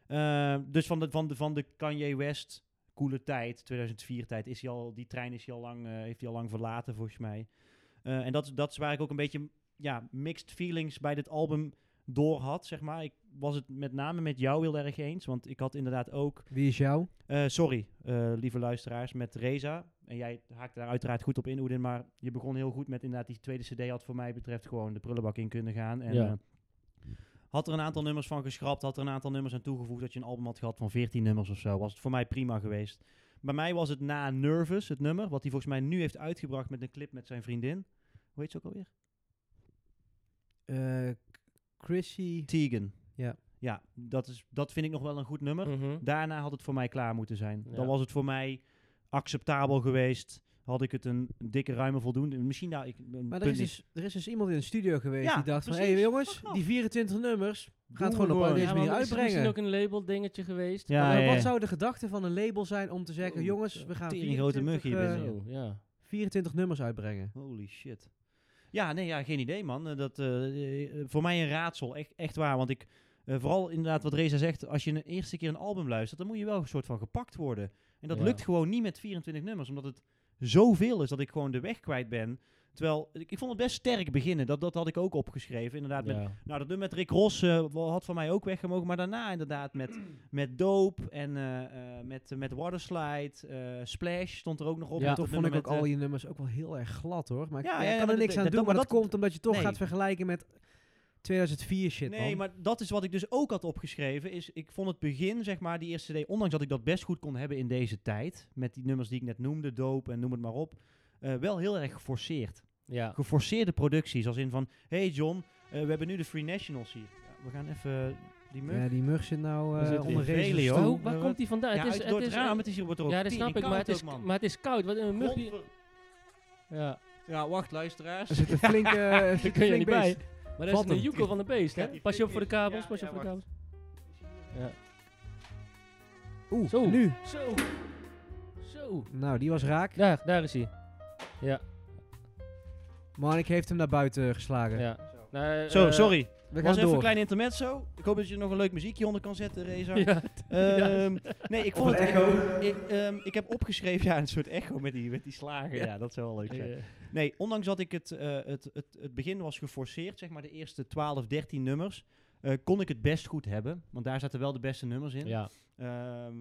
Eh, dus van de, van, de, van de Kanye West coole tijd, 2004 tijd, is hij al, die trein is hij al lang, eh, heeft hij al lang verlaten volgens mij. Eh, en dat, dat is waar ik ook een beetje ja, mixed feelings bij dit album door had, zeg maar. Ik was het met name met jou heel erg eens, want ik had inderdaad ook... Wie is jou? eh, sorry, eh, lieve luisteraars, met Reza. En jij haakte daar uiteraard goed op in, Oedin, maar je begon heel goed met inderdaad die tweede cd had voor mij betreft gewoon de prullenbak in kunnen gaan. En, Ja. eh, had er een aantal nummers van geschrapt, had er een aantal nummers aan toegevoegd, dat je een album had gehad van 14 nummers of zo, was het voor mij prima geweest. Bij mij was het na Nervous, het nummer, wat hij volgens mij nu heeft uitgebracht met een clip met zijn vriendin. Hoe heet ze ook alweer? Eh, K- Chrissy. Tegan. Ja. Ja, dat, is, dat vind ik nog wel een goed nummer. Mhm. Daarna had het voor mij klaar moeten zijn. Ja. Dan was het voor mij acceptabel geweest. Had ik het een dikke ruime voldoende. Misschien nou, ik een Maar er punt is, niet. dus, er is dus iemand in de studio geweest Ja, die dacht van, hé precies. jongens, Fuck off. die 24 nummers, gaan het Doen we gewoon op gewoon. deze Ja, maar manier is er misschien uitbrengen. ook een label dingetje geweest. Ja, Maar Ah, ja, eh, wat ja. zou de gedachte van een label zijn om te zeggen, Oh, jongens, we gaan tering grote mug 24, hier eh, binnen. Zo, ja. 24 nummers uitbrengen. Holy shit. Ja, nee, ja, geen idee, man. Eh, Dat, eh, eh, voor mij een raadsel. Echt, echt waar. Want ik, eh, vooral inderdaad wat Reza zegt, als je een eerste keer een album luistert, dan moet je wel een soort van gepakt worden. En dat Ja. lukt gewoon niet met 24 nummers, omdat het zoveel is dat ik gewoon de weg kwijt ben. Terwijl, ik, ik vond het best sterk beginnen. Dat, dat had ik ook opgeschreven. Inderdaad, met Ja. Nou, dat nummer met Rick Ross eh, wa- had van mij ook weggemogen. Maar daarna inderdaad met, met Dope en eh, eh, met, met Waterslide. eh, Splash stond er ook nog op. Ja, En Toch dat vond ik nummer ook met, eh, al je nummers ook wel heel erg glad hoor. Maar ik- Ja, ja, ik ja, kan maar er niks dat- aan dat- doen, maar maar dat, dat- komt omdat je toch nee. gaat vergelijken met 2004 shit eh, Nee, man. maar dat is wat ik dus ook had opgeschreven. Is, ik vond het begin, zeg maar, die eerste CD, ondanks dat ik dat best goed kon hebben in deze tijd, met die nummers die ik net noemde, Dope en noem het maar op, eh, wel heel erg geforceerd. Ja. Geforceerde producties, als in van, hey John, eh, we hebben nu de Free Nationals hier. Ja, we gaan even die mug... Ja, die mug zit nou Er eh zit onder weer Reza's velen, joh. stoel. Hoe- waar Eh, komt die vandaan? Ja, het is, uit- door het is- raam, het is hier wordt er ook ja, dat tering snap ik, maar koud het, is, ook, man. maar het is koud. Wat een mug die- Godver- Ja, Ja, wacht, luisteraars. Er zit een flinke, er daar zit kun een je flink niet bij. beest. Maar dat Valt is een hem. joekel van de beest, Ja, hè? die Pas je op flik voor de is- kabels, ja, pas je ja, op voor de kabels. wacht. Ja. Oeh, Zo. nu. Zo. Zo. Nou, die was raak. Daar, daar is hij. Marnik heeft hem naar buiten geslagen. Ja. Nou, eh, Zo, sorry. We was gaan even een door. klein intermezzo. Ik hoop dat je nog een leuk muziekje onder kan zetten, Reza. Ja. Ehm, nee, ik vond Of het een echo. Ik, ehm, ik heb opgeschreven, ja, een soort echo met die, met die slagen. Ja, dat zou wel leuk zijn. Eh, Nee, ondanks dat ik het, eh, het, het, het begin was geforceerd, zeg maar de eerste 12, 13 nummers, eh, kon ik het best goed hebben. Want daar zaten wel de beste nummers in. Ja, Ehm,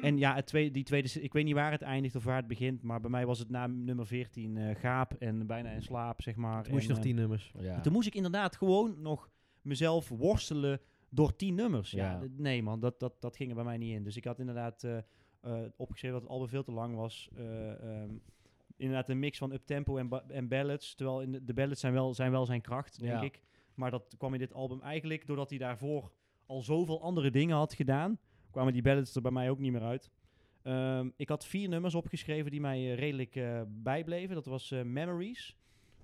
en ja, het tweede, die tweede, si- ik weet niet waar het eindigt of waar het begint, maar bij mij was het na nummer 14 eh, gaap en bijna in slaap, zeg maar. Toen moest je En, nog eh, tien nummers. ja. Toen moest ik inderdaad gewoon nog mezelf worstelen door tien nummers. Ja. Ja. d- Nee man, dat, dat, dat ging er bij mij niet in. Dus ik had inderdaad eh, eh, opgeschreven dat het album veel te lang was. Eh, ehm, inderdaad een mix van uptempo en, ba- en ballads. Terwijl in de, de ballads zijn wel, zijn wel zijn kracht, denk Ja. ik. Maar dat kwam in dit album eigenlijk doordat hij daarvoor al zoveel andere dingen had gedaan. Kwamen die ballads er bij mij ook niet meer uit. Ehm, ik had vier nummers opgeschreven die mij eh, redelijk eh, bijbleven. Dat was eh, Memories.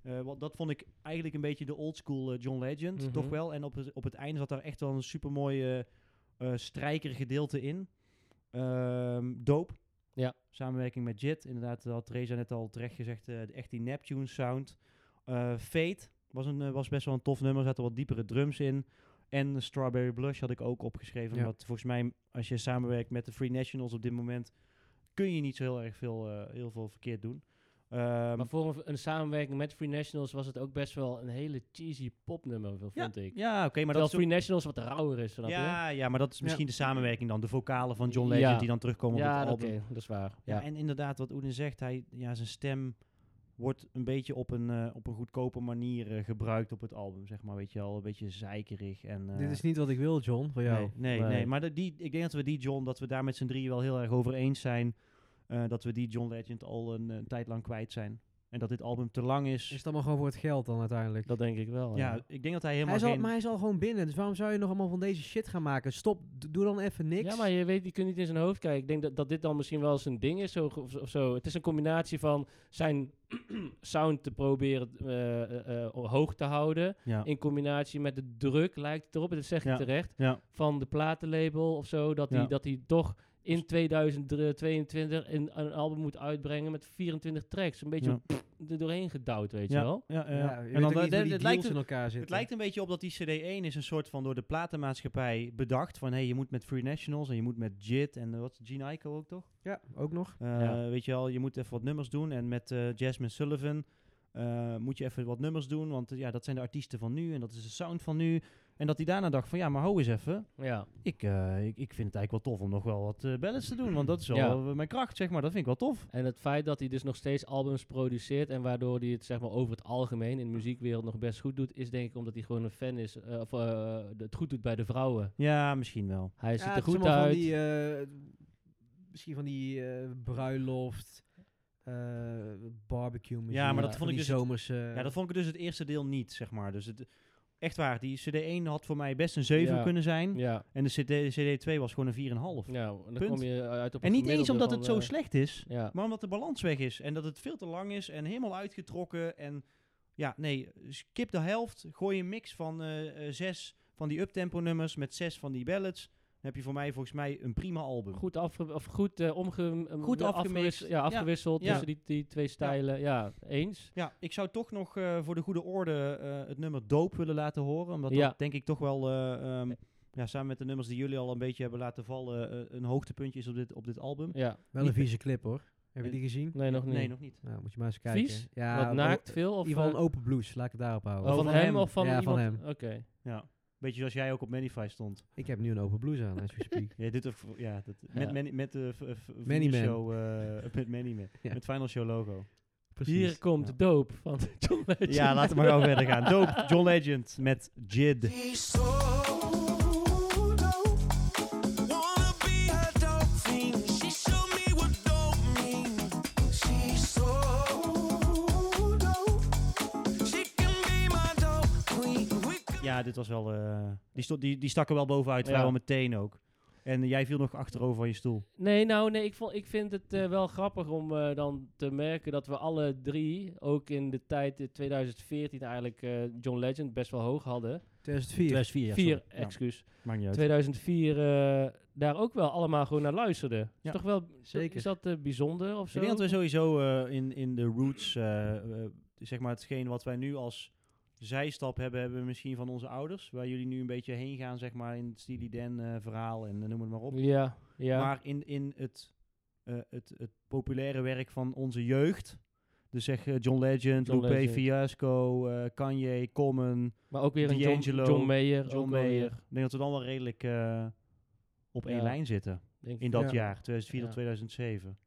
Eh, wat, dat vond ik eigenlijk een beetje de oldschool eh, John Legend, Mhm. toch wel. En op het, op het einde zat daar echt wel een supermooi eh eh strijkergedeelte in. Ehm Dope. Ja. Samenwerking met Jit. Inderdaad, dat had Reza net al terecht gezegd. eh, echt die Neptune sound. Eh, Fate was, een, eh, was best wel een tof nummer. Er zaten wat diepere drums in. En Strawberry Blush had ik ook opgeschreven. Ja. Omdat volgens mij, als je samenwerkt met de Free Nationals op dit moment, kun je niet zo heel erg veel, eh, heel veel verkeerd doen. Ehm, maar voor een, een samenwerking met Free Nationals was het ook best wel een hele cheesy popnummer, v- vond ik. ja, oké, maar dat Terwijl is ook- Free Nationals wat rauwer is, snap je? ja, ja, maar dat is misschien de samenwerking dan. De vocalen van John Legend Ja. die dan terugkomen op Ja, het oké, album. dat is waar. Ja. Ja, en inderdaad, wat Oedin zegt, hij, ja, zijn stem wordt een beetje op een, eh, op een goedkope manier eh, gebruikt op het album, zeg maar. Weet je al, een beetje zeikerig. En, eh, Dit is niet wat ik wil, John, van jou. Nee, nee, nee. maar dat die, ik denk dat we die John, dat we daar met z'n drieën wel heel erg over eens zijn. eh, dat we die John Legend al een, eh, tijd lang kwijt zijn. En dat dit album te lang is. Is het allemaal gewoon voor het geld dan uiteindelijk? dat denk ik wel. ja, ik denk dat hij helemaal hij is al, geen... maar hij is al gewoon binnen, dus waarom zou je nog allemaal van deze shit gaan maken? Stop, d- doe dan even niks. Ja, eh, maar je weet, je kunt niet in zijn hoofd kijken. Ik denk dat, dat dit dan misschien wel zijn ding is zo, ge- of, of zo. Het is een combinatie van zijn sound te proberen eh, eh, eh, hoog te houden. ja. In combinatie met de druk lijkt het erop, en dat zeg je Ja. terecht, Ja. van de platenlabel of zo. Dat Ja. hij dat hij toch in 2022 een, een album moet uitbrengen met 24 tracks. Een beetje er doorheen gedouwd, weet je wel. Ja, ja, ja. Ja, je weet ook niet hoe die het deals lijkt, in elkaar zitten. het lijkt een beetje op dat die CD1 is een soort van door de platenmaatschappij bedacht. Van hé, hey, je moet met Free Nationals en je moet met JIT en eh, wat is het, Gene Ico ook toch? Ja, ook nog. Eh, Ja. Weet je wel, je moet even wat nummers doen. En met eh, Jasmine Sullivan eh, moet je even wat nummers doen. Want eh, ja, dat zijn de artiesten van nu en dat is de sound van nu. En dat hij daarna dacht van ja, maar hou eens even. Ja, Ik, eh, ik, ik vind het eigenlijk wel tof om nog wel wat eh ballads te doen. Want dat is wel Ja. eh, mijn kracht, zeg maar. Dat vind ik wel tof. En het feit dat hij dus nog steeds albums produceert en waardoor hij het zeg maar over het algemeen in de muziekwereld nog best goed doet, is denk ik omdat hij gewoon een fan is eh, of eh, het goed doet bij de vrouwen. Ja, misschien wel. Hij Ja, ziet er het is goed allemaal uit. Van die, eh, misschien van die eh, bruiloft, eh, barbecue muziek. maar dat van vond die ik dus het- zomers, eh, Ja, dat vond ik dus het eerste deel niet, zeg maar. Dus het, echt waar, die CD1 had voor mij best een 7 Ja. kunnen zijn. eh, ja, En de CD, CD2 was gewoon een 4,5. ja, dan Punt. kom je uit op en een niet eens gemiddelde omdat van, het zo eh, slecht is, Ja, maar omdat de balans weg is. En dat het veel te lang is en helemaal uitgetrokken. En ja, nee, skip de helft. Gooi een mix van eh, eh, zes van die uptempo nummers met zes van die ballads. Dan heb je voor mij volgens mij een prima album. goed, afge of goed, eh, omge eh, Goed ja, afgemixt. afgewis- ja, afgewisseld Ja. tussen die, die twee stijlen. Ja, eens. Ja, ik zou toch nog eh, voor de goede orde eh, het nummer Doop willen laten horen. Omdat Ja. dat denk ik toch wel, eh, ehm, ja, samen met de nummers die jullie al een beetje hebben laten vallen, eh, een hoogtepuntje is op dit, op dit album. Ja, wel een niet- vieze clip hoor. Heb je die gezien? nee, nog niet. Nee, nog niet. Nou, moet je maar eens kijken. Vies? Ja, Wat wel- naakt veel? Of in ieder geval eh, een open blouse, laat ik het daarop houden. oh, van, van hem hem. of van Ja, iemand? van hem. Oké. Ja. Beetje zoals jij ook op Manify stond. Ik heb nu een open blouse aan, as we speak. Ja, dit of, ja, dat, Ja. Met, many, met de v- v- Many Final Man. Show, eh, met Many Man. Ja. Met Final Show logo. Hier komt de doop van John Legend. Ja, laten we maar gewoon verder gaan. Doop, John Legend met Jid. She's so dope. Wanna be her dope fiend. She showed me what dope means. She's so dope. She can be my dope queen. We could Ja, dit was wel... eh, die, sto- die, die stak er wel bovenuit, Ja. vrijwel meteen ook. En jij viel nog achterover van je stoel. Nee, nou nee, ik, vond, ik vind het eh, wel grappig om eh, dan te merken dat we alle drie, ook in de tijd eh, 2014 eigenlijk, eh, John Legend best wel hoog hadden. 2004. ja, Vier, sorry. Ja, excuus. maakt niet uit. 2004 eh, daar ook wel allemaal gewoon naar luisterden. Is Ja, toch wel, zeker. is dat eh, bijzonder of zo? Ik denk dat we sowieso eh, in, in de roots, eh, eh, zeg maar hetgeen wat wij nu als zijstap hebben, hebben we misschien van onze ouders. Waar jullie nu een beetje heen gaan, zeg maar, in het Steely Dan eh, verhaal en eh, noem het maar op. Ja, ja. Maar in, in het, eh, het, het populaire werk van onze jeugd, Dus zeg eh, John Legend, John Lupe Legend. Fiasco, eh, Kanye, Common, Maar ook weer een John, D'Angelo, John Mayer. ook John wel Mayer. weer. Ik denk dat we dan wel redelijk eh, op één Ja. lijn zitten Denk in dat ja. jaar, 2004 tot Ja. 2007.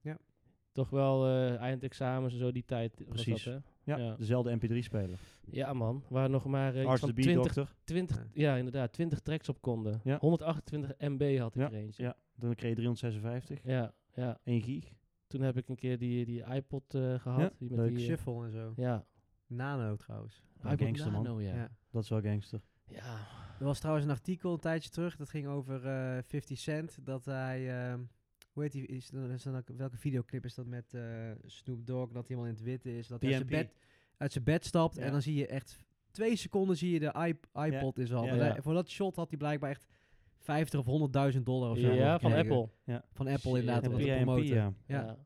Toch wel eh, eindexamens en zo die tijd. was Precies. dat, hè? Ja, Ja. dezelfde MP3-speler. Ja, man. Waar nog maar eh, iets Arts van the Bee 20, Doctor. 20, Ja. ja. inderdaad, 20 tracks op konden. Ja. 128 MB had ik er eentje. Ja, dan kreeg je 356. Ja, ja. 1 gig. Toen heb ik een keer die, die iPod eh, gehad. Ja, die met leuk. die, eh, Shuffle en zo. ja, Nano trouwens. Ja, iPod gangster, man. Nano, ja. Ja. Ja. Dat is wel gangster. Er was trouwens een artikel een tijdje terug, dat ging over eh 50 Cent, dat hij, ehm, hoe heet die, is, dat- is dat ook- welke videoclip is dat met eh, Snoop Dogg, dat hij helemaal in het wit is, dat hij uit PMP. zijn bed, uit zijn bed stapt Ja. en dan zie je echt, twee seconden zie je de iP- iPod in zijn handen. ja. En hij- Voor dat shot had hij blijkbaar echt 50 of 100.000 dollar of zo Ja, van gekregen. Apple. Van Apple inderdaad, om Shit. dat te MP, PMP, promoten. ja. Ja.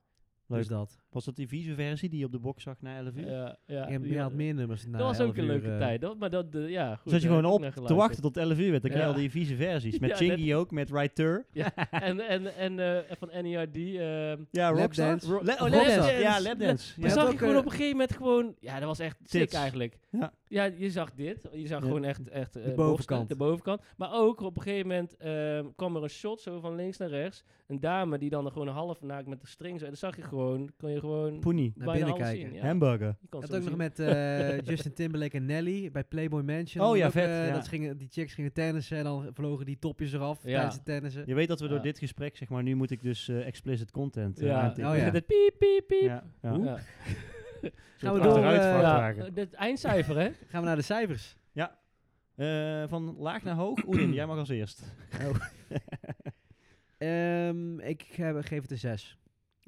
Leuk. Dus dat. Was dat die vieze versie die je op de box zag na 11 uur? ja, ja, en die je had had- meer nummers na Dat was ook 11 een uur, leuke eh. tijd. Dat, maar dat, eh, ja, goed, Zat je daar gewoon heb ik op naar te geluisterd. wachten tot 11 uur werd. Dan kreeg je Ja. al die vieze versies. Ja, Met Chingy net- ook, met Righteur. Ja, en, en, en eh, van NERD. ehm, Ja, Rockstar. Lapdance. Ro- Le- oh, Lapdance. Lapdance. Ja, Lapdance. Maar Ja. had Ja. zag ook, je gewoon eh, op een gegeven moment gewoon... Ja, dat was echt sick Tits. eigenlijk. Ja. je zag dit. Je zag Ja. gewoon echt... echt eh, bovenkant. De bovenkant. Maar ook op een gegeven moment ehm, kwam er een shot zo van links naar rechts. Een dame die dan gewoon half naakt met de string... Zo, en dan zag je gewoon... Kon je gewoon... Poenie. Naar bijna binnen alles kijken. zien, ja. Hamburger. Je kon Dat zo ook nog zien. met eh, Justin Timberlake en Nelly bij Playboy Mansion. Oh Dat ja, ook, vet, eh, ja. Dat gingen, die chicks gingen tennissen en dan vlogen die topjes eraf Ja. tijdens het tennissen. Je weet dat we door Ja. dit gesprek, zeg maar, nu moet ik dus eh, explicit content eh, Ja, aantikken. Oh ja. met het piep, piep, piep. Ja, ja. Ja. Een Ja. Gaan we soort door, achteruit eh, vragen. eh, Het eindcijfer, hè? Gaan we naar de cijfers. Eh, van laag naar hoog. Oerin, jij mag als eerst. Ehm, ik ge- geef het een 6.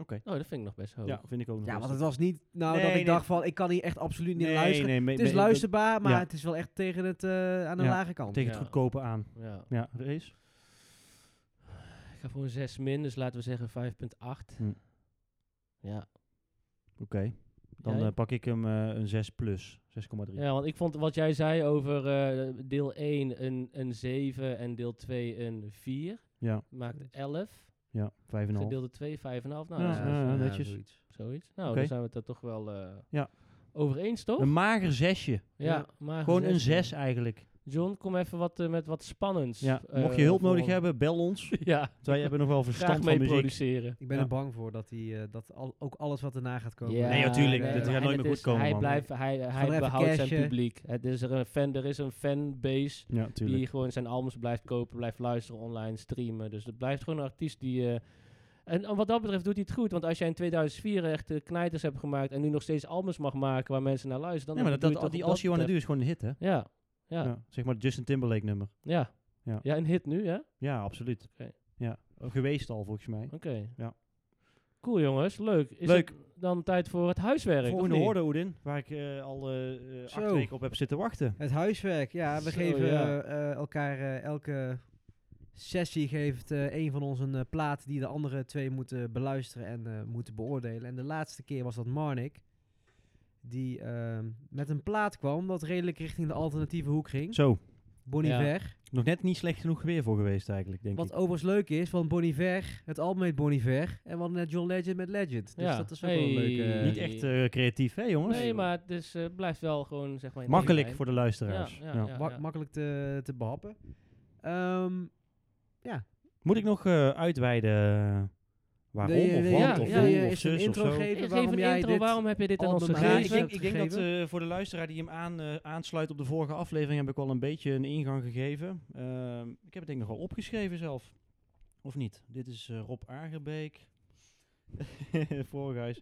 Oh, dat vind ik nog best hoog. Ja, vind ik ook nog Ja, best. want het was niet nou Nee, dat ik nee. dacht van, ik kan hier echt absoluut niet naar luisteren. nee, me- het is me- luisterbaar, maar ja. het is wel echt tegen het, eh, aan de Ja, lage kant. Tegen het Ja. goedkope aan. Ja. Ja, race. Ik ga voor een 6 min, dus laten we zeggen 5,8. Hm. Ja. Oké. Dan Jij? eh, pak ik hem eh, een 6 plus. 6,3. Ja, want ik vond wat jij zei over eh, deel 1 een, een 7 en deel 2 een 4. Ja, Maakt 11. ja 5,5. Gedeelde 2, 5,5. Nou, Ja, dat is ja, eh, netjes. zoiets. zoiets. Nou, Oké. dan zijn we het daar toch wel eh, Ja. over eens, toch? Een mager zesje. ja, ja. maar Gewoon een zesje. 6 eigenlijk. John, kom even wat, eh, met wat spannends. Ja. eh, Mocht je hulp voor nodig ons. hebben, bel ons. ja, Wij hebben nog wel graag verstand mee van muziek. produceren. Ik ben Ja. er bang voor dat, die, eh, dat al, ook alles wat erna gaat komen. Eh, Ja, Nee, natuurlijk, dat maar- gaat en nooit het meer is- goed komen, Hij, man. blijft, hij, er hij even behoudt zijn cashen. publiek. Het is er, een fan, er is een fanbase Ja, tuurlijk. Die gewoon zijn albums blijft kopen, blijft luisteren, online streamen. Dus dat blijft gewoon een artiest die... eh, en eh, wat dat betreft doet hij het goed. Want als jij in 2004 echt eh, knijters hebt gemaakt... en nu nog steeds albums mag maken waar mensen naar luisteren... Nee, dan maar dat, doe je dat, het die toch op Als You Wanna dat Do is gewoon een hit, hè? betreft. Ja, ja, ja. Ja, Zeg maar het Justin Timberlake nummer. Ja, Ja. een hit nu, hè? Oké. Ja, absoluut. Oké. Ja, geweest al volgens mij. Ja. Cool, jongens. Leuk. Is Leuk. het dan tijd voor het huiswerk, Volgende of niet? hoorde, Oedin, waar ik eh, al eh, eh, acht Zo. weken op heb zitten wachten. Het huiswerk, ja. We Zo, geven ja. eh, eh, elkaar eh, elke sessie geeft eh, een van ons een eh, plaat die de andere twee moeten beluisteren en eh, moeten beoordelen. En de laatste keer was dat Marnik. Die ehm, met een plaat kwam dat redelijk richting de alternatieve hoek ging. Zo, Bon Iver. nog net niet slecht genoeg weer voor geweest eigenlijk, denk Wat ik. overigens leuk is, want Bon Iver, het album heet Bon Iver. En we hadden net John Legend met Legend. Dus Ja. dat is ook wel een Hey. leuke... eh, Niet echt eh, creatief, hè jongens? Nee, maar het is, eh, blijft wel gewoon, zeg maar... in de Makkelijk lijn. voor de luisteraars. Ja, Ja, ja, ja. mak- makkelijk te, te behappen. Ehm, Moet ik nog eh, uitweiden eh, waarom wil je- of wil je- wat ja, of ja, hoe wil je of eens een zus of intro zo? geven? Geef waarom een jij intro, dit waarom heb je dit aan ons album Ja, aan- gegeven? ik, denk, ik denk dat gegeven? eh, voor de luisteraar die hem aan, eh, aansluit op de vorige aflevering heb ik al een beetje een ingang gegeven. Ehm, ik heb het denk ik nog wel opgeschreven zelf. Of niet? Dit is eh, Rob Agerbeek. vorige huis.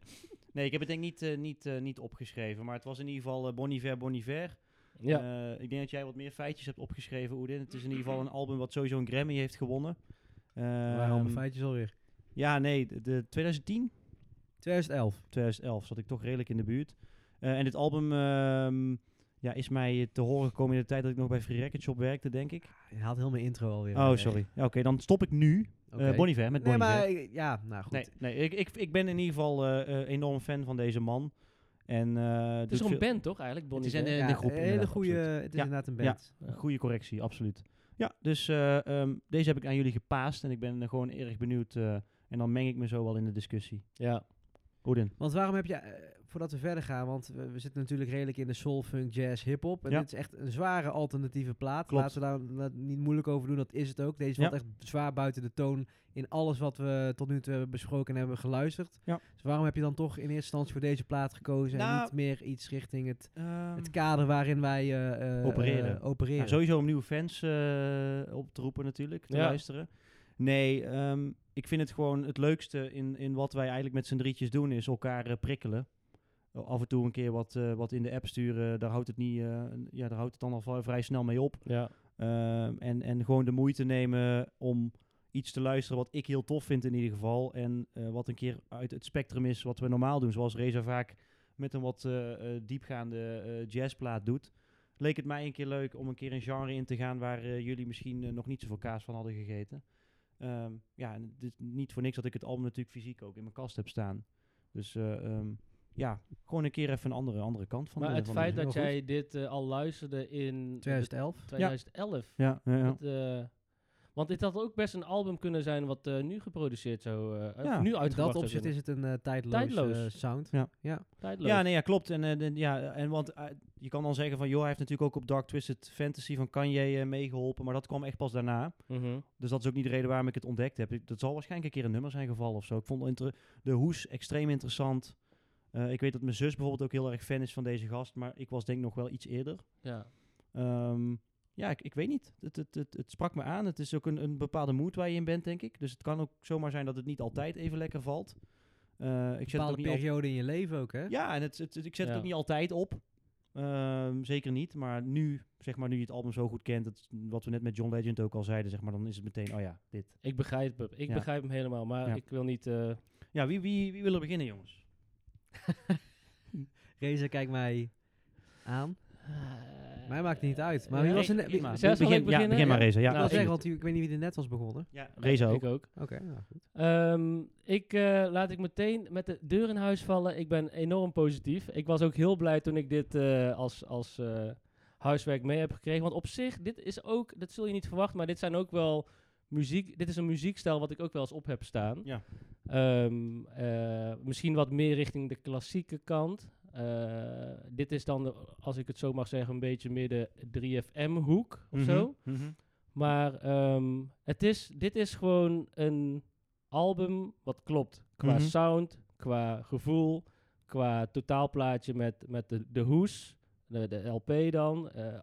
Nee, ik heb het denk ik niet, eh, niet, eh, niet opgeschreven. Maar het was in ieder geval eh, Bon Iver, Bon Iver. Ja. Eh, ik denk dat jij wat meer feitjes hebt opgeschreven, Oedin. Het is in ieder geval een album wat sowieso een Grammy heeft gewonnen. Waarom? Ehm, Feitjes alweer. Ja, nee, de- de 2010 2011. 2011 zat ik toch redelijk in de buurt. Eh, en dit album ehm, ja, is mij te horen gekomen in de tijd dat ik nog bij Free Record Shop werkte, denk ik. Je haalt heel mijn intro alweer. Oh, weg. sorry. Ja, Oké, dan stop ik nu. Oké. eh Bonnie Ver met Nee, Bonnie maar ik- ja, nou goed. Nee, nee ik, ik, ik ben in ieder geval eh, eh, enorm fan van deze man. En, eh, Het is doet er een veel- band, toch, eigenlijk? Bonnie Het is een, Iver? eh, Ja, de groep een hele inderdaad, goede. absoluut. Het is Ja, inderdaad een ja. band. Goede correctie, absoluut. Ja, dus eh, ehm, deze heb ik aan jullie gepaast en ik ben eh, gewoon erg benieuwd. eh, en dan meng ik me zo wel in de discussie. Ja. Oedin. Want waarom heb je eh, voordat we verder gaan, want we, we zitten natuurlijk redelijk in de soul, funk, jazz, hip-hop. En Ja. dit is echt een zware alternatieve plaat. Klopt. Laten we daar laat- niet moeilijk over doen, dat is het ook. Deze Ja. valt echt zwaar buiten de toon in alles wat we tot nu toe hebben besproken en hebben geluisterd. Ja. Dus waarom heb je dan toch in eerste instantie voor deze plaat gekozen en Nou- niet meer iets richting het, Ehm, het kader waarin wij eh, eh, Opereren. eh, opereren. Nou, sowieso om nieuwe fans eh, op te roepen natuurlijk, te Ja. luisteren. Nee, ehm, ik vind het gewoon het leukste in, in wat wij eigenlijk met z'n drietjes doen, is elkaar eh, prikkelen. Eh, Af en toe een keer wat, eh, wat in de app sturen, daar houdt het, niet, eh, ja, daar houdt het dan al vrij- vrij snel mee op. Ja. Ehm, en, en gewoon de moeite nemen om iets te luisteren wat ik heel tof vind in ieder geval. En eh, wat een keer uit het spectrum is wat we normaal doen. Zoals Reza vaak met een wat eh, eh, diepgaande eh, jazzplaat doet. Leek het mij een keer leuk om een keer een genre in te gaan waar eh, jullie misschien eh, nog niet zoveel kaas van hadden gegeten. Ehm, ja, en het is niet voor niks dat ik het album natuurlijk fysiek ook in mijn kast heb staan. Dus eh, ehm, ja, gewoon een keer even een andere, andere kant van Maar de- het van de feit muziek. heel dat goed. jij dit eh, al luisterde in 2011. 2011. Ja, ja, ja. Dat, eh, want dit had ook best een album kunnen zijn wat eh, nu geproduceerd zou... eh, of Ja, nu In dat uitgebracht zou opzicht kunnen. is het een eh, tijdloos, Tijdloos. eh, sound. Ja. Tijdloos. Ja, nee, ja, klopt. En, eh, de- ja, en want eh, je kan dan zeggen van, joh, hij heeft natuurlijk ook op Dark Twisted Fantasy van Kanye eh, meegeholpen, maar dat kwam echt pas daarna. Mhm. Dus dat is ook niet de reden waarom ik het ontdekt heb. Ik- Dat zal waarschijnlijk een keer een nummer zijn gevallen of zo. Ik vond inter- de hoes extreem interessant. Eh, ik weet dat mijn zus bijvoorbeeld ook heel erg fan is van deze gast, maar ik was denk ik nog wel iets eerder. Ja. Ehm, ja, ik, ik weet niet. Het, het, het, het sprak me aan. Het is ook een, een bepaalde moed waar je in bent, denk ik. Dus het kan ook zomaar zijn dat het niet altijd even lekker valt. Eh, Een ik zet het ook bepaalde niet altijd- periode in je leven ook, hè? ja, en het, het, het- ik zet het Ja. ook niet altijd op. Ehm, zeker niet. Maar nu, zeg maar, nu je het album zo goed kent, dat, wat we net met John Legend ook al zeiden, zeg maar, dan is het meteen, oh ja, dit. Ik begrijp hem. Ik Ja. begrijp hem helemaal, maar Ja. ik wil niet... eh, Ja, wie, wie, wie wil er beginnen, jongens? Reza, kijk mij aan. Mij maakt het niet uit. Maar Ja, wie ik- was er net... ik- wie- maar- ik Zes zal begin- ik ja, beginnen? begin maar, Reza. Ja, wil Nou, zeggen, ik- want u- ik weet niet wie er net was begonnen. Ja, Reza ook. Ik ook. Oké, nou goed. Ehm, ik eh, laat ik meteen met de deur in huis vallen. Ik ben enorm positief. Ik was ook heel blij toen ik dit eh, als, als eh, huiswerk mee heb gekregen. Want op zich, dit is ook, dat zul je niet verwachten, maar dit zijn ook wel muziek. Dit is een muziekstijl wat ik ook wel eens op heb staan. Ja. Ehm, eh, misschien wat meer richting de klassieke kant. Eh, dit is dan, de- als ik het zo mag zeggen, een beetje meer de 3FM-hoek of zo. Mhm, mhm. Maar ehm, het is, dit is gewoon een album wat klopt. Qua Mhm. sound, qua gevoel, qua totaalplaatje met, met de, de hoes, de, de LP dan. Eh,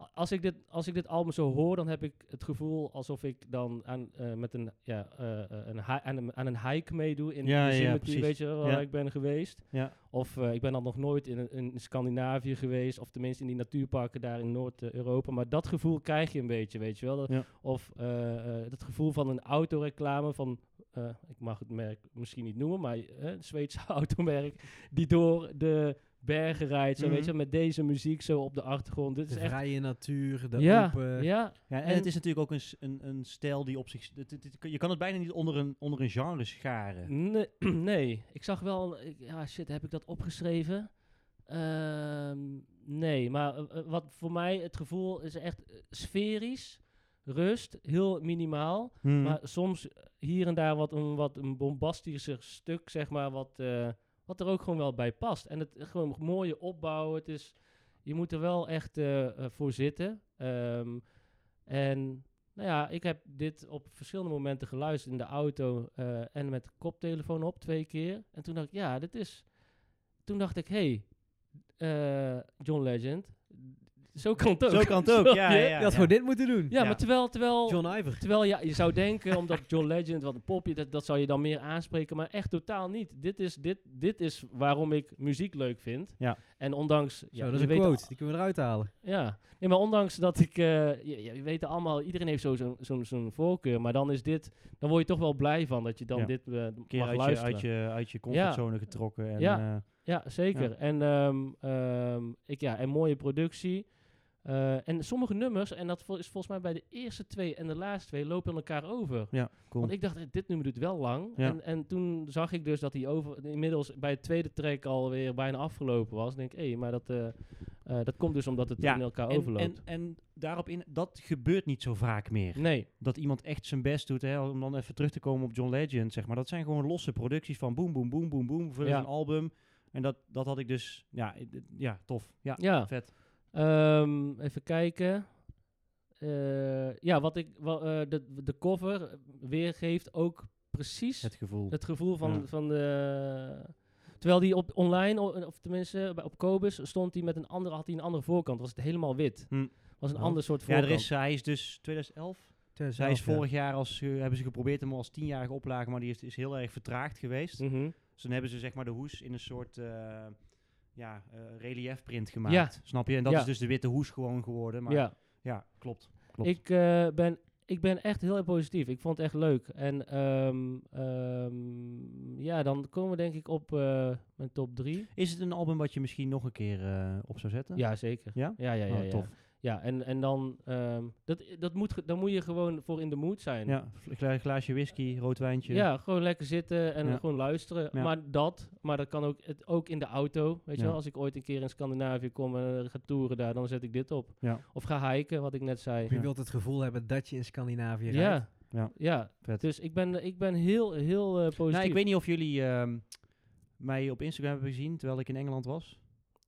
a- als, ik dit, als ik dit album zo hoor, dan heb ik het gevoel alsof ik dan aan, eh, met een, ja, eh, eh, een, hi- aan, een, aan een hike meedoe in Ja, ja, de precies. weet je wel, waar Ja. ik ben geweest. Ja. Of eh, ik ben dan nog nooit in, een- in Scandinavië geweest, of tenminste in die natuurparken daar in Noord-Europa. Maar dat gevoel krijg je een beetje, weet je wel. Dat- Ja. Of eh, eh, dat gevoel van een autoreclame van, eh, ik mag het merk misschien niet noemen, maar eh, een Zweedse automerk, die door de bergen rijdt, zo, Mhm. weet je wel, met deze muziek zo op de achtergrond. Dit De is echt... vrije natuur, de ja, open... ja, Ja, en, En- het is natuurlijk ook een, s- een, een stijl die op zich... het- het- het- je kan het bijna niet onder een, onder een genre scharen. Nee, nee. ik zag wel... ik- ja, shit, heb ik dat opgeschreven? Ehm, nee, maar eh, eh, wat voor mij het gevoel is echt eh, sferisch. Rust, heel minimaal. Mhm. Maar soms eh, hier en daar wat een, wat een bombastischer stuk, zeg maar, wat, eh, wat er ook gewoon wel bij past. En het eh, gewoon een mooie opbouw. Het is, je moet er wel echt eh, eh, voor zitten. Ehm, en nou ja, ik heb dit op verschillende momenten geluisterd in de auto eh, en met de koptelefoon op twee keer. En toen dacht ik, ja, dit is. Toen dacht ik, hé, hey, eh, John Legend. Zo kan het ook. Zo kan het ook, ja, je? ja, Je ja. had voor dit moeten doen. Ja, Ja. maar terwijl, terwijl John Iver. Terwijl ja, je zou denken, omdat John Legend, wat een popje, dat, dat zou je dan meer aanspreken. Maar echt totaal niet. Dit is, dit, dit is waarom ik muziek leuk vind. Ja. En ondanks... Ja, Zo, dat is je een weet- quote. Die kunnen we eruit halen. Ja. Nee, maar ondanks dat ik... eh, je, je weet allemaal, iedereen heeft zo zo'n zo'n zo'n voorkeur. Maar dan is dit... Dan word je toch wel blij van dat je dan Ja. dit eh, keer mag uit je, luisteren. uit, je, uit je comfortzone getrokken. En, Ja. eh, Ja, zeker. En, ehm, ehm, ik, ja, en mooie productie. Eh, en sommige nummers, en dat vo- is volgens mij bij de eerste twee en de laatste twee, lopen elkaar over. ja, cool. Want ik dacht, eh, dit nummer doet wel lang. Ja. En, en toen zag ik dus dat hij over, inmiddels bij het tweede track alweer bijna afgelopen was. En ik denk, hé, maar dat, eh, eh, dat komt dus omdat het Ja, in elkaar en, overloopt. en, en daarop in, dat gebeurt niet zo vaak meer. nee, dat iemand echt zijn best doet. Hè, om dan even terug te komen op John Legend, zeg maar. Dat zijn gewoon losse producties van boem, boem, boem, boem, boem. Voor Ja. een album. Eh, En dat, dat had ik dus, ja, i- d- ja tof. Ja, Ja. vet. Ehm, even kijken. Eh, ja, wat ik, wa- eh, de, de cover weergeeft ook precies Het het, gevoel. gevoel van, Ja. van de... Terwijl die op online, o- of tenminste bij- op Kobus, stond hij met een andere, had hij een andere voorkant. Was het helemaal wit. Hm. Was een Oh. ander soort ja, voorkant. er is, hij is dus 2011. Zij is vorig jaar, als, eh, hebben ze geprobeerd hem als tienjarige oplage, maar die is, is heel erg vertraagd geweest. Mhm. Dus dan hebben ze zeg maar de hoes in een soort eh, ja, eh reliefprint gemaakt. Snap je? En dat Ja. is dus de witte hoes gewoon geworden. Maar ja, ja. klopt. klopt. Ik, eh, ben, ik ben echt heel erg positief. Ik vond het echt leuk. En ehm, ehm, ja, dan komen we denk ik op eh, mijn top drie. is het een album wat je misschien nog een keer eh, op zou zetten? Ja, zeker. Ja? Ja, ja, ja. Oh, ja. tof. Ja, en, en dan, ehm, dat, dat moet, ge- dan moet je gewoon voor in de mood zijn. Ja, een klein glaasje whisky, rood wijntje. Ja, gewoon lekker zitten en Ja. gewoon luisteren. Ja. Maar dat, maar dat kan ook, het, ook in de auto. Weet je Ja. wel, als ik ooit een keer in Scandinavië kom en eh, ga toeren daar, dan zet ik dit op. Ja. Of ga hiken, wat ik net zei. Ja. Je wilt het gevoel hebben dat je in Scandinavië rijdt. Ja. Ja. Ja. Vet. dus ik ben, ik ben heel, heel eh, positief. Nou, ik weet niet of jullie ehm, mij op Instagram hebben gezien terwijl ik in Engeland was.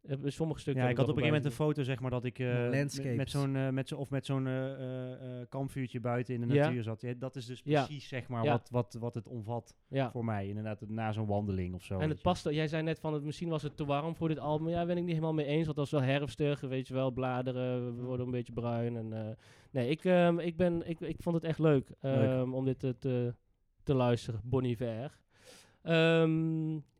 Eh, Sommige stukken. Ja, ik heb had op wel een gegeven moment een voorbij foto, zeg maar, dat ik eh, met, Landscapes. met zo'n eh, met zo, of met zo'n eh, eh, eh, kampvuurtje buiten in de Ja. natuur zat. Ja, dat is dus Ja. precies, zeg maar, Ja. wat, wat, wat het omvat gezien. Ja. voor mij. Inderdaad, na zo'n wandeling of zo. En weet het je. past, jij zei net van, het, misschien was het te warm voor dit album. Ja, daar ben ik niet helemaal mee eens, want dat is wel herfstig, weet je wel, bladeren we worden een beetje bruin. En, eh, nee, ik, ehm, ik, ben, ik, ik vond het echt leuk, Leuk. ehm, om dit eh, te, te luisteren, Bonnie Ver.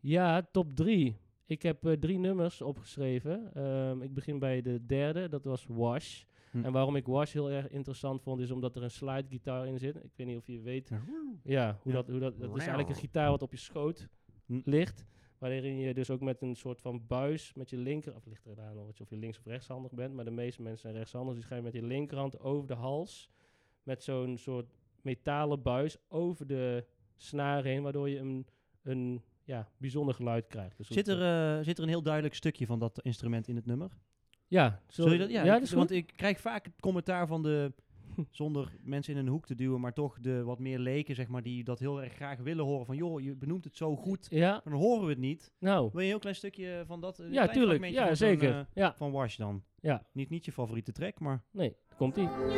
ja, top drie. Ik heb eh, drie nummers opgeschreven. Ehm, ik begin bij de derde, dat was Wash. Hm. En waarom ik Wash heel erg interessant vond, is omdat er een slidegitaar in zit. Ik weet niet of je weet Ja. ja, hoe Ja. Dat, hoe dat, dat is eigenlijk een gitaar wat op je schoot Hm. ligt. Waarin je dus ook met een soort van buis met je linker... Of ligt eraan of je- of je links of rechtshandig bent. Maar de meeste mensen zijn rechtshandig. Dus ga je met je linkerhand over de hals. Met zo'n soort metalen buis over de snaar heen. Waardoor je een, een ja, bijzonder geluid krijgt. Dus Zit hoe- er, eh, zit er een heel duidelijk stukje van dat instrument in het nummer? Ja, Zul je dat? Ja, ik- Ja, dat is goed. want ik krijg vaak het commentaar van de zonder mensen in een hoek te duwen, maar toch de wat meer leken, zeg maar, die dat heel erg graag willen horen. Van joh, je benoemt het zo goed, Ja, maar dan horen we het niet. nou. Wil je een heel klein stukje van dat? eh, Een Ja, klein tuurlijk. fragmentje van Ja, zo'n, zeker. eh, ja, van Wash dan. Ja. Niet, niet je favoriete track, maar nee. Komt-ie. Over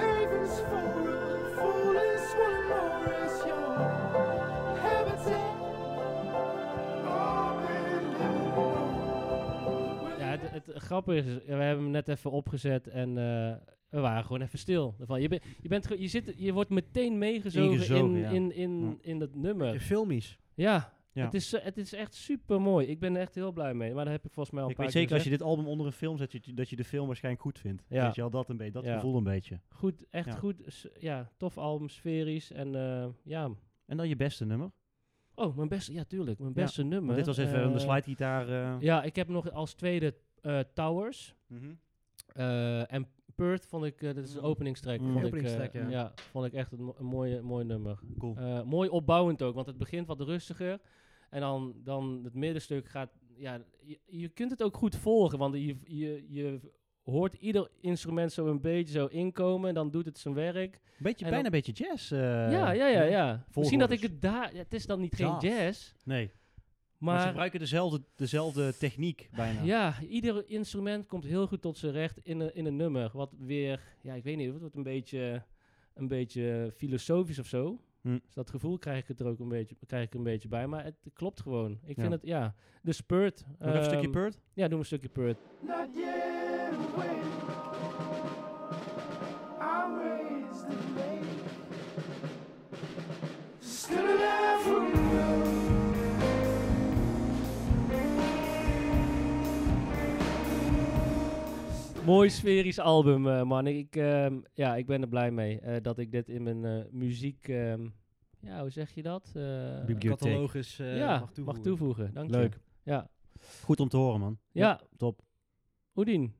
heaven's forum, foolish one more as your habitat. All men live alone. Ja, het, het grappige is, we hebben hem net even opgezet en eh, we waren gewoon even stil. Van, Je, bent je, bent, ge- je, zit, je wordt meteen meegezogen Ingezogen, in, ja. in, in, in dat nummer. Filmisch. Ja, Ja. Het, is, eh, het is echt super mooi. Ik ben er echt heel blij mee. Maar dat heb ik volgens mij al een ik paar weet keer zeker als je gezegd. dit album onder een film zet, dat je, dat je de film waarschijnlijk goed vindt. Ja. Weet je al dat een beetje, dat Ja. gevoel een beetje. Goed, echt Ja. goed. s- Ja, tof album, sferisch. En eh, ja. En dan je beste nummer. Oh, mijn beste, ja tuurlijk, mijn Ja, beste nummer. Want dit was even eh, de slidegitaar. eh Ja, ik heb nog als tweede eh, Towers. mhm. Eh, en Perth vond ik, eh, dat is de Mm. openingstrek. Mm. Vond ik, Openingstrek, eh, ja. vond ik echt een, mo- een mooi, mooi nummer. Cool. Eh, mooi opbouwend ook, want het begint wat rustiger. En dan, dan het middenstuk gaat... Ja, je, je kunt het ook goed volgen, want je, je, je hoort ieder instrument zo een beetje zo inkomen. En dan doet het zijn werk. beetje, en bijna dan- een beetje jazz. eh, ja, ja, ja, ja. Misschien dat ik volgorde. het daar... ja, het is dan niet Jazz. geen jazz, Nee. Maar, ze maar... gebruiken dezelfde, dezelfde techniek bijna. Ja, ieder instrument komt heel goed tot zijn recht in een, in een nummer. Wat weer, ja, ik weet niet, het wordt een beetje, een beetje filosofisch of zo. Hm. Dus dat gevoel krijg ik het er ook een beetje, krijg ik een beetje bij. Maar het klopt gewoon. Ik Ja. vind het, ja. De spurt. Nog even een stukje ehm, Peart? Ja, doen we een stukje Purt. Not yet awake. I'm raised in vain. Still alive from love. Mooi sferisch album, eh, man. Ik, ehm, ja, ik ben er blij mee eh, dat ik dit in mijn eh, muziek... ehm, ja, hoe zeg je dat? Eh, Bibliotheek. Catalogus eh, ja, mag toevoegen. Dank Leuk. je. Ja. Goed om te horen, man. Ja, Top. Oedien.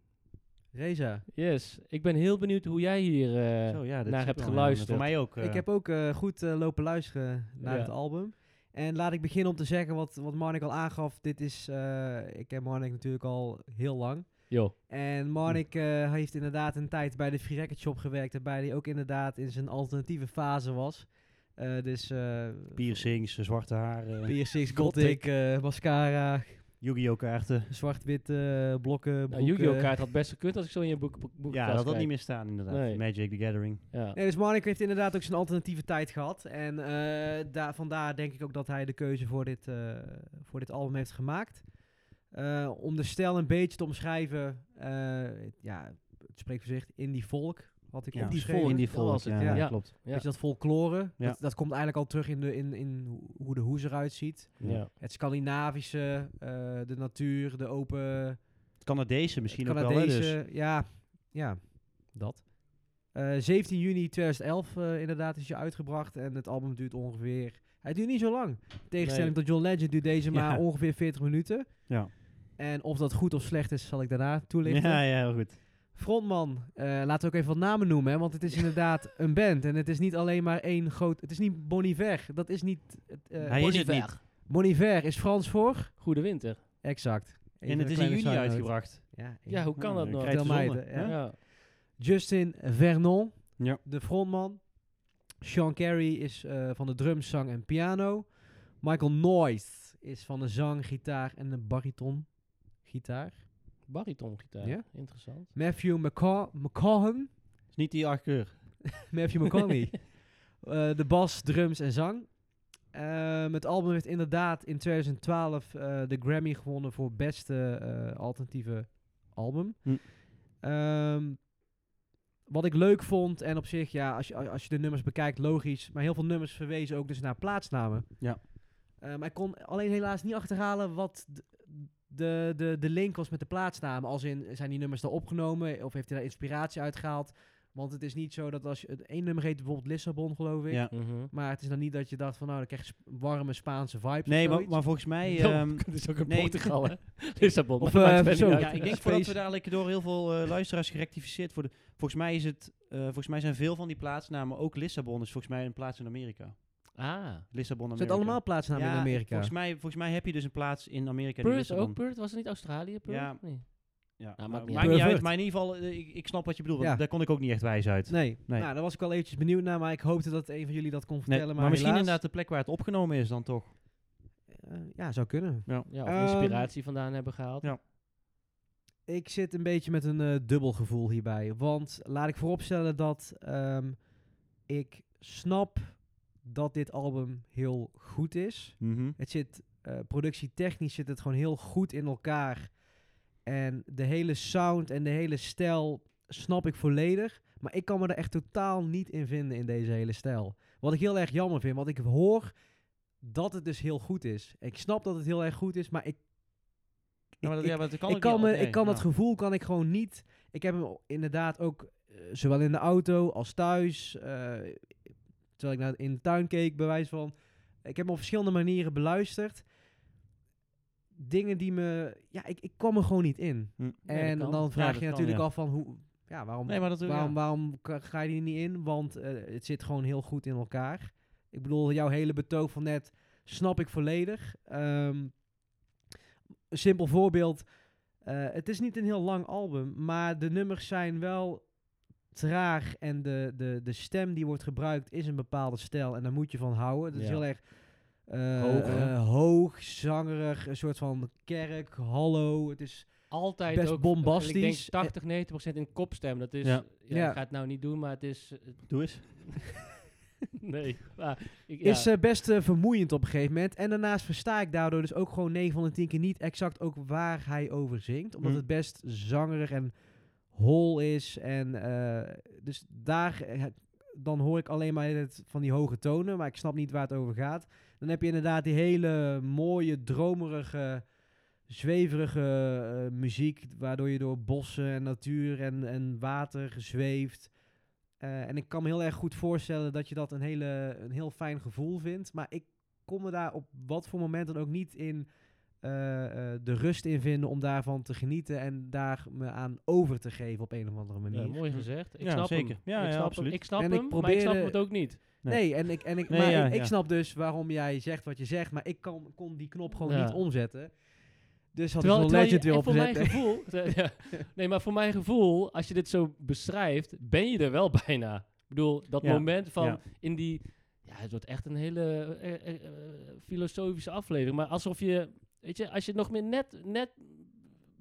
Reza, Yes. Ik ben heel benieuwd hoe jij hier... eh, Zo, ja, dit naar is hebt wel, eh, geluisterd. Voor mij ook. eh, ik heb ook eh, goed eh, lopen luisteren naar Ja. het album. En laat ik beginnen om te zeggen wat, wat Marnik al aangaf. Dit is, eh, ik ken Marnik natuurlijk al heel lang. joh. En Hm. Marnik eh, heeft inderdaad een tijd bij de Free Record Shop gewerkt. Waarbij hij ook inderdaad in zijn alternatieve fase was. Eh, dus eh Piercings, eh, zwarte haren, piercings, Gothic. gothic, eh, mascara, Yu-Gi-Oh kaarten. zwart-wit eh, blokken, Nou, broeken. Yu-Gi-Oh! kaart had best gekund als ik zo in je boek, boek, Ja, boekenkast dat had kijk. niet meer staan inderdaad. Nee. Magic the Gathering. Ja. Nee, dus Marnik heeft inderdaad ook zijn alternatieve tijd gehad. En eh, daar, vandaar denk ik ook dat hij de keuze voor dit, eh, voor dit album heeft gemaakt. Eh, om de stijl een beetje te omschrijven, eh, ja, het spreekt voor zich, indie folk had ik Ja. opgeschreven. Indie folk, In die dat was volk, het, ja, ja. ja, Ja. klopt. Ja. Weet je, dat folklore, Ja. dat, dat komt eigenlijk al terug in, de, in, in ho- hoe de hoes eruit ziet. Ja. Het Scandinavische, eh, de natuur, de open Het Canadese misschien ook wel, hè, Canadese. dus. eh, Ja, ja, dat. Eh, 17 juni 2011 eh, inderdaad is je uitgebracht en het album duurt ongeveer... Hij duurt niet zo lang. In Tegenstelling tot John Legend duurt deze maar Ja. ongeveer 40 minuten. Ja. En of dat goed of slecht is, zal ik daarna toelichten. Ja, ja, heel goed. Frontman, eh, laten we ook even wat namen noemen, hè, want het is inderdaad een band. En het is niet alleen maar één groot... Het is niet Bon Iver, dat is niet... het, eh, Hij is het Bon Iver. niet. Bon Iver is Frans voor? Goede winter. Exact. Even En het een is in kleine juni side note. uitgebracht. Ja, Ja, hoe kan Ja, dat dan nou? krijg je Vertel mij de het, zonne, hè? hè? Ja. Justin Vernon, Ja. de frontman. Sean Carey is eh, van de drums, zang en piano. Michael Noyes is van de zang, gitaar en de bariton gitaar. Baritongitaar. Ja? Interessant. Matthew McCa- McCahan, Het is niet die acht kleur. Matthew McConaughey. Eh, de bas, drums en zang. Ehm, het album heeft inderdaad in 2012 eh, de Grammy gewonnen voor beste eh, alternatieve album. Hm. Ehm, wat ik leuk vond, en op zich, ja, als je, als je de nummers bekijkt, logisch. Maar heel veel nummers verwezen ook dus naar plaatsnamen. Ja. Eh, maar ik kon alleen helaas niet achterhalen wat d- de, de, de link was met de plaatsnamen. Als in, zijn die nummers daar opgenomen? Of heeft hij daar inspiratie uitgehaald? Want het is niet zo dat als je... Het één nummer heet bijvoorbeeld Lissabon, geloof ik. Ja. Mhm. Maar het is dan niet dat je dacht van, nou, dan krijg je sp- warme Spaanse vibes Nee, of maar, zoiets. maar volgens mij... Ja, ehm, Het is ook in nee. Portugal, hè? Lissabon. Of, maar dat eh, maakt zo. verder niet uit. ja, ik denk Space. voordat we dadelijk door heel veel eh, luisteraars gerectificeerd worden. Volgens mij, is het, eh, volgens mij zijn veel van die plaatsnamen, ook Lissabon is volgens mij een plaats in Amerika. Ah. Lissabon, Amerika. Zijn het allemaal plaatsnamen in Ja, Amerika? Volgens mij, volgens mij heb je dus een plaats in Amerika die Perth Lissabon... ook? Perth? Was het niet Australië? Perth? Ja. Nee. Ja, maakt maar- niet maakt niet uit. uit. Maar in ieder geval, eh, ik, ik snap wat je bedoelt, want Ja. daar kon ik ook niet echt wijs uit. Nee. Nee. Nou, daar was ik wel eventjes benieuwd naar, maar ik hoopte dat een van jullie dat kon vertellen. maar, maar misschien helaas- inderdaad de plek waar het opgenomen is dan toch. Eh, ja, zou kunnen. Ja, of Ehm, inspiratie vandaan hebben gehaald. ja. Ik zit een beetje met een eh, dubbel gevoel hierbij. Want laat ik vooropstellen dat ehm, ik snap dat dit album heel goed is. Mm-hmm. Het zit, eh, productietechnisch zit het gewoon heel goed in elkaar. En de hele sound en de hele stijl snap ik volledig. Maar ik kan me er echt totaal niet in vinden in deze hele stijl. Wat ik heel erg jammer vind, want ik hoor dat het dus heel goed is. Ik snap dat het heel erg goed is, maar ik, Ja, maar dat, ik, ja, maar dat kan ik ook kan, niet me, altijd. ik kan Nee, dat ja. gevoel kan ik gewoon niet. Ik heb hem inderdaad ook eh, zowel in de auto als thuis. eh, terwijl ik naar, in de tuin keek, bewijs van. Ik heb hem op verschillende manieren beluisterd. Dingen die me. Ja, ik, ik kwam er gewoon niet in. Hm. Nee, dat en kan. dan vraag dat je kan, natuurlijk ja. af van hoe. Ja, waarom, Nee, maar dat waarom, ja. waarom ka- ga je er niet in? Want eh, het zit gewoon heel goed in elkaar. Ik bedoel, jouw hele betoog van net snap ik volledig. Ehm, een simpel voorbeeld. eh, het is niet een heel lang album, maar de nummers zijn wel traag. En de, de, de stem die wordt gebruikt is een bepaalde stijl. En daar moet je van houden. Dat is Ja. heel erg eh, Hoog, hè? eh, hoog, zangerig, een soort van kerk, hallo. Het is Altijd Best ook, bombastisch. Ik denk 80, 90 procent in kopstem. Dat is, Ja. ja. Ja. ik ga het nou niet doen, maar het is... eh, Doe eens. nee. Maar ik, ja. Is eh, best eh, vermoeiend op een gegeven moment. En daarnaast versta ik daardoor dus ook gewoon 9 van de 10 keer niet exact ook waar hij over zingt. Omdat Mhm. Mm. het best zangerig en hol is. En eh, dus daar, eh, dan hoor ik alleen maar het, van die hoge tonen, maar ik snap niet waar het over gaat. Dan heb je inderdaad die hele mooie, dromerige, zweverige eh, muziek, waardoor je door bossen en natuur en, en water zweeft. Eh, en ik kan me heel erg goed voorstellen dat je dat een, hele, een heel fijn gevoel vindt. Maar ik kon me daar op wat voor moment dan ook niet in eh, eh, de rust in vinden om daarvan te genieten en daar me aan over te geven op een of andere manier. Ja, mooi gezegd. Ik Ja, snap zeker. hem. Ja, ja, ik snap absoluut. hem. Ik snap En ik eh, hem, maar ik snap probeerde- hem het ook niet. Nee, en ik, en ik, Nee, maar ja, ik, ik ja. snap dus waarom jij zegt wat je zegt, maar ik kan, kon die knop gewoon Ja. niet omzetten. Dus had Terwijl, ik zo'n terwijl legend je, weer en voor mijn opgezet. gevoel... ja, nee, maar voor mijn gevoel, als je dit zo beschrijft, ben je er wel bijna. Ik bedoel, dat Ja, moment van ja. in die Ja, het wordt echt een hele eh, eh, eh, filosofische aflevering. Maar alsof je, weet je, als je nog meer net, net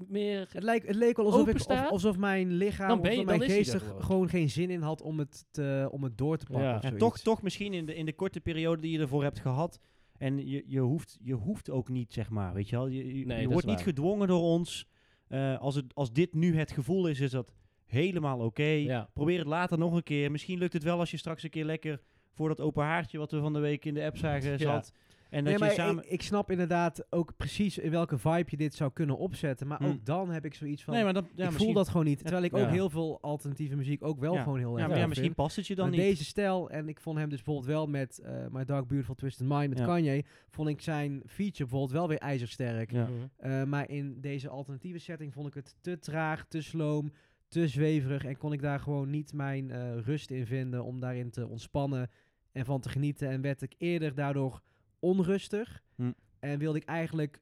meer... Het, lijkt, het leek wel alsof, ik, Openstaat? of- alsof mijn lichaam Dan of ben je- dat dan mijn is hij geest er er gewoon. gewoon. geen zin in had om het, te, om het door te pakken Ja. of Ja, zoiets. toch, toch misschien in de, in de korte periode die je ervoor hebt gehad. En je, je, hoeft, je hoeft ook niet, zeg maar. Weet je wel, je, je, Nee, je dat wordt is niet waar. gedwongen door ons. Eh, als, het, als dit nu het gevoel is, is dat helemaal oké. Ja. Probeer het later nog een keer. Misschien lukt het wel als je straks een keer lekker voor dat open haartje wat we van de week in de app zagen zat. En dat Nee, maar je samen. ik, ik snap inderdaad ook precies in welke vibe je dit zou kunnen opzetten. Maar Hm. ook dan heb ik zoiets van... nee, maar dat, ja, ik voel misschien- dat gewoon niet. Terwijl ik ook Ja. heel veel alternatieve muziek ook wel Ja. gewoon heel Ja, erg maar ja, leuk misschien vind. past het je dan Maar niet. deze stijl, en ik vond hem dus bijvoorbeeld wel met eh My Dark Beautiful Twisted Mind met Ja. Kanye, vond ik zijn feature bijvoorbeeld wel weer ijzersterk. Ja. Mhm. Eh, maar in deze alternatieve setting vond ik het te traag, te sloom, te zweverig. En kon ik daar gewoon niet mijn eh, rust in vinden om daarin te ontspannen en van te genieten. En werd ik eerder daardoor onrustig. Hm. En wilde ik eigenlijk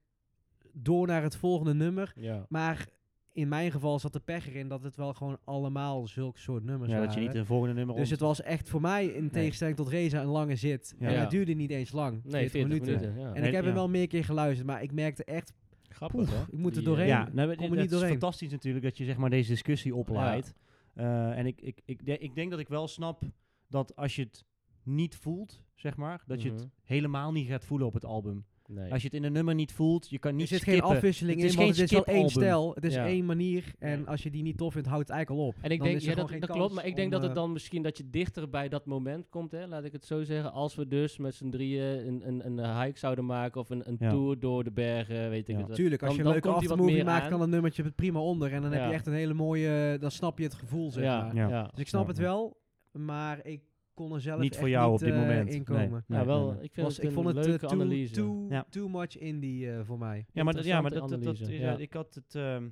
door naar het volgende nummer. Ja. Maar in mijn geval zat de pech erin dat het wel gewoon allemaal zulk soort nummers ja, waren. dat Dus je niet een volgende nummer dus om- het was echt voor mij, in tegenstelling tot Reza, een lange zit. Ja. En Ja. het duurde niet eens lang. Nee, 40 minuten. ja. En ik heb hem Ja. wel meer keer geluisterd, maar ik merkte echt Grappig, Poef, hè? ik moet er Die, eh, doorheen. Ja, nou, kom er dat niet is doorheen. fantastisch natuurlijk dat je zeg maar deze discussie oplaait. Eh, en ik, ik, ik, de- ik denk dat ik wel snap dat als je het niet voelt, zeg maar, dat je Mhm. het helemaal niet gaat voelen op het album. Nee. Als je het in een nummer niet voelt, je kan niet er zit skippen. geen afwisseling Het is in, want geen het is wel één skipalbum. stijl. Het is Ja. één manier. En als je die niet tof vindt, houdt het eigenlijk al op. En ik Dan denk, is er ja, dat, gewoon dat geen klopt, kans maar ik denk om, dat het eh, dan misschien dat je dichter bij dat moment komt, hè, laat ik het zo zeggen. Als we dus met z'n drieën een, een, een hike zouden maken of een, een Ja. tour door de bergen, weet ik Ja. het wat. Tuurlijk, als dan- je dan een leuke komt die wat aftermovie meer maakt, aan. kan dat nummertje het prima onder. En dan heb Ja. je echt een hele mooie... eh, Dan snap je het gevoel, zeg ja, maar. ja. Ja. ja. Dus ik snap Ja, het ja. wel, maar ik kon er zelf Niet echt voor jou niet, op dit eh, moment. in Nee, komen. nee, wel, nee, nee. ik vind Was- het een vond het eh, leuke too, analyse. Too, Ja. too much indie eh, voor mij. Ja, maar, dat- ja, maar dat, Interessante dat, dat analyse, is, eh, ja. ik had het... ehm,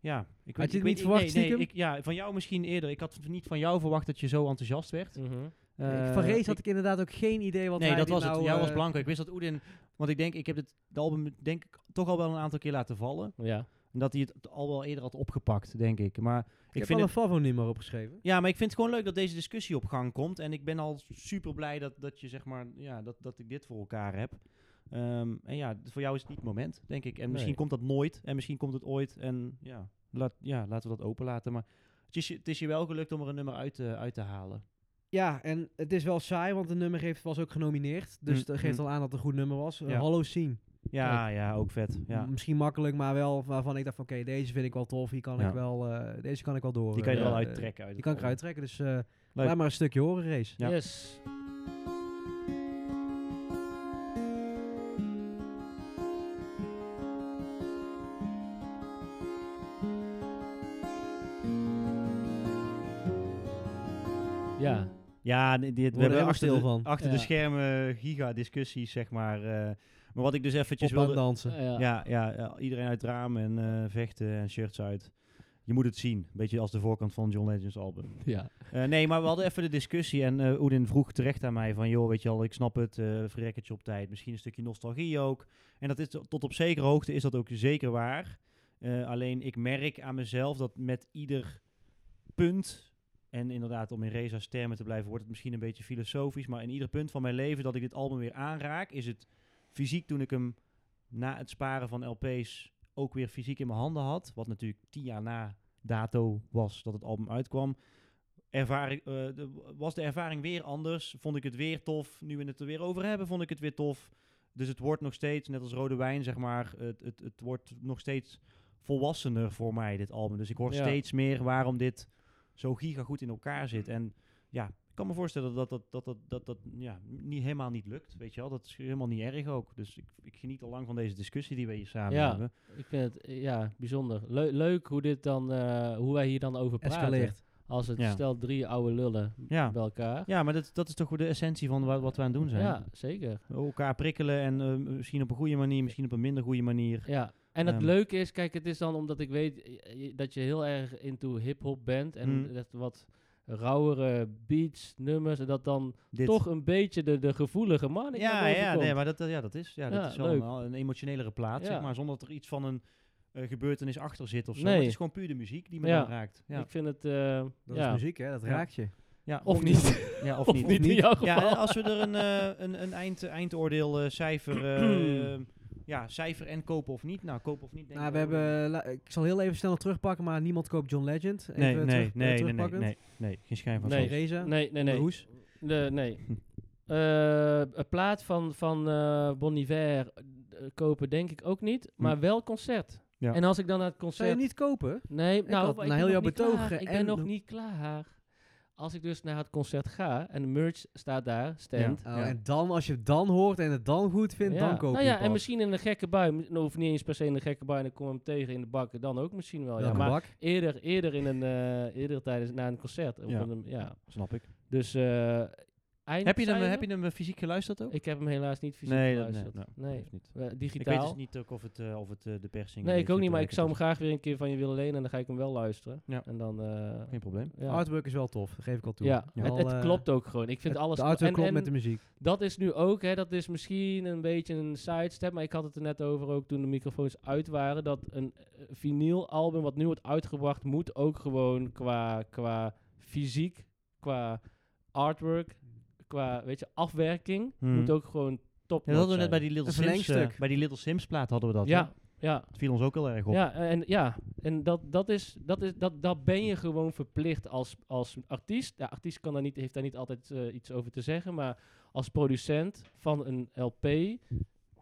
ja, Had ik je het ik niet verwacht, nee, nee, stiekem? ik, Ja, van jou misschien eerder. Ik had niet van jou verwacht dat je zo enthousiast werd. Mhm. Ik- Eh, Van Rees ik- had ik inderdaad ook geen idee wat nee, hij dat dit was nou... het. Jij eh, was blanco. Ik wist dat Oedin... Want ik denk, ik heb het de album denk ik toch al wel een aantal keer laten vallen. Ja. En dat hij het al wel eerder had opgepakt, denk ik. Maar Ik ik heb vind wel een het, Favo-nummer opgeschreven. ja, maar ik vind het gewoon leuk dat deze discussie op gang komt. En ik ben al super blij dat, dat je zeg maar, ja, dat, dat ik dit voor elkaar heb. Ehm, en ja, d- voor jou is het niet het moment, denk ik. En misschien Nee. komt dat nooit. En misschien komt het ooit. En ja, laat, ja laten we dat openlaten. Maar het is, je- het is je wel gelukt om er een nummer uit te, uit te halen. Ja, en het is wel saai, want het nummer heeft, was ook genomineerd. Dus Mm, dat geeft mm. al aan dat het een goed nummer was. Eh, Ja. Hallo Scene. Ja, ja, ook vet. Ja. M- Misschien makkelijk, maar wel waarvan ik dacht van... Oké, deze vind ik wel tof. Hier kan Ja. ik wel, eh, deze kan ik wel door. Die kan je er eh, wel eh, uittrekken. Uit Die het kan ik album. eruit trekken, dus... eh, laat maar een stukje horen, Race. Ja. Yes. Ja, Ja, nee, dit, we Worden helemaal hebben achter, stil de, van. achter Ja. de schermen eh, giga-discussies, zeg maar. eh, maar wat ik dus eventjes Op aan het wilde... dansen. ja. Ja, ja, ja, iedereen uit het raam en eh, vechten en shirts uit. Je moet het zien. Beetje als de voorkant van John Legend's album. ja. Eh, nee, maar we hadden even de discussie en eh Oedin vroeg terecht aan mij van... joh, weet je al, ik snap het, eh verrekkertje op tijd. Misschien een stukje nostalgie ook. En dat is to- tot op zekere hoogte is dat ook zeker waar. Eh, alleen ik merk aan mezelf dat met ieder punt... en inderdaad, om in Reza's termen te blijven, wordt het misschien een beetje filosofisch... maar in ieder punt van mijn leven dat ik dit album weer aanraak... is het fysiek toen ik hem na het sparen van LP's ook weer fysiek in mijn handen had... wat natuurlijk tien jaar na dato was dat het album uitkwam ervaring, eh, de- was de ervaring weer anders. Vond ik het weer tof. Nu we het er weer over hebben, vond ik het weer tof. Dus het wordt nog steeds, net als rode wijn, zeg maar, het, het, het wordt nog steeds volwassener voor mij, dit album. Dus ik hoor Ja. steeds meer waarom dit zo giga goed in elkaar zit. En ja, ik kan me voorstellen dat dat, dat, dat, dat, dat ja, niet, helemaal niet lukt, weet je wel. Dat is helemaal niet erg ook. Dus ik, ik geniet al lang van deze discussie die we hier samen Ja. hebben. Ik vind het eh, ja, bijzonder. Leu- leuk hoe, dit dan, eh, hoe wij hier dan over praten. Escaleert. Als het Ja. stel drie oude lullen Ja, bij elkaar. ja maar dat, dat is toch de essentie van wa- wat we aan het doen zijn. Ja, zeker. elkaar prikkelen en eh, misschien op een goede manier, misschien op een minder goede manier. Ja. En het Ehm. leuke is, kijk, het is dan omdat ik weet eh, je- dat je heel erg into hip-hop bent. En Mm. dat wat rauwere beats, nummers. En dat dan Dit. toch eh, een beetje de, de gevoelige man. Ja, ja, nee, maar dat, dat- ja, dat is, ja, Ja, dat is wel leuk. een, een emotionelere plaat, Ja. zeg maar, zonder dat er iets van een eh, gebeurtenis achter zit of zo. Nee. Het is gewoon puur de muziek die me Ja. dan raakt. Ja. Ik vind het. eh, Dat ja. is muziek, hè? Dat Ja. raakt je. Ja, Of niet. Ja, of, Of niet. niet, in jouw Ja, geval. en als we er een, eh, een, een eind, eindoordeel eh, cijfer, eh, ja, cijfer en kopen of niet. Nou, kopen of niet. Denk Nou, ik we wel. hebben, la- ik zal heel even snel nog terugpakken, maar niemand koopt John Legend. Even Nee, nee, terug- nee, eh, nee, nee, nee, terugpakkend. nee, nee, geen schijn van Nee. kans. Reza, Nee, nee, nee. Hoes. De, nee. Eh, een plaat van, van eh Bon Iver eh, kopen denk ik ook niet, maar wel concert. Hm. Ja. En als ik dan naar het Zou je concert... hem niet kopen? Nee, nou, had maar na ik ben heel jouw nog niet klaar. betogen Ik en ben nog nog- niet klaar. Als ik dus naar het concert ga en de merch staat daar, stand. Oh, Ja. En dan, als je het dan hoort en het dan goed vindt, dan koop je nou ja, hem en pas. misschien in een gekke bui, m- of niet eens per se in een gekke bui, en dan kom ik hem tegen in de bakken, dan ook misschien wel. Ja. Welke Maar bak? eerder, eerder, in een, eh, eerder tijdens na een concert. Of Ja. een- eh, ja. Snap ik. Dus eh, eind Heb je, hem, cijfer? heb je hem eh, fysiek geluisterd ook? Ik heb hem helaas niet fysiek nee, dat- geluisterd. nee, nee, heeft niet. Eh, Ik weet digitaal. dus niet ook of het, eh, of het eh, de persing... nee, eh, ik ook niet, maar ik vergelijkend zou hem is. graag weer een keer van je willen lenen en dan ga ik hem wel luisteren. Ja. Oh, En dan, eh, Geen probleem. ja. Artwork is wel tof, dat geef ik al toe. Ja, Wel, het, het eh, klopt ook gewoon. Ik vind het- alles... De kl- artwork en- klopt en met de muziek. Dat is nu ook, hè, dat is misschien een beetje een sidestep, maar ik had het er net over ook toen de microfoons uit waren, dat een eh, vinylalbum wat nu wordt uitgebracht, moet ook gewoon qua, qua fysiek, qua artwork, qua weet je, afwerking, Hmm. moet ook gewoon top Ja, dat hadden we net bij die Een Little Sims... eh, verlengstuk. bij die Little Sims plaat hadden we dat. hè? Ja, ja. Het viel ons ook heel erg op. Ja, en, ja, en dat, dat is, dat is, dat, dat ben je gewoon verplicht als, als artiest. Ja, artiest kan daar niet, heeft daar niet altijd eh, iets over te zeggen, maar als producent van een LP,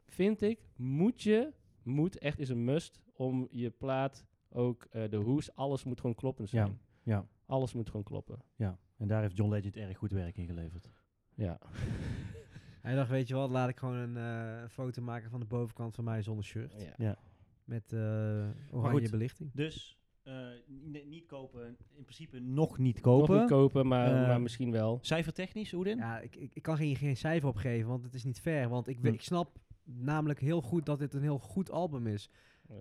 vind ik, moet je, moet echt is een must om je plaat, ook eh, de hoes, alles moet gewoon kloppen zijn. ja. Alles moet gewoon kloppen. Ja. En daar heeft John Legend erg goed werk in geleverd. Ja. Hij dacht, weet je wat, laat ik gewoon een eh, foto maken van de bovenkant van mij zonder shirt. ja. Met eh, oranje goed. belichting. Dus eh, ni- niet kopen, in principe nog niet Nog kopen. niet kopen, maar, Eh, maar misschien wel. Cijfertechnisch, Oedin? Ja, ik, ik, ik kan hier geen cijfer op geven, want het is niet fair. Want ik, we- Hm. ik snap namelijk heel goed dat dit een heel goed album is.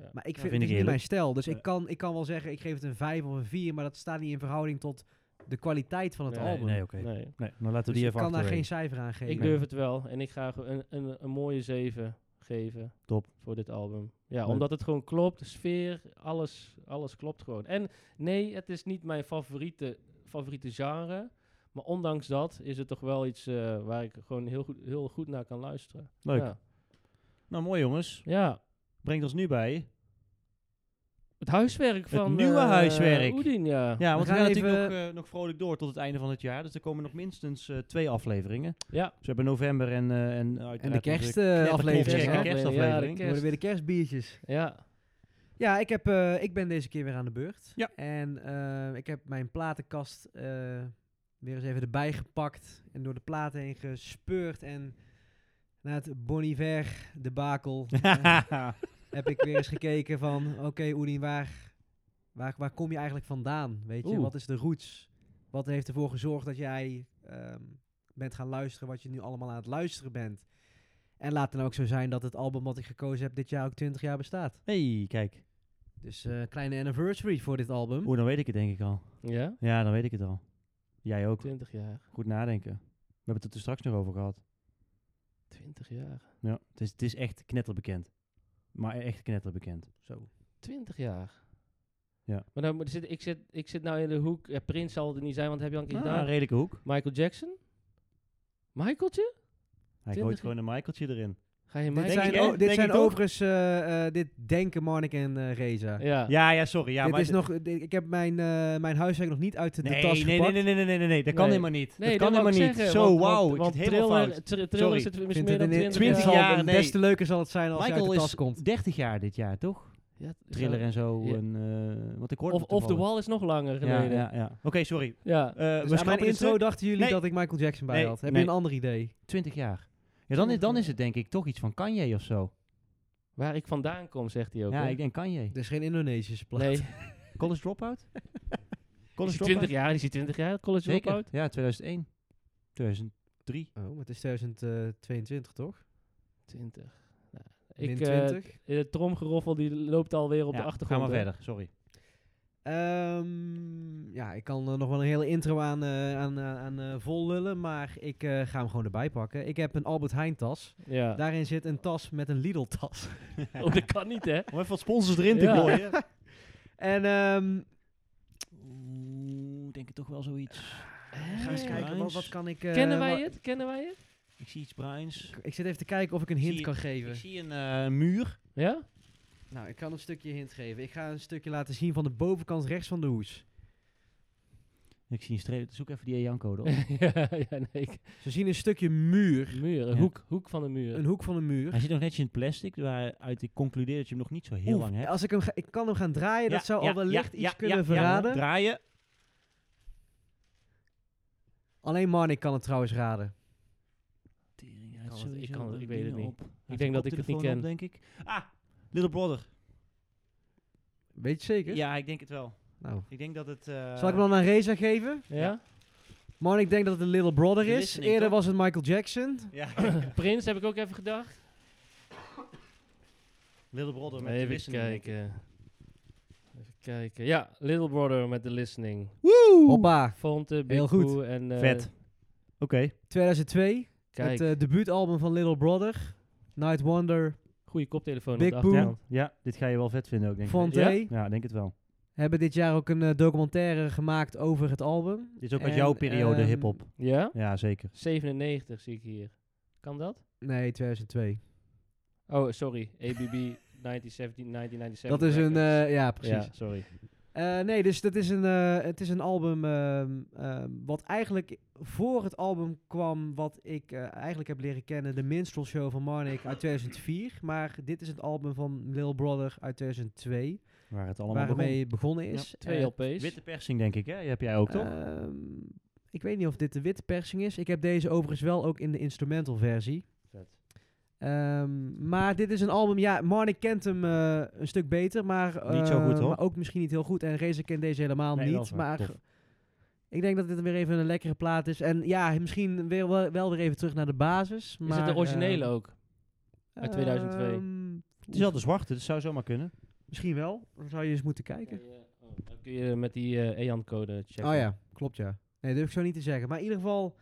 Ja. Maar ik Ja, vind, het vind ik is niet eerlijk. mijn stijl. Dus Ja. ik, kan, ik kan wel zeggen, ik geef het een 5 of een 4, maar dat staat niet in verhouding tot de kwaliteit van het Nee, album. Nee, oké. Nee. Nee, nou laten we Dus die ik even kan daar geen achterwege. cijfer aan geven. Ik durf het wel. En ik ga ge- een, een, een mooie 7 geven. Top. Voor dit album. Ja, Leuk. omdat het gewoon klopt. De sfeer, alles, alles klopt gewoon. En nee, het is niet mijn favoriete, favoriete genre. Maar ondanks dat is het toch wel iets eh, waar ik gewoon heel goed, heel goed naar kan luisteren. Leuk. Ja. Nou, mooi jongens. Ja. Brengt ons nu bij. Het huiswerk van... nieuwe eh, huiswerk. Oedin, ja. Ja, want we gaan gaan natuurlijk nog, even- eh, nog vrolijk door tot het einde van het jaar. Dus er komen nog minstens eh, twee afleveringen. Ja. Dus we hebben november en, eh en En uiteraard de eh, onze knetterklontjes kerstaflevering. en hè? kerstaflevering. Ja, We worden weer de kerstbiertjes. Ja. Ja, ik, heb, eh, ik ben deze keer weer aan de beurt. Ja. En eh, ik heb mijn platenkast eh, weer eens even erbij gepakt. En door de platen heen gespeurd. En na het Bon Iver debakel eh, heb ik weer eens gekeken van... Oké, Oedien, waar, waar, waar kom je eigenlijk vandaan? Weet je, Oeh. wat is de roots? Wat heeft ervoor gezorgd dat jij ehm, bent gaan luisteren... wat je nu allemaal aan het luisteren bent? En laat dan ook zo zijn dat het album wat ik gekozen heb... dit jaar ook 20 jaar bestaat. hey, kijk. Dus eh, kleine anniversary voor dit album. Oeh, dan weet ik het denk ik al. Ja? Ja, dan weet ik het al. Jij ook. 20 jaar. Goed nadenken. We hebben het er dus straks nog over gehad. 20 jaar. Ja, het is, het is echt knetterbekend. Maar echt knetterbekend. Ah, Zo. 20 jaar. Ja. Maar nou, moet- zit, ik, zit, ik zit nou in de hoek. Ja, Prins zal er niet zijn, want dat heb je al een keer Ah, gedaan. een redelijke hoek. Michael Jackson? Michaeltje? Hij Twintig- gooit gewoon een Michaeltje erin. Ga je Dit Denk zijn, ik, hè? o- dit Denk zijn ik ook. overigens, eh, eh, dit denken Marnik en eh, Reza. Ja. Ja, ja, sorry. Ja, dit maar is nog, dit- ik heb mijn, eh, mijn huiswerk nog niet uit de, de nee, tas nee, nee, gepakt. nee, nee, nee, nee, nee, nee, dat kan Nee. helemaal niet. Nee, dat kan wou ik helemaal niet. zeggen, Zo, want- wauw, want- ik zit want helemaal thriller, fout. thr- Sorry. thriller zit Ik mis vind meer het dan in de 20, 20 jaar. jaar, nee. des te leuker zal het zijn als je uit Michael de tas is komt. Dus 30 jaar dit jaar, toch? Ja, Thriller en zo. Ja. En, eh, wat ik hoorde Of, of The toevallig. Wall is nog langer geleden. Ja, Ja. ja, ja. Oké, sorry. Eh, Dus we aan mijn schrappen dit intro terug. dachten jullie Nee. dat ik Michael Jackson bij Nee, had. Heb nee. je een ander idee? 20 jaar. Ja, dan is, dan is het denk ik toch iets van Kanye of zo. Waar ik vandaan kom, zegt hij ook. Ja, hè? ik denk Kanye. Het is geen Indonesische plaat. Nee, College Dropout? is College hij Dropout? 20 jaar, is hij 20 jaar, college Zeker. dropout? Ja, 2001. 2003. Oh, maar het is 2022 toch? 20. Nou, Min ik, eh, 20. de tromgeroffel die loopt alweer op Ja, de achtergrond. Ga maar hè. verder, sorry. Ehm, ja, ik kan er nog wel een hele intro aan, eh, aan, aan, aan, eh, vol lullen, maar ik eh, ga hem gewoon erbij pakken. Ik heb een Albert Heijn tas. Ja. Daarin zit een tas met een Lidl tas. Oh, dat kan niet, hè? Om even wat sponsors erin te Ja. gooien. en ehm, Oeh, denk ik toch wel zoiets. Ga eens kijken, wat, Bruins. wat kan ik... eh, Kennen wij wat- het? Kennen wij het? Ik zie iets bruins. Ik zit even te kijken of ik een hint Zie je- kan Ik geven. zie een eh, muur. Ja? Nou, ik kan een stukje hint geven. Ik ga een stukje laten zien van de bovenkant rechts van de hoes. Ik zie een streep. Zoek even die EAN-code op. ja, ja, nee. ik- Ze zien een stukje muur. Muur, een Ja. hoek, hoek van de muur. Een hoek van een muur. Hij zit nog netjes in het plastic, waaruit ik concludeer dat je hem nog niet zo heel Oeh, lang hebt. Als ik hem ga- ik kan hem gaan draaien, dat Ja, zou ja, al wellicht ja, iets ja, kunnen ja, ja. verraden. Draaien. Alleen Marnik kan het trouwens raden. Ik kan het- ik kan het- ik weet het niet. Ik denk dat ik het niet ken. denk ik. Ah, Little Brother. Weet je het zeker? Ja, ik denk het wel. Nou. Ik denk dat het... eh, Zal ik hem dan aan Reza geven? ja? Marnik denkt dat het een Little Brother De is. listening, Eerder toch? was het Michael Jackson. Ja. Prins heb ik ook even gedacht. Little Brother met de Even listening, denk ik. kijken. Even kijken. Ja, Little Brother met The Listening. Hoppa. Fonte, Big Heel goed. Pooh en... eh, Vet. Oké. 2002. Kijk, Het eh, debuutalbum van Little Brother. Night Wonder. goede koptelefoon Big op de Pooh. Ja, achterkant. ja, dit ga je wel vet vinden ook, denk ik. Fonte. Ja? Ja, ik denk het wel. Hebben dit jaar ook een eh, documentaire gemaakt over het album. Dit is ook uit En, jouw periode ehm, hip-hop. Ja? Ja, zeker. 97 zie ik hier. Kan dat? Nee, 2002. Oh, sorry. ABB 1917, 1997. Dat is een... records. eh, ja, precies. Ja, sorry. Eh, nee, dus dat is een, eh, het is een album ehm, ehm, wat eigenlijk voor het album kwam wat ik eh, eigenlijk heb leren kennen. De Minstrel Show van Marnik uit 2004. Maar dit is het album van Lil Brother uit 2002. Waar het allemaal Waarmee het begonnen is. Twee Eh, begon. LP's. Witte persing, denk ik, hè? Die heb jij ook, toch? ehm, ik weet niet of dit de witte persing is. Ik heb deze overigens wel ook in de instrumental versie. Ehm, maar dit is een album, ja, Marnik kent hem eh, een stuk beter, maar, Niet zo goed, eh, hoor. maar ook misschien niet heel goed. En Reza kent deze helemaal Nee, wel niet, waar. maar Tof. ik denk dat dit weer even een lekkere plaat is. En ja, misschien weer, wel, wel weer even terug naar de basis. is Maar, het de originele eh, ook? uit 2002? ehm, Het is al de zwarte, dus zou zomaar kunnen. misschien wel, dan zou je eens moeten kijken. Oh, dan kun je met die eh EAN-code checken. Oh ja, klopt ja. Nee, durf ik zo niet te zeggen. Maar in ieder geval,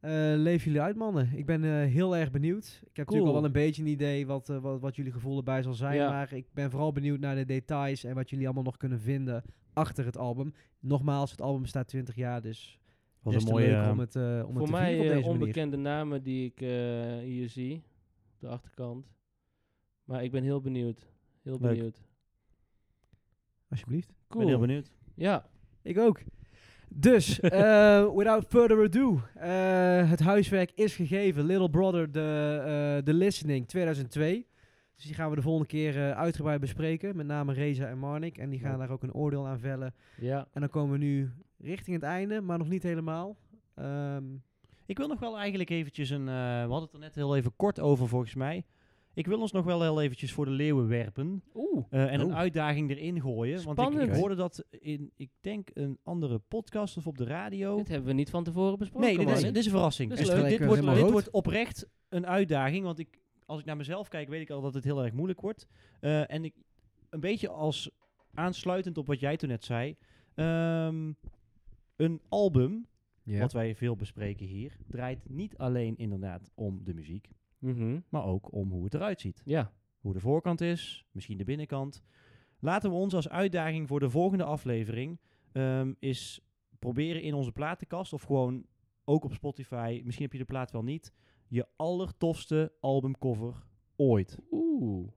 eh leef jullie uit mannen. Ik ben eh, heel erg benieuwd. Ik heb natuurlijk al Cool. wel een beetje een idee wat, eh, wat, wat jullie gevoel erbij zal zijn. Ja. Maar ik ben vooral benieuwd naar de details en wat jullie allemaal nog kunnen vinden achter het album. Nogmaals, het album bestaat 20 jaar, dus Was des een te mooie... leuk eh, om het, eh, om het Voor te mij vieren op eh, deze manier. onbekende namen die ik eh, hier zie. De achterkant. Maar ik ben heel benieuwd. Heel Leuk. benieuwd. Alsjeblieft. Ik ben heel benieuwd. Ja, Ik ook. Dus, eh, without further ado, eh, het huiswerk is gegeven. Little Brother, The, eh, The Listening 2002. Dus die gaan we de volgende keer eh, uitgebreid bespreken. Met name Reza en Marnik. En die gaan daar ook een oordeel aan vellen. ja. En dan komen we nu richting het einde, maar nog niet helemaal. Ehm, Ik wil nog wel eigenlijk eventjes een... eh, we hadden het er net heel even kort over, volgens mij. Ik wil ons nog wel heel eventjes voor de leeuwen werpen. Oeh. eh, en een Oh. uitdaging erin gooien. Want ik- ik, Spannend. hoorde dat in, ik denk, een andere podcast of op de radio. Dit hebben we niet van tevoren besproken. Oh. Nee, dit is, man. dit is een verrassing. Dat is Dus leuk. dit, Lekker, wordt, helemaal dit rood. wordt oprecht een uitdaging. Want ik, als ik naar mezelf kijk, weet ik al dat het heel erg moeilijk wordt. Eh, en ik, een beetje als aansluitend op wat jij toen net zei. ehm, een album, wat wij veel bespreken hier, draait niet alleen inderdaad om de muziek. Mhm. Maar ook om hoe het eruit ziet. Ja, Hoe de voorkant is, misschien de binnenkant. Laten we ons als uitdaging voor de volgende aflevering ehm, is proberen in onze platenkast of gewoon ook op Spotify, misschien heb je de plaat wel niet, je allertofste albumcover ooit. oeh.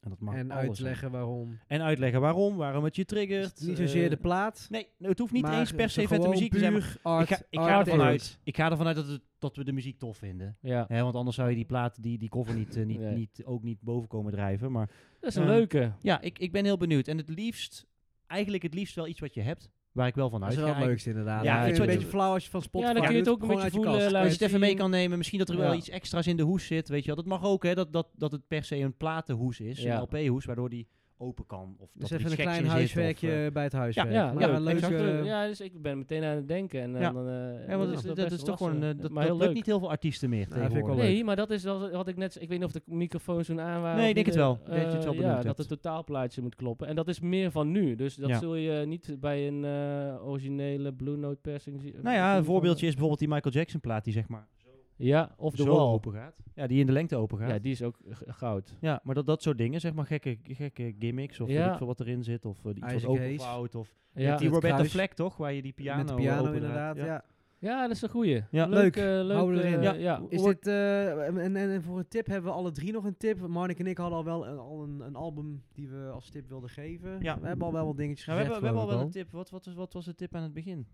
En dat mag en alles uitleggen waarom. zijn. En uitleggen waarom, waarom het je Dus triggert. niet zozeer de eh, plaat. Nee, het hoeft niet maar eens per se gewoon vette muziek te zijn. maar puur Art, ik ga, ik art ga ervan effort. uit, ik ga ervan uit dat, het- dat we de muziek tof vinden. Ja, Hè, want anders zou je die plaat, die, die cover niet, eh, niet, Nee. niet, ook niet boven komen drijven. Maar dat is een Ehm, leuke. Ja, ik, ik ben heel benieuwd. En het liefst, eigenlijk het liefst wel iets wat je hebt, waar ik wel van Dat uit is ga. wel het Ik- leukste inderdaad. Ja, Ja, een iets wat je- beetje flauw als je van Spotify Ja, dan kun je het doet, ook een gewoon beetje uit je kast. voelen. Als je laten het even mee zien. kan nemen, misschien dat er wel Ja. iets extra's in de hoes zit, weet je wel. Dat mag ook, hè, dat, dat, dat het per se een platenhoes is, Ja. een LP-hoes, waardoor die open kan. Of Dus dat er even een iets geks klein in zit, of, huiswerkje eh, bij het huiswerk. Ja, maar ja, een leuke... exact. ja, dus ik ben meteen aan het denken. En, Ja. dan, eh, ja, want dat, wel dat, best is toch gewoon, lastig. eh, dat, Maar dat heel lukt leuk. niet heel veel artiesten meer vind ik wel tegenwoordig. leuk. Nee, maar dat is wel wat ik net. Ik weet niet of de microfoons toen aan waren. Nee, of ik denk niet. het wel. Ik denk dat je het wel Eh, benoemd Ja, dat hebt. het totaalplaatje moet kloppen. En dat is meer van nu. Dus dat Ja. zul je niet bij een eh, originele Blue Note persing zien. Nou zien ja, een van- voorbeeldje is bijvoorbeeld die Michael Jackson plaat, die zeg maar zo Ja, of de zo wal. open gaat. Ja, die in de lengte open gaat. Ja, Ja, die is ook eh, g- goud. maar dat, dat soort dingen, zeg maar gekke, gekke gimmicks of Ja. weet ik veel wat erin zit. Of eh, iets wat Isaac Hayes. openvouwt. Of Ja, die het Roberta kruis. Fleck, toch? Waar je die piano Met de piano opendraait. inderdaad, ja. ja dat is een goeie. Ja. Leuk. Leuk. eh, leuk Houden we eh, erin. ja. Ja. Is dit, eh, en, en, en voor een tip hebben we alle drie nog een tip. Marnik en ik hadden al wel een, al een, een album die we als tip wilden geven. Ja. We hebben al wel wat dingetjes Nou, we gezegd. hebben, we hebben al geloof wel een ik tip. Wat, wat, is, wat was de tip aan het begin?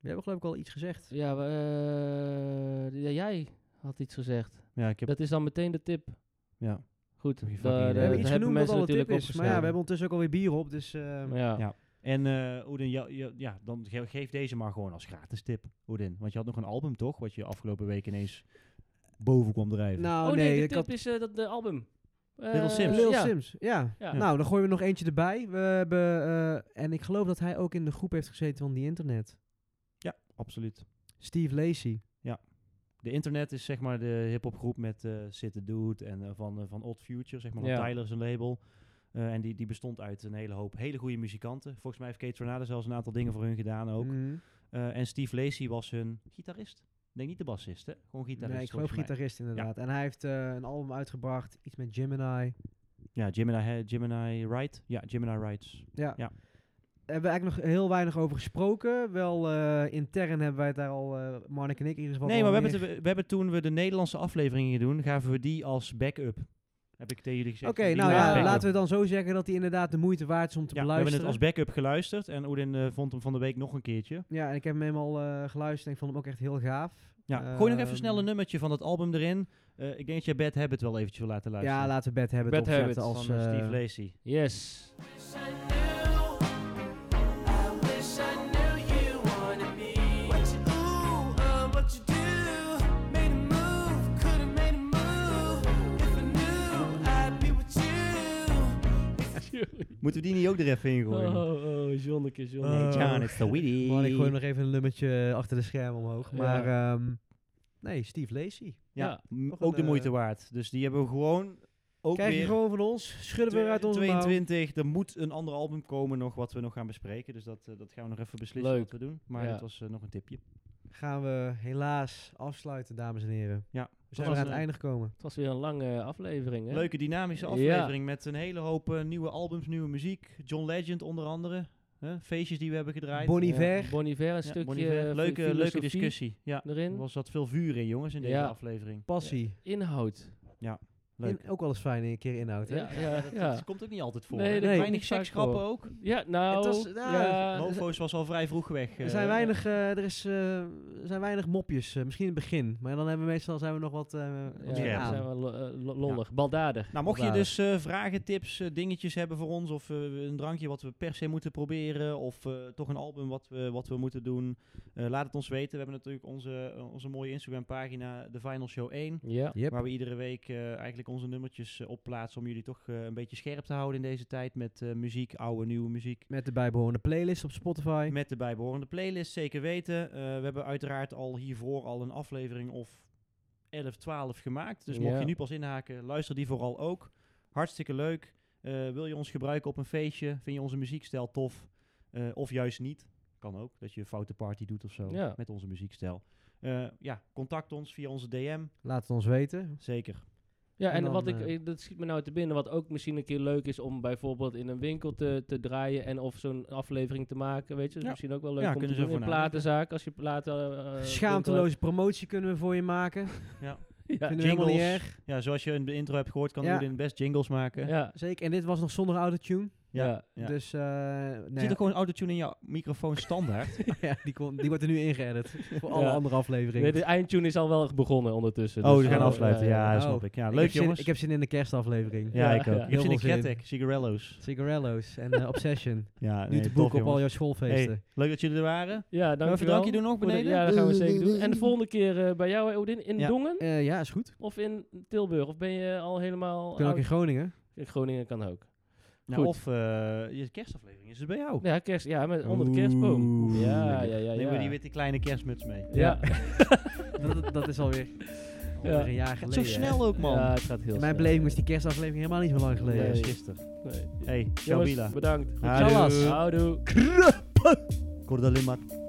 We hebben geloof ik al iets gezegd. Ja, we, eh, ja, jij had iets gezegd. Ja, ik heb... Dat is dan meteen de tip. Ja. Goed, Heb je daar- eh, fucking idee. daar we hebben iets hebben genoemd dat mensen al een tip natuurlijk is. Maar ja, we hebben opgeschreven. ondertussen ook alweer bier op. Dus eh, Ja. Ja. En eh Oedin, ja, ja, ja, dan ge- geef deze maar gewoon als gratis tip, Oedin. Want je had nog een album, toch? Wat je afgelopen week ineens boven kwam drijven. nou Oh, nee, nee, de ik tip had is eh, dat de album. Eh, Little Sims. Lil ja. Sims. Ja. Ja. Nou, dan gooien we nog eentje erbij. We hebben, eh, en ik geloof dat hij ook in de groep heeft gezeten van die internet. ja, absoluut. Steve Lacey. De internet is zeg maar de hip-hopgroep met eh Sit the Dude en eh, van, eh, van Odd Future, zeg maar. van Ja. Tyler zijn label. Eh, en die, die bestond uit een hele hoop hele goede muzikanten. Volgens mij heeft Kate Tornado zelfs een aantal dingen voor hun gedaan ook. Mm. Eh, en Steve Lacey was hun gitarist. Nee, niet de bassist, hè? Gewoon gitarist. Nee, ik geloof volgens mij. gitarist inderdaad. En hij heeft eh, een album uitgebracht, iets met Gemini. Ja, Gemini, He- Gemini Wright. Ja, Gemini Wrights. Ja. Ja. Daar hebben we eigenlijk nog heel weinig over gesproken. Wel eh, intern hebben wij het daar al, eh Marnik en ik, in ieder geval. Nee, maar al we hebben, meer- het- we we hebben toen we de Nederlandse afleveringen doen, gaven we die als backup. Heb ik tegen jullie gezegd. Oké, Die nou doen we als ja, backup. laten we dan zo zeggen dat hij inderdaad de moeite waard is om te Ja, we hebben beluisteren. het als backup geluisterd en Oedin eh, vond hem van de week nog een keertje. ja, en ik heb hem helemaal eh, geluisterd en ik vond hem ook echt heel gaaf. Ja, gooi nog even Ehm, snel een nummertje van dat album erin. Eh, ik denk dat jij Bad Habit wel eventjes wil laten luisteren. Ja, laten we Bad Habit Bad opzetten Habit als... van eh, eh, Steve Lacey. Yes. Moeten we die niet ook er even in gooien? oh, Jonneke, Hey, John, it's the Weedy. Man, ik gooi nog even een nummertje eh, achter de schermen omhoog. Ja. Maar ehm, nee, Steve Lacey. Ja, Ja, m- nog ook een, de eh, moeite waard. Dus die hebben we gewoon ook Krijg je weer gewoon van ons. Schudden we weer uit onze mouw. 22. Er moet een ander album komen nog wat we nog gaan bespreken. Dus dat, eh, dat gaan we nog even beslissen Leuk. wat we doen. Maar Ja. dat was eh, nog een tipje. Gaan we helaas afsluiten, dames en heren. Ja, We zijn was aan het een- einde gekomen. Het was weer een lange aflevering, hè? Leuke dynamische Ja. aflevering met een hele hoop eh, nieuwe albums, nieuwe muziek. John Legend onder andere. Hè, feestjes die we hebben gedraaid. Bon Ja, Iver. Bon Iver, een Ja, stukje Bon Iver. eh, fi- leuke, leuke filosofie discussie. Ja, er erin. was wat veel vuur in jongens in deze Ja. aflevering. Passie. Inhoud. Leuk. In- ook wel eens fijn een keer inhoud, hè? Ja, ja, Dat, ja. dat komt ook niet altijd voor. Nee, hè? dat komt Weinig niet vaak seksgrappen voor. ook. Ja, nou... Het was- nou, ja, Mofo's was al vrij vroeg weg. Er eh. zijn weinig, eh, er is, eh, er zijn weinig mopjes. eh, misschien in het begin. Maar dan hebben we meestal zijn we nog wat, eh, wat ja, meer scherp. dan aan. zijn we lo- eh, lo- lollig, baldadig. Nou, mocht je baldadig. dus eh, vragen, tips, eh, dingetjes hebben voor ons, of eh, een drankje wat we per se moeten proberen, of eh, toch een album wat we, wat we moeten doen, eh, laat het ons weten. We hebben natuurlijk onze, eh, onze mooie Instagram-pagina, The Final Show 1, Ja, Yep. waar we iedere week eh, eigenlijk onze nummertjes eh, op plaatsen om jullie toch eh, een beetje scherp te houden in deze tijd met eh, muziek, oude, nieuwe muziek. Met de bijbehorende playlist op Spotify. Met de bijbehorende playlist, zeker weten. Eh, we hebben uiteraard al hiervoor al een aflevering of 11, 12 gemaakt. Dus mocht Ja. je nu pas inhaken, luister die vooral ook. Hartstikke leuk. Eh, wil je ons gebruiken op een feestje? Vind je onze muziekstijl tof? Eh, of juist niet? Kan ook, dat je een foute party doet of zo Ja. met onze muziekstijl. Eh, ja, contact ons via onze DM. Laat het ons weten. Zeker. ja en en, dan, wat ik, eh, eh, dat schiet me nou te binnen, wat ook misschien een keer leuk is om bijvoorbeeld in een winkel te, te draaien en of zo'n aflevering te maken, weet je. Dat is Ja. misschien ook wel leuk Ja, om te kunnen ze doen in voor nadenken. platenzaak, als je platen... eh, eh, Schaamteloze promotie kunnen we voor je maken. winkel hebt. Vinden we helemaal niet jingles. erg. Ja, zoals je in de intro hebt gehoord, kan Ja. Oedin best jingles maken. Ja, ja, Zeker. En dit was nog zonder autotune. Ja. ja. Ja. Dus eh, Zit nee, er gewoon autotune in jouw microfoon standaard? ja, die, kon, die wordt er nu ingeëdit. voor alle Ja. andere afleveringen. Nee, de eindtune is al wel begonnen ondertussen. Oh, dus- we gaan Oh, afsluiten. eh, Ja, oh. snap ik. Ja, Ik leuk heb zin- jongens. ik heb zin in de kerstaflevering. ja, ik Ja, ook. ja. Ik heb zin in Heel veel zin. Kretek, Cigarellos. Cigarellos en eh, Obsession. Ja, Nu nee, te tof, boeken op al jongens. jouw schoolfeesten. Hey, leuk dat jullie er waren. Ja, Nog dankjewel. even een drankje doen nog Voor de- beneden? Ja, dat gaan we zeker doen. En de volgende keer eh, bij jou, Odin, in Ja. Dongen Eh, ja, is goed. of in Tilburg? Of ben je al helemaal... Kunnen ook in oud? Groningen. in Groningen kan ook. Nou, Goed. of eh, je kerstaflevering is het bij jou. Ja, kerst, ja met, onder de kerstboom. Oeh. Ja, ja, ja. Neem ja. we die witte kleine kerstmuts mee. Ja. dat, dat is alweer, alweer een jaar Gaat geleden. zo hè. snel ook, man. eh, Ja, het gaat heel In mijn snel. beleving is die kerstaflevering helemaal niet zo lang geleden. Nee, dat is Nee. gisteren. Nee. Hey, Jongens, Shabila. bedankt. Houdoe. Houdoe. Cordalimar.